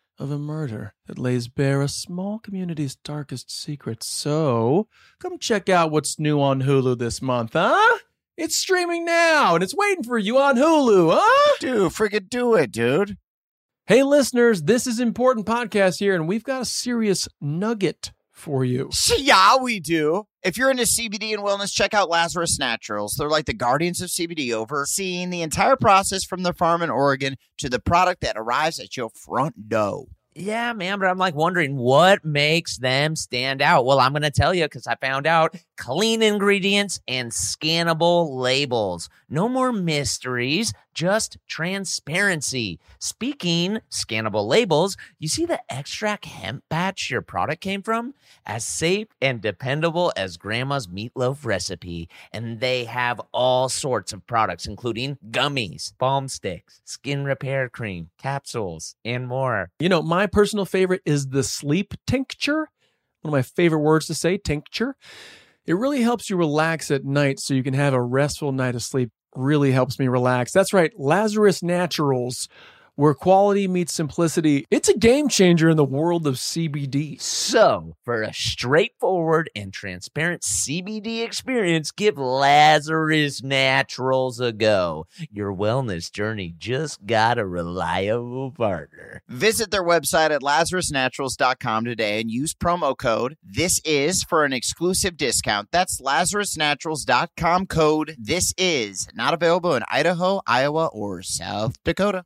[SPEAKER 2] of a murder that lays bare a small community's darkest secrets. So, come check out what's new on Hulu this month, huh? It's streaming now and it's waiting for you on Hulu, huh?
[SPEAKER 5] Dude, friggin' do it, dude.
[SPEAKER 2] Hey, listeners, this is Important Podcast here, and we've got a serious nugget for you.
[SPEAKER 5] Yeah, we do. If you're into CBD and wellness, check out Lazarus Naturals. They're like the guardians of CBD, overseeing the entire process from the farm in Oregon to the product that arrives at your front door.
[SPEAKER 1] Yeah, man, but I'm like wondering what makes them stand out. Well, I'm going to tell you because I found out clean ingredients and scannable labels. No more mysteries, just transparency. Speaking scannable labels, you see the extract hemp batch your product came from? As safe and dependable as grandma's meatloaf recipe. And they have all sorts of products, including gummies, balm sticks, skin repair cream, capsules, and more.
[SPEAKER 2] You know, my personal favorite is the sleep tincture. One of my favorite words to say, tincture. It really helps you relax at night so you can have a restful night of sleep. Really helps me relax. That's right, Lazarus Naturals, where quality meets simplicity. It's a game changer in the world of CBD.
[SPEAKER 1] So, for a straightforward and transparent CBD experience, give Lazarus Naturals a go. Your wellness journey just got a reliable partner.
[SPEAKER 5] Visit their website at lazarusnaturals.com today and use promo code This Is for an exclusive discount. That's lazarusnaturals.com code This Is. Not available in Idaho, Iowa, or South Dakota.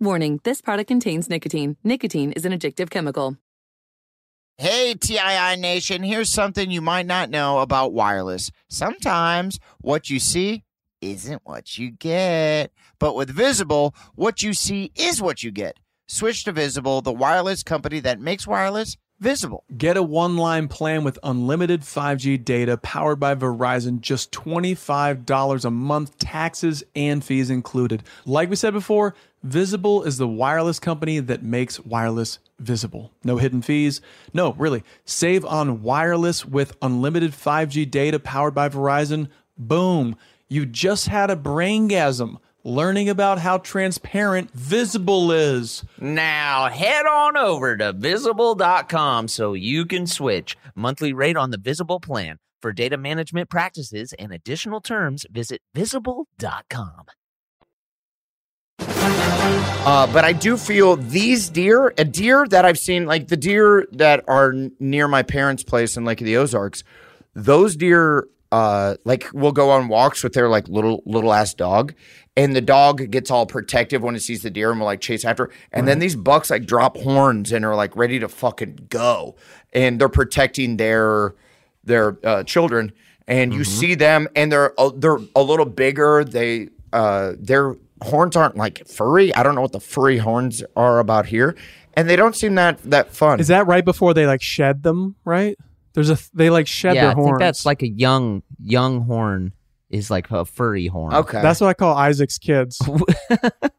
[SPEAKER 10] Warning this product contains nicotine. Nicotine is an addictive chemical.
[SPEAKER 5] Hey, TII Nation, here's something you might not know about wireless. Sometimes what you see isn't what you get. But with Visible, what you see is what you get. Switch to Visible, the wireless company that makes wireless visible.
[SPEAKER 2] Get a one line plan with unlimited 5G data powered by Verizon, just $25 a month, taxes and fees included. Like we said before, Visible is the wireless company that makes wireless visible. No hidden fees. No, really. Save on wireless with unlimited 5G data powered by Verizon. Boom. You just had a braingasm learning about how transparent Visible is.
[SPEAKER 1] Now head on over to visible.com so you can switch. Monthly rate on the Visible plan. For data management practices and additional terms, visit visible.com.
[SPEAKER 5] Uh, but I do feel these deer, a deer that I've seen, like the deer that are n- near my parents' place in Lake of the Ozarks, those deer, uh, like will go on walks with their like little little ass dog, and the dog gets all protective when it sees the deer and will like chase after. it. And then these bucks like drop horns and are like ready to fucking go, and they're protecting their their uh, children. And you
[SPEAKER 6] Mm-hmm.
[SPEAKER 5] see them, and they're a, they're a little bigger. They uh, their horns aren't like furry. I don't know what the furry horns are about here, and they don't seem that that fun.
[SPEAKER 6] Is that right before they like shed them? Right? There's a they like shed
[SPEAKER 1] yeah,
[SPEAKER 6] their
[SPEAKER 1] I
[SPEAKER 6] horns.
[SPEAKER 1] think that's like a young young horn.
[SPEAKER 3] is like a furry horn.
[SPEAKER 5] Okay.
[SPEAKER 6] That's what I call Isaac's
[SPEAKER 1] [LAUGHS]
[SPEAKER 6] kids.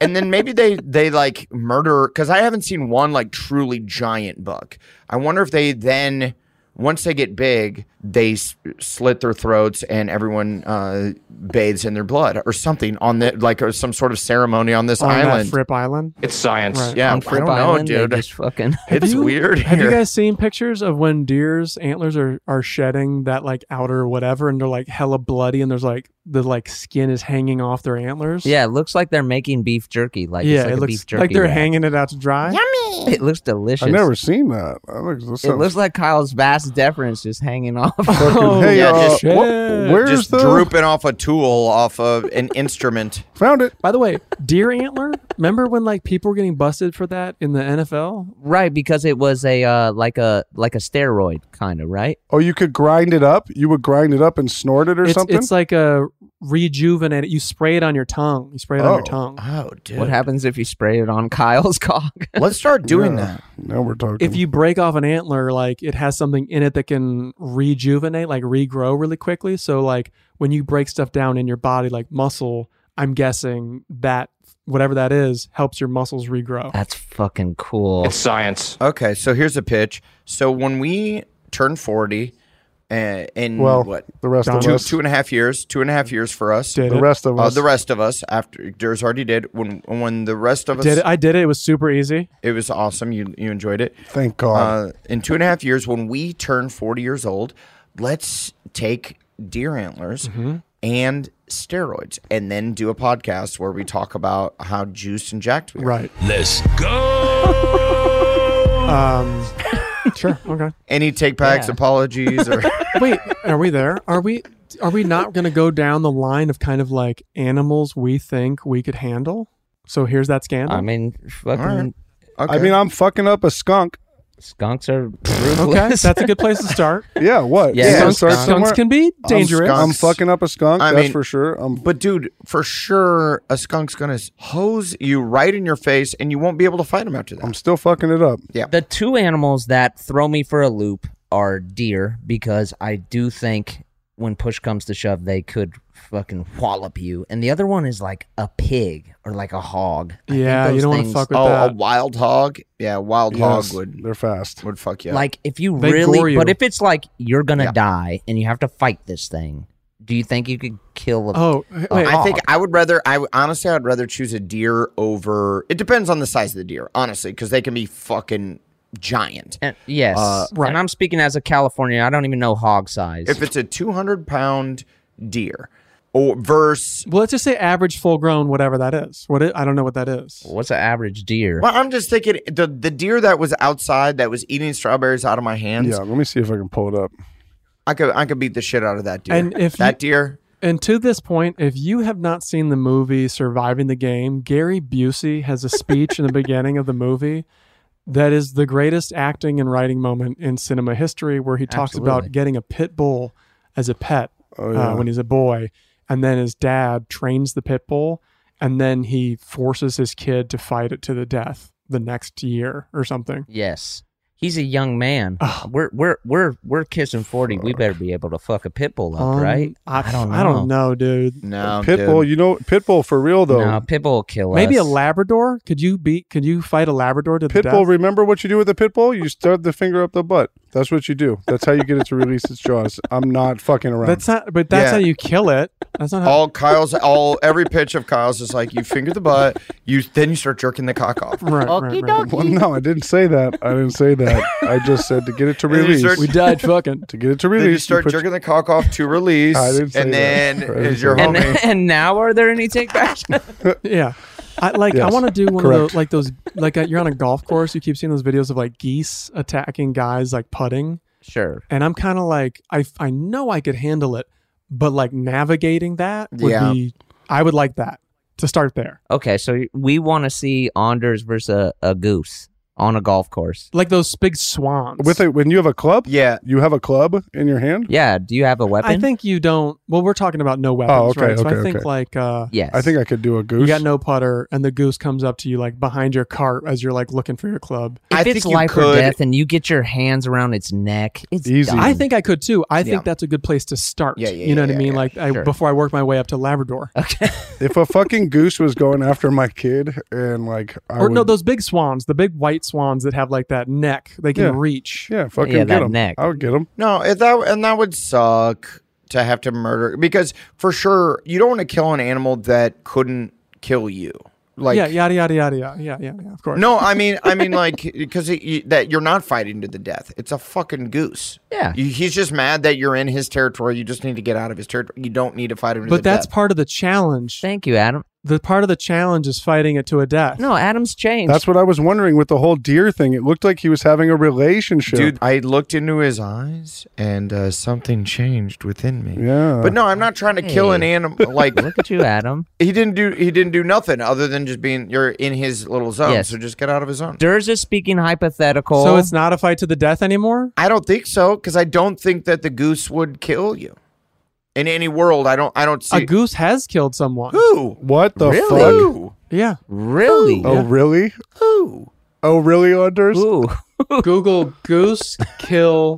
[SPEAKER 5] and then maybe they they like murder because I haven't seen one like truly giant bug. I wonder if they then once they get big, they s- slit their throats and everyone uh, bathes in their blood or something on the like or some sort of ceremony on this
[SPEAKER 6] on that
[SPEAKER 5] island.
[SPEAKER 6] Fripp Island.
[SPEAKER 5] It's science.
[SPEAKER 6] Right.
[SPEAKER 5] Yeah,
[SPEAKER 6] On
[SPEAKER 5] I don't
[SPEAKER 6] Fripp
[SPEAKER 5] know,
[SPEAKER 6] Island, they
[SPEAKER 5] dude.
[SPEAKER 6] just
[SPEAKER 3] fucking.
[SPEAKER 6] Have
[SPEAKER 5] It's
[SPEAKER 6] you-
[SPEAKER 5] weird.
[SPEAKER 6] Have you
[SPEAKER 5] here.
[SPEAKER 6] guys seen pictures of when deer's antlers are, are shedding that like outer whatever and they're like hella bloody and there's like the like skin is hanging off their antlers?
[SPEAKER 3] Yeah, it looks like they're making beef jerky. Like
[SPEAKER 6] yeah,
[SPEAKER 3] it's like
[SPEAKER 6] it
[SPEAKER 3] a
[SPEAKER 6] looks
[SPEAKER 3] beef jerky.
[SPEAKER 6] like they're
[SPEAKER 3] wrap.
[SPEAKER 6] hanging it out to dry.
[SPEAKER 3] Yummy. [LAUGHS] It looks delicious.
[SPEAKER 4] I've never seen that. that looks, that
[SPEAKER 3] It
[SPEAKER 4] sounds-
[SPEAKER 3] looks like Kyle's vast deference just hanging off. [LAUGHS]
[SPEAKER 6] [LAUGHS] Oh,
[SPEAKER 4] hey,
[SPEAKER 5] yeah,
[SPEAKER 4] uh,
[SPEAKER 5] just,
[SPEAKER 4] what- where's
[SPEAKER 5] just
[SPEAKER 4] the-
[SPEAKER 5] drooping off a tool off of an
[SPEAKER 6] [LAUGHS]
[SPEAKER 5] instrument?
[SPEAKER 4] Found it.
[SPEAKER 6] By the way, deer antler. Remember when like people were getting busted for that in the NFL?
[SPEAKER 3] right, because it was a uh, like a like a steroid kind of right.
[SPEAKER 4] Oh, you could grind it up. You would grind it up and snort it or
[SPEAKER 6] it's,
[SPEAKER 4] something.
[SPEAKER 6] it's like a rejuvenate. You spray it on your tongue. You spray it on
[SPEAKER 4] Oh.
[SPEAKER 6] your tongue.
[SPEAKER 5] Oh, dude.
[SPEAKER 3] What happens if you spray it on Kyle's [LAUGHS] cock?
[SPEAKER 5] [LAUGHS] Let's start doing that.
[SPEAKER 4] now we're talking.
[SPEAKER 6] If you break off an antler, like it has something in it that can rejuvenate, like regrow really quickly. So like when you break stuff down in your body, like muscle, I'm guessing that whatever that is helps your muscles regrow.
[SPEAKER 3] That's fucking cool.
[SPEAKER 5] science. Okay, so here's a pitch. So when we turn 40, uh, in
[SPEAKER 4] Well,
[SPEAKER 5] what
[SPEAKER 4] the rest of
[SPEAKER 5] two,
[SPEAKER 4] us.
[SPEAKER 5] two and a half years, two and a half years for us.
[SPEAKER 6] Did
[SPEAKER 4] The it. rest of
[SPEAKER 5] Uh,
[SPEAKER 4] us.
[SPEAKER 5] the rest of us. After Durs already did. When when the rest of us
[SPEAKER 6] Did it? I did it. It was super easy.
[SPEAKER 5] it was awesome. You you enjoyed it.
[SPEAKER 4] Thank God.
[SPEAKER 5] Uh, in two and a half years, when we turn forty years old, let's take deer antlers and steroids, and then do a podcast where we talk about how juiced and jacked we are.
[SPEAKER 6] Right.
[SPEAKER 5] Let's
[SPEAKER 4] [LAUGHS]
[SPEAKER 6] Um, sure. Okay.
[SPEAKER 5] any take backs,
[SPEAKER 6] Yeah.
[SPEAKER 5] apologies, or
[SPEAKER 6] Wait, are we there? Are we? Are we not going to go down the line of kind of like animals we think we could handle? So here's that scandal.
[SPEAKER 3] I mean, fucking
[SPEAKER 4] I mean, I'm fucking up a skunk.
[SPEAKER 3] skunks are [LAUGHS]
[SPEAKER 6] okay,
[SPEAKER 3] ruthless.
[SPEAKER 6] that's a good place to start.
[SPEAKER 4] Yeah, what?
[SPEAKER 3] Yeah,
[SPEAKER 4] You
[SPEAKER 3] skunks-
[SPEAKER 4] start
[SPEAKER 6] skunks
[SPEAKER 4] somewhere?
[SPEAKER 6] can be
[SPEAKER 4] I'm
[SPEAKER 6] dangerous.
[SPEAKER 4] skunk- I'm,
[SPEAKER 5] Skunks.
[SPEAKER 4] fucking up a skunk.
[SPEAKER 5] I
[SPEAKER 4] that's
[SPEAKER 5] mean-
[SPEAKER 4] for sure. I'm
[SPEAKER 5] But dude, for sure, a skunk's gonna hose you right in your face, and you won't be able to fight him after that.
[SPEAKER 4] I'm still fucking it up.
[SPEAKER 3] the two animals that throw me for a loop are deer because I do think when push comes to shove, they could fucking wallop you. And the other one is like a pig or like a hog. I think
[SPEAKER 6] Yeah, you
[SPEAKER 3] those
[SPEAKER 6] don't want to
[SPEAKER 3] things-
[SPEAKER 6] fuck with
[SPEAKER 5] Oh, a
[SPEAKER 6] that.
[SPEAKER 5] wild hog? Yeah, a wild
[SPEAKER 4] Yes,
[SPEAKER 5] hog would
[SPEAKER 4] They're fast.
[SPEAKER 5] would fuck you. up.
[SPEAKER 3] Like if you
[SPEAKER 6] They gore
[SPEAKER 3] really,
[SPEAKER 6] you.
[SPEAKER 3] but if it's like you're gonna
[SPEAKER 5] Yeah.
[SPEAKER 3] die and you have to fight this thing, do you think you could kill? A,
[SPEAKER 6] Oh, wait.
[SPEAKER 5] I think I would rather. I would- honestly, I'd rather choose a deer over. It depends on the size of the deer, honestly, because they can be fucking giant.
[SPEAKER 3] And- yes,
[SPEAKER 5] Uh,
[SPEAKER 6] Right.
[SPEAKER 3] and I'm speaking as a Californian. I don't even know hog size.
[SPEAKER 5] If it's a two hundred pound deer, or verse.
[SPEAKER 6] Well, let's just say average, full grown, whatever that is. What it, I don't know what that is.
[SPEAKER 3] What's an average deer?
[SPEAKER 5] Well, I'm just thinking the the deer that was outside that was eating strawberries out of my hands.
[SPEAKER 4] Yeah, let me see if I can pull it up.
[SPEAKER 5] I could I could beat the shit out of that deer.
[SPEAKER 6] And if
[SPEAKER 5] that
[SPEAKER 6] you-
[SPEAKER 5] deer,
[SPEAKER 6] And to this point, if you have not seen the movie Surviving the Game, Gary Busey has a speech
[SPEAKER 5] [LAUGHS]
[SPEAKER 6] in the beginning of the movie that is the greatest acting and writing moment in cinema history, where he talks
[SPEAKER 3] Absolutely.
[SPEAKER 6] about getting a pit bull as a pet
[SPEAKER 4] Oh, yeah.
[SPEAKER 6] uh, when he's a boy, and then his dad trains the pit bull, and then he forces his kid to fight it to the death the next year or something.
[SPEAKER 3] Yes. He's a young man. We're we're we're we're kissing forty. We better be able to fuck a pit bull up,
[SPEAKER 6] Um,
[SPEAKER 3] right?
[SPEAKER 6] I, I don't know, dude.
[SPEAKER 5] no
[SPEAKER 4] Pitbull, you know, Pitbull for real though.
[SPEAKER 3] No, pit bull will kill
[SPEAKER 6] Maybe a
[SPEAKER 3] us.
[SPEAKER 6] Labrador? Could you beat? Could you fight a Labrador to the death?
[SPEAKER 4] Pitbull, remember what you do with a pitbull? You start the finger up the butt. That's what you do. That's how you get it to release its jaws. I'm not fucking around.
[SPEAKER 6] That's not. But that's
[SPEAKER 5] Yeah.
[SPEAKER 6] how you kill it. That's not how.
[SPEAKER 5] all Kyle's all every pitch of Kyle's is like you finger the butt, you then you start jerking the
[SPEAKER 4] [LAUGHS]
[SPEAKER 5] cock off.
[SPEAKER 6] Right, right, right.
[SPEAKER 4] well, no, I didn't say that. I didn't say that. I just said to get it to
[SPEAKER 5] then you
[SPEAKER 4] release.
[SPEAKER 5] start-
[SPEAKER 6] We died fucking.
[SPEAKER 4] to get it to
[SPEAKER 5] Then
[SPEAKER 4] release,
[SPEAKER 5] you start
[SPEAKER 4] put-
[SPEAKER 5] jerking the cock off to
[SPEAKER 4] [LAUGHS]
[SPEAKER 5] release,
[SPEAKER 4] I didn't say
[SPEAKER 5] and
[SPEAKER 4] that.
[SPEAKER 5] then
[SPEAKER 4] I didn't
[SPEAKER 5] is your
[SPEAKER 4] say
[SPEAKER 3] [LAUGHS] and,
[SPEAKER 5] homie.
[SPEAKER 3] and now are there any
[SPEAKER 6] [LAUGHS]
[SPEAKER 3] takebacks?
[SPEAKER 6] Yeah. I like. I
[SPEAKER 4] Yes,
[SPEAKER 6] want to do one of
[SPEAKER 4] correct.
[SPEAKER 6] those, like those, like uh, you're on a golf course. You keep seeing those videos of like geese attacking guys like putting,
[SPEAKER 3] sure.
[SPEAKER 6] and I'm kind of like, I I know I could handle it, but like navigating that would
[SPEAKER 5] Yeah.
[SPEAKER 6] be, I would like that to start there.
[SPEAKER 3] Okay, so we want to see Anders versus a, a goose. on a golf course.
[SPEAKER 6] Like those big swans.
[SPEAKER 4] With it, when you have a club, yeah, you have a club in your hand.
[SPEAKER 3] Yeah. Do you have a weapon?
[SPEAKER 6] I think you don't. Well, we're talking about no weapons,
[SPEAKER 4] Oh, okay,
[SPEAKER 6] right? so
[SPEAKER 4] okay,
[SPEAKER 6] I think
[SPEAKER 4] okay.
[SPEAKER 6] like uh,
[SPEAKER 3] Yes.
[SPEAKER 4] I think I could do a goose.
[SPEAKER 6] you got no putter, and the goose comes up to you like behind your cart as you're like looking for your club.
[SPEAKER 3] if
[SPEAKER 5] I
[SPEAKER 3] it's
[SPEAKER 5] think you
[SPEAKER 3] life or
[SPEAKER 5] could-
[SPEAKER 3] death and you get your hands around its neck, it's
[SPEAKER 4] Easy.
[SPEAKER 3] done.
[SPEAKER 6] I think I could too. I
[SPEAKER 5] Hmm. Yeah.
[SPEAKER 6] think that's a good place to start.
[SPEAKER 5] Yeah, yeah,
[SPEAKER 6] you know
[SPEAKER 5] yeah,
[SPEAKER 6] what I
[SPEAKER 5] yeah,
[SPEAKER 6] mean?
[SPEAKER 5] yeah,
[SPEAKER 6] like I,
[SPEAKER 5] sure.
[SPEAKER 6] before I work my way up
[SPEAKER 5] [LAUGHS]
[SPEAKER 6] to Labrador,
[SPEAKER 4] if a fucking goose was going after my kid and like, I
[SPEAKER 6] or no,
[SPEAKER 4] would-
[SPEAKER 6] those big swans, the big white swans that have like that neck, they can
[SPEAKER 4] Yeah.
[SPEAKER 6] reach.
[SPEAKER 4] yeah, fucking
[SPEAKER 3] Yeah,
[SPEAKER 4] get
[SPEAKER 3] that
[SPEAKER 4] 'em.
[SPEAKER 3] neck.
[SPEAKER 4] I would get them.
[SPEAKER 5] No, if that and that would suck to have to murder because for sure you don't want to kill an animal that couldn't kill you. Like
[SPEAKER 6] yeah, yada yada yada yada. Yeah, yeah, yeah. Of course.
[SPEAKER 5] No, I mean, I mean, like, because that you're not fighting to the death. It's a fucking goose.
[SPEAKER 3] Yeah.
[SPEAKER 5] You, he's just mad that you're in his territory. You just need to get out of his territory. You don't need to fight him to
[SPEAKER 6] but
[SPEAKER 5] the
[SPEAKER 6] that's
[SPEAKER 5] death.
[SPEAKER 6] part of the challenge.
[SPEAKER 3] Thank you, Adam.
[SPEAKER 6] The part of the challenge is fighting it to a death.
[SPEAKER 3] No, Adam's changed.
[SPEAKER 4] That's what I was wondering with the whole deer thing. It looked like he was having a relationship.
[SPEAKER 5] Dude, I looked into his eyes and uh, something changed within me.
[SPEAKER 4] Yeah.
[SPEAKER 5] But no, I'm not trying to kill an
[SPEAKER 3] Hey.
[SPEAKER 5] animal.
[SPEAKER 3] [LAUGHS]
[SPEAKER 5] Like
[SPEAKER 3] [LAUGHS] Look at you, Adam.
[SPEAKER 5] he didn't do, he didn't do nothing other than just being. You're in his little zone,
[SPEAKER 3] Yes.
[SPEAKER 5] so just get out of his zone.
[SPEAKER 3] Durs is speaking hypothetical.
[SPEAKER 6] So it's not a fight to the death anymore.
[SPEAKER 5] I don't think so because I don't think that the goose would kill you. In any world, I don't. I don't see
[SPEAKER 6] A goose has killed someone.
[SPEAKER 5] who.
[SPEAKER 4] what the fuck?
[SPEAKER 5] Who?
[SPEAKER 6] Yeah.
[SPEAKER 3] really.
[SPEAKER 4] Oh really?
[SPEAKER 5] Who?
[SPEAKER 4] Oh really, Unders?
[SPEAKER 6] [LAUGHS]
[SPEAKER 3] Ooh.
[SPEAKER 6] Google goose kill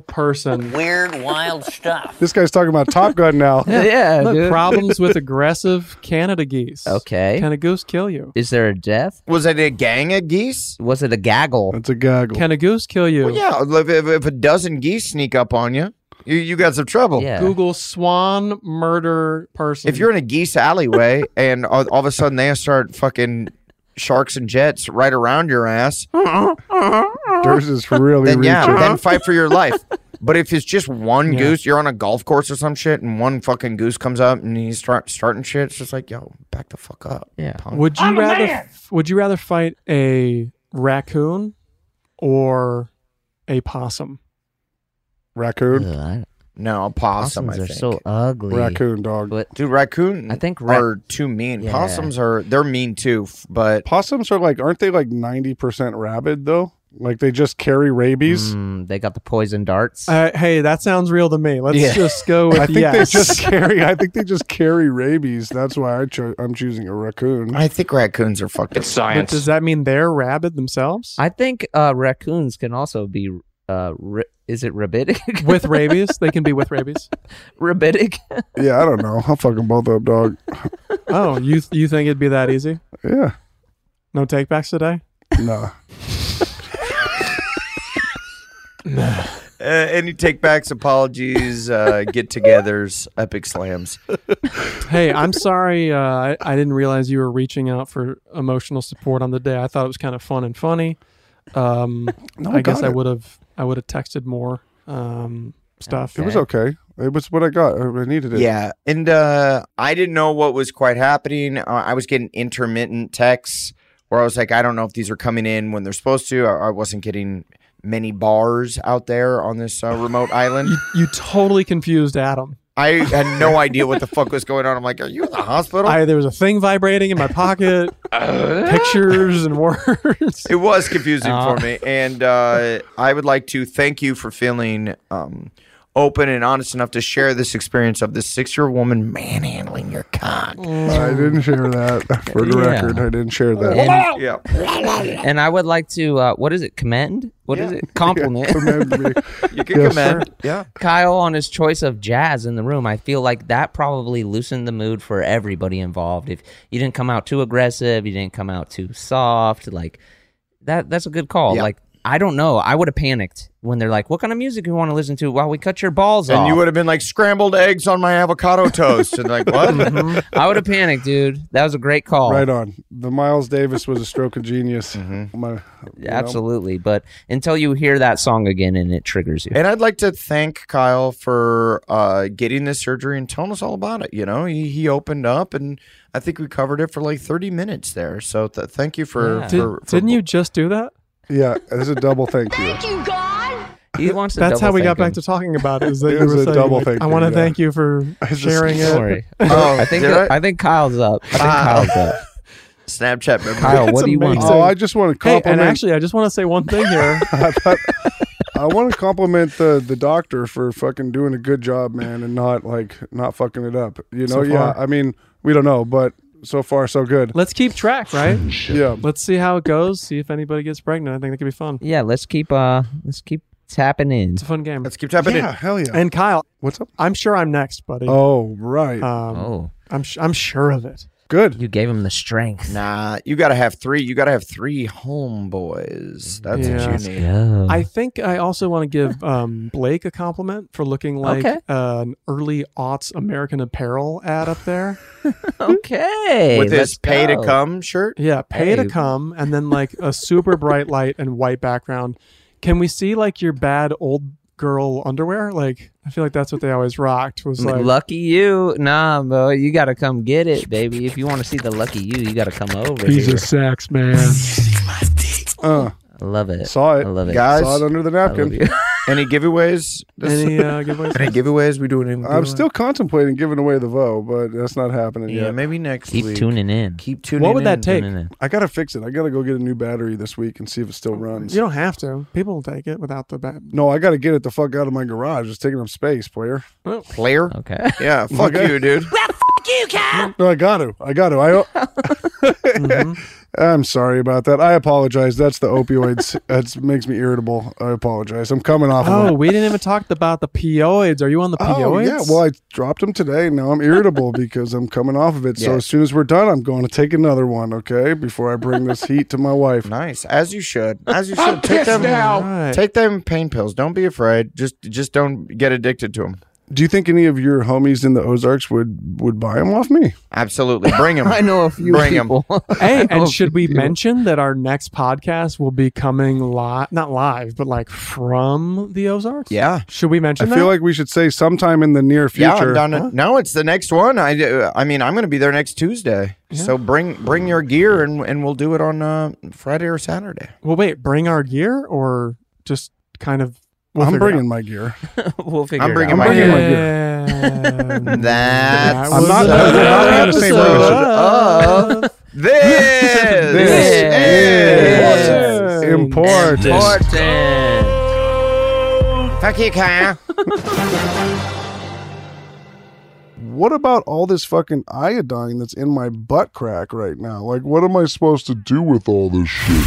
[SPEAKER 5] [LAUGHS]
[SPEAKER 6] person.
[SPEAKER 1] Weird, wild stuff.
[SPEAKER 4] This guy's talking about Top Gun now.
[SPEAKER 3] Yeah.
[SPEAKER 6] Look,
[SPEAKER 3] dude.
[SPEAKER 6] problems with aggressive Canada geese.
[SPEAKER 3] Okay.
[SPEAKER 6] Can a goose kill you?
[SPEAKER 3] Is there a death?
[SPEAKER 5] Was it a gang of geese?
[SPEAKER 3] Was it a gaggle?
[SPEAKER 4] That's a gaggle.
[SPEAKER 6] Can a goose kill you?
[SPEAKER 5] Well, yeah, if, if, if a dozen geese sneak up on you, you, you got some trouble.
[SPEAKER 3] Yeah.
[SPEAKER 6] Google swan murder person.
[SPEAKER 5] If you're in a geese alleyway and all, all of a sudden they start fucking sharks and jets right around your ass,
[SPEAKER 4] Durs is really
[SPEAKER 5] then yeah,
[SPEAKER 4] reaching.
[SPEAKER 5] then fight for
[SPEAKER 3] [LAUGHS]
[SPEAKER 5] your life. But if it's just one goose, you're on a golf course or some shit, and one fucking goose comes up and he's start, starting shit, it's just like, yo, back the fuck up.
[SPEAKER 3] Yeah.
[SPEAKER 5] punk.
[SPEAKER 6] would you
[SPEAKER 12] I'm a
[SPEAKER 6] rather
[SPEAKER 12] man.
[SPEAKER 6] would you rather fight a raccoon or a possum?
[SPEAKER 4] Raccoon.
[SPEAKER 3] Ugh, I-
[SPEAKER 5] No, a possum,
[SPEAKER 3] possums
[SPEAKER 5] I
[SPEAKER 3] are
[SPEAKER 5] think.
[SPEAKER 3] so ugly.
[SPEAKER 4] Raccoon dog.
[SPEAKER 3] But
[SPEAKER 5] Dude, raccoon
[SPEAKER 3] I think ra-
[SPEAKER 5] are too mean.
[SPEAKER 3] Yeah.
[SPEAKER 5] Possums are, they're mean too, f- but
[SPEAKER 4] Possums are like, aren't they like ninety percent rabid though? Like they just carry rabies.
[SPEAKER 3] mm, they got the poison darts.
[SPEAKER 6] Uh, hey, that sounds real to me. Let's just go with
[SPEAKER 4] I think
[SPEAKER 6] yes.
[SPEAKER 4] they
[SPEAKER 6] [LAUGHS]
[SPEAKER 4] just carry. I think they just carry rabies. That's why I cho- I'm choosing a raccoon.
[SPEAKER 5] I think raccoons are fucking
[SPEAKER 6] but does that mean they're rabid themselves?
[SPEAKER 3] I think uh, raccoons can also be. Uh, ra- is it rabitic? [LAUGHS]
[SPEAKER 6] with rabies, they can be with rabies. [LAUGHS]
[SPEAKER 3] rabitic?
[SPEAKER 4] yeah, I don't know. I'll fucking both up, dog.
[SPEAKER 6] Oh, you you think it'd be that easy?
[SPEAKER 4] Yeah,
[SPEAKER 6] No takebacks today.
[SPEAKER 4] no.
[SPEAKER 5] [LAUGHS] Uh, any takebacks, apologies, uh, get-togethers, epic slams.
[SPEAKER 6] Hey, I'm sorry. Uh, I, I didn't realize you were reaching out for emotional support on the day. I thought it was kind of fun and funny. Um,
[SPEAKER 4] [LAUGHS] No,
[SPEAKER 6] I guess
[SPEAKER 4] got
[SPEAKER 6] I
[SPEAKER 4] it.
[SPEAKER 6] would have I would have texted more um, stuff.
[SPEAKER 4] It was okay. It was what I got. I I needed it.
[SPEAKER 5] Yeah, and uh, I didn't know what was quite happening. Uh, I was getting intermittent texts where I was like, I don't know if these are coming in when they're supposed to. I, I wasn't getting many bars out there on this uh, remote island.
[SPEAKER 6] You totally confused Adam.
[SPEAKER 5] I had no idea what the fuck was going on. I'm like, are you in the hospital?
[SPEAKER 6] I there was a thing vibrating in
[SPEAKER 4] [LAUGHS]
[SPEAKER 6] my pocket,
[SPEAKER 4] Uh?
[SPEAKER 6] pictures and words.
[SPEAKER 5] It was confusing for me, and uh, I would like to thank you for feeling um, open and honest enough to share this experience of this six-year-old woman manhandling your cock.
[SPEAKER 4] I didn't share that. For the
[SPEAKER 3] Yeah.
[SPEAKER 4] record, I didn't share that.
[SPEAKER 3] And,
[SPEAKER 5] Yeah,
[SPEAKER 3] and I would like to. Uh, what is it? Commend? What is it? Compliment.
[SPEAKER 4] Commend me.
[SPEAKER 5] you can
[SPEAKER 4] Yes,
[SPEAKER 5] commend. Yeah,
[SPEAKER 3] Kyle on his choice of jazz in the room. I feel like that probably loosened the mood for everybody involved. If you didn't come out too aggressive, you didn't come out too soft, like that that's a good call.
[SPEAKER 5] Yeah.
[SPEAKER 3] Like I don't know. I would have panicked when they're like, "What kind of music you want to listen to while we cut your balls
[SPEAKER 5] and
[SPEAKER 3] off?"
[SPEAKER 5] you would have been like scrambled eggs on my avocado toast, and like what?
[SPEAKER 3] [LAUGHS] I would have panicked, dude. That was a great call.
[SPEAKER 4] Right on. The Miles Davis was a stroke of genius. My- you know?
[SPEAKER 3] Absolutely. But until you hear that song again and it triggers you.
[SPEAKER 5] and I'd like to thank Kyle for uh, getting this surgery and telling us all about it. You know, he, he opened up, and I think we covered it for like thirty minutes there. So th- thank you for,
[SPEAKER 3] Yeah.
[SPEAKER 6] Did,
[SPEAKER 5] for, for
[SPEAKER 6] didn't you just do that?
[SPEAKER 4] Yeah, there's a double thank you.
[SPEAKER 1] you, God.
[SPEAKER 3] He wants to
[SPEAKER 6] That's how we got
[SPEAKER 3] double-thank
[SPEAKER 6] back to talking about it. Is that
[SPEAKER 4] It
[SPEAKER 6] you
[SPEAKER 4] was
[SPEAKER 6] were
[SPEAKER 4] a
[SPEAKER 6] saying,
[SPEAKER 4] double
[SPEAKER 6] like,
[SPEAKER 4] thank
[SPEAKER 6] I
[SPEAKER 4] you,
[SPEAKER 6] want to
[SPEAKER 4] yeah.
[SPEAKER 6] thank you for
[SPEAKER 4] just- [LAUGHS]
[SPEAKER 6] sharing
[SPEAKER 3] him.
[SPEAKER 6] it.
[SPEAKER 3] Sorry.
[SPEAKER 5] Oh,
[SPEAKER 3] I think
[SPEAKER 5] did I?
[SPEAKER 3] I think Kyle's up. I think Kyle's up.
[SPEAKER 5] Snapchat memory.
[SPEAKER 4] Kyle, what do you want? Oh, I just want to
[SPEAKER 6] Hey, and
[SPEAKER 4] compliment-
[SPEAKER 6] actually, I just want to say one
[SPEAKER 4] [LAUGHS]
[SPEAKER 6] thing here.
[SPEAKER 4] I want to compliment the the doctor for fucking doing a good job, man, and not like not fucking it up. You know,
[SPEAKER 6] So
[SPEAKER 4] yeah.
[SPEAKER 6] far.
[SPEAKER 4] I mean, we don't know, but so far so good.
[SPEAKER 6] Let's keep track, right?
[SPEAKER 4] Yeah.
[SPEAKER 6] Let's see how it goes. See if anybody gets pregnant. I think that could be fun.
[SPEAKER 1] Yeah, let's keep uh let's keep tapping in. It's
[SPEAKER 6] a fun game. Let's
[SPEAKER 5] keep
[SPEAKER 4] tapping Yeah, in. hell yeah.
[SPEAKER 6] And Kyle,
[SPEAKER 4] what's up?
[SPEAKER 6] I'm sure I'm next, buddy.
[SPEAKER 4] Oh, right.
[SPEAKER 6] Um,
[SPEAKER 1] Oh.
[SPEAKER 6] I'm sh- I'm sure of it.
[SPEAKER 4] Good.
[SPEAKER 1] You gave him the strength.
[SPEAKER 5] Nah, you gotta have three. You gotta have three homeboys. That's what you need.
[SPEAKER 6] I think I also want to give um, Blake a compliment for looking like
[SPEAKER 5] Okay.
[SPEAKER 6] uh, an early aughts American Apparel ad up there.
[SPEAKER 1] [LAUGHS] okay.
[SPEAKER 5] With his
[SPEAKER 6] let's
[SPEAKER 5] pay to
[SPEAKER 6] go.
[SPEAKER 5] come shirt.
[SPEAKER 6] Yeah, pay
[SPEAKER 5] Hey.
[SPEAKER 6] to come, and then like a super bright light and white background. Can we see like your bad old girl underwear? Like I feel like that's what they always rocked. Was like
[SPEAKER 1] lucky you. Nah, bro, you gotta come get it, baby. If you want to see the lucky you, you gotta come over.
[SPEAKER 6] he's
[SPEAKER 1] here.
[SPEAKER 6] a sax man.
[SPEAKER 4] Uh,
[SPEAKER 1] I love it.
[SPEAKER 4] Saw it.
[SPEAKER 1] I love it.
[SPEAKER 5] Guys,
[SPEAKER 4] Saw it under the
[SPEAKER 1] I
[SPEAKER 4] napkin.
[SPEAKER 1] love
[SPEAKER 5] Any giveaways? This-
[SPEAKER 6] Any uh, giveaways?
[SPEAKER 5] Any giveaways? We doing? Any
[SPEAKER 4] I'm
[SPEAKER 5] giveaways?
[SPEAKER 4] still contemplating giving away the Vo, but that's not happening
[SPEAKER 5] Yeah,
[SPEAKER 4] yet.
[SPEAKER 5] maybe next
[SPEAKER 1] Keep
[SPEAKER 5] week.
[SPEAKER 1] tuning in.
[SPEAKER 5] Keep tuning.
[SPEAKER 6] What would
[SPEAKER 5] in,
[SPEAKER 6] that take?
[SPEAKER 5] tuning in.
[SPEAKER 4] I gotta fix it. I gotta go get a new battery this week and see if it still runs.
[SPEAKER 6] You don't have to. People will take it without the bat.
[SPEAKER 4] No, I gotta get it the fuck out of my garage. It's taking up space, player.
[SPEAKER 5] Player.
[SPEAKER 1] Okay.
[SPEAKER 5] Yeah. Fuck
[SPEAKER 4] Okay.
[SPEAKER 1] [LAUGHS]
[SPEAKER 5] you, dude.
[SPEAKER 4] No, I got to. I got to. I. [LAUGHS] I'm sorry about that. I apologize. That's the opioids. that makes me irritable. I apologize. I'm coming off. of
[SPEAKER 6] Oh,
[SPEAKER 4] [LAUGHS] them.
[SPEAKER 6] we didn't even talk about the POIDs. Are you on the POIDs?
[SPEAKER 4] Oh yeah. Well, I dropped them today. and Now I'm irritable because I'm coming off of it. So
[SPEAKER 5] Yeah.
[SPEAKER 4] as soon as we're done, I'm going to take another one. Okay, before I bring this heat to my wife.
[SPEAKER 5] Nice, as you
[SPEAKER 1] [LAUGHS]
[SPEAKER 5] should. As you should. take them.
[SPEAKER 6] Right.
[SPEAKER 5] Take them pain pills. Don't be afraid. Just, just don't get addicted to them.
[SPEAKER 4] Do you think any of your homies in the Ozarks would would buy them off me?
[SPEAKER 5] Absolutely. Bring
[SPEAKER 1] [LAUGHS]
[SPEAKER 5] them.
[SPEAKER 1] I know a few
[SPEAKER 5] Bring
[SPEAKER 1] [LAUGHS]
[SPEAKER 5] 'em.
[SPEAKER 1] people.
[SPEAKER 6] hey, and should we mention that our next podcast will be coming live, not live, but like from the Ozarks?
[SPEAKER 5] Yeah.
[SPEAKER 6] Should we
[SPEAKER 4] I
[SPEAKER 6] mention that?
[SPEAKER 4] feel like we should say sometime in the near future.
[SPEAKER 5] Yeah, I'm down. To, No, it's the next one. I, uh, I mean, I'm going to be there next Tuesday. So bring bring your gear and and we'll do it on uh, Friday or Saturday.
[SPEAKER 6] well, wait, bring our gear or just kind of. we'll
[SPEAKER 4] I'm
[SPEAKER 6] figure it
[SPEAKER 4] bringing my gear.
[SPEAKER 1] we'll figure
[SPEAKER 5] I'm
[SPEAKER 1] it
[SPEAKER 5] bringing
[SPEAKER 1] out.
[SPEAKER 4] I'm
[SPEAKER 5] my
[SPEAKER 4] bringing my
[SPEAKER 5] gear.
[SPEAKER 4] gear.
[SPEAKER 6] Yeah.
[SPEAKER 5] That's
[SPEAKER 6] I'm not-
[SPEAKER 5] another
[SPEAKER 6] we're not
[SPEAKER 4] on the same
[SPEAKER 1] Uh,
[SPEAKER 5] episode of [LAUGHS] this.
[SPEAKER 4] This
[SPEAKER 5] is
[SPEAKER 4] is important.
[SPEAKER 5] important. Fuck you, Kyle.
[SPEAKER 4] What about all this fucking iodine that's in my butt crack right now? Like, what am I supposed to do with all this shit?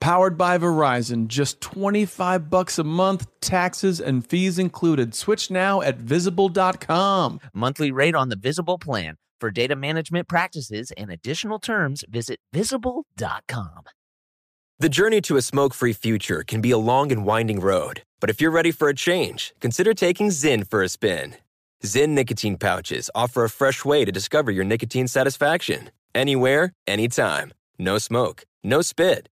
[SPEAKER 2] powered by Verizon. Just 25 bucks a month, taxes and fees included. Switch now at visible.com.
[SPEAKER 1] Monthly rate on the Visible plan. For data management practices and additional terms, visit visible.com.
[SPEAKER 13] The journey to a smoke free future can be a long and winding road, but if you're ready for a change, consider taking Zinn for a spin. Zinn nicotine pouches offer a fresh way to discover your nicotine satisfaction anywhere, anytime. No smoke, no spit,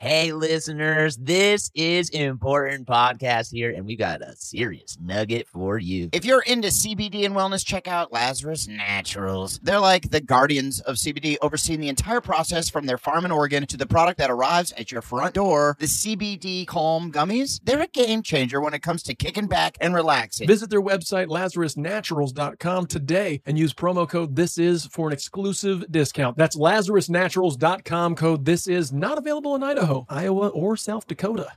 [SPEAKER 1] Hey, listeners, this is important podcast here, and we got a serious nugget for you.
[SPEAKER 3] If you're into CBD and wellness, check out Lazarus Naturals.
[SPEAKER 5] They're like the guardians of CBD, overseeing the entire process from their farm in Oregon to the product that arrives at your front door. The CBD Calm Gummies, they're a game changer when it comes to kicking back and relaxing.
[SPEAKER 2] Visit their website, LazarusNaturals.com, today and use promo code This Is for an exclusive discount. That's LazarusNaturals.com code This Is, not available in Idaho, Iowa, or South Dakota.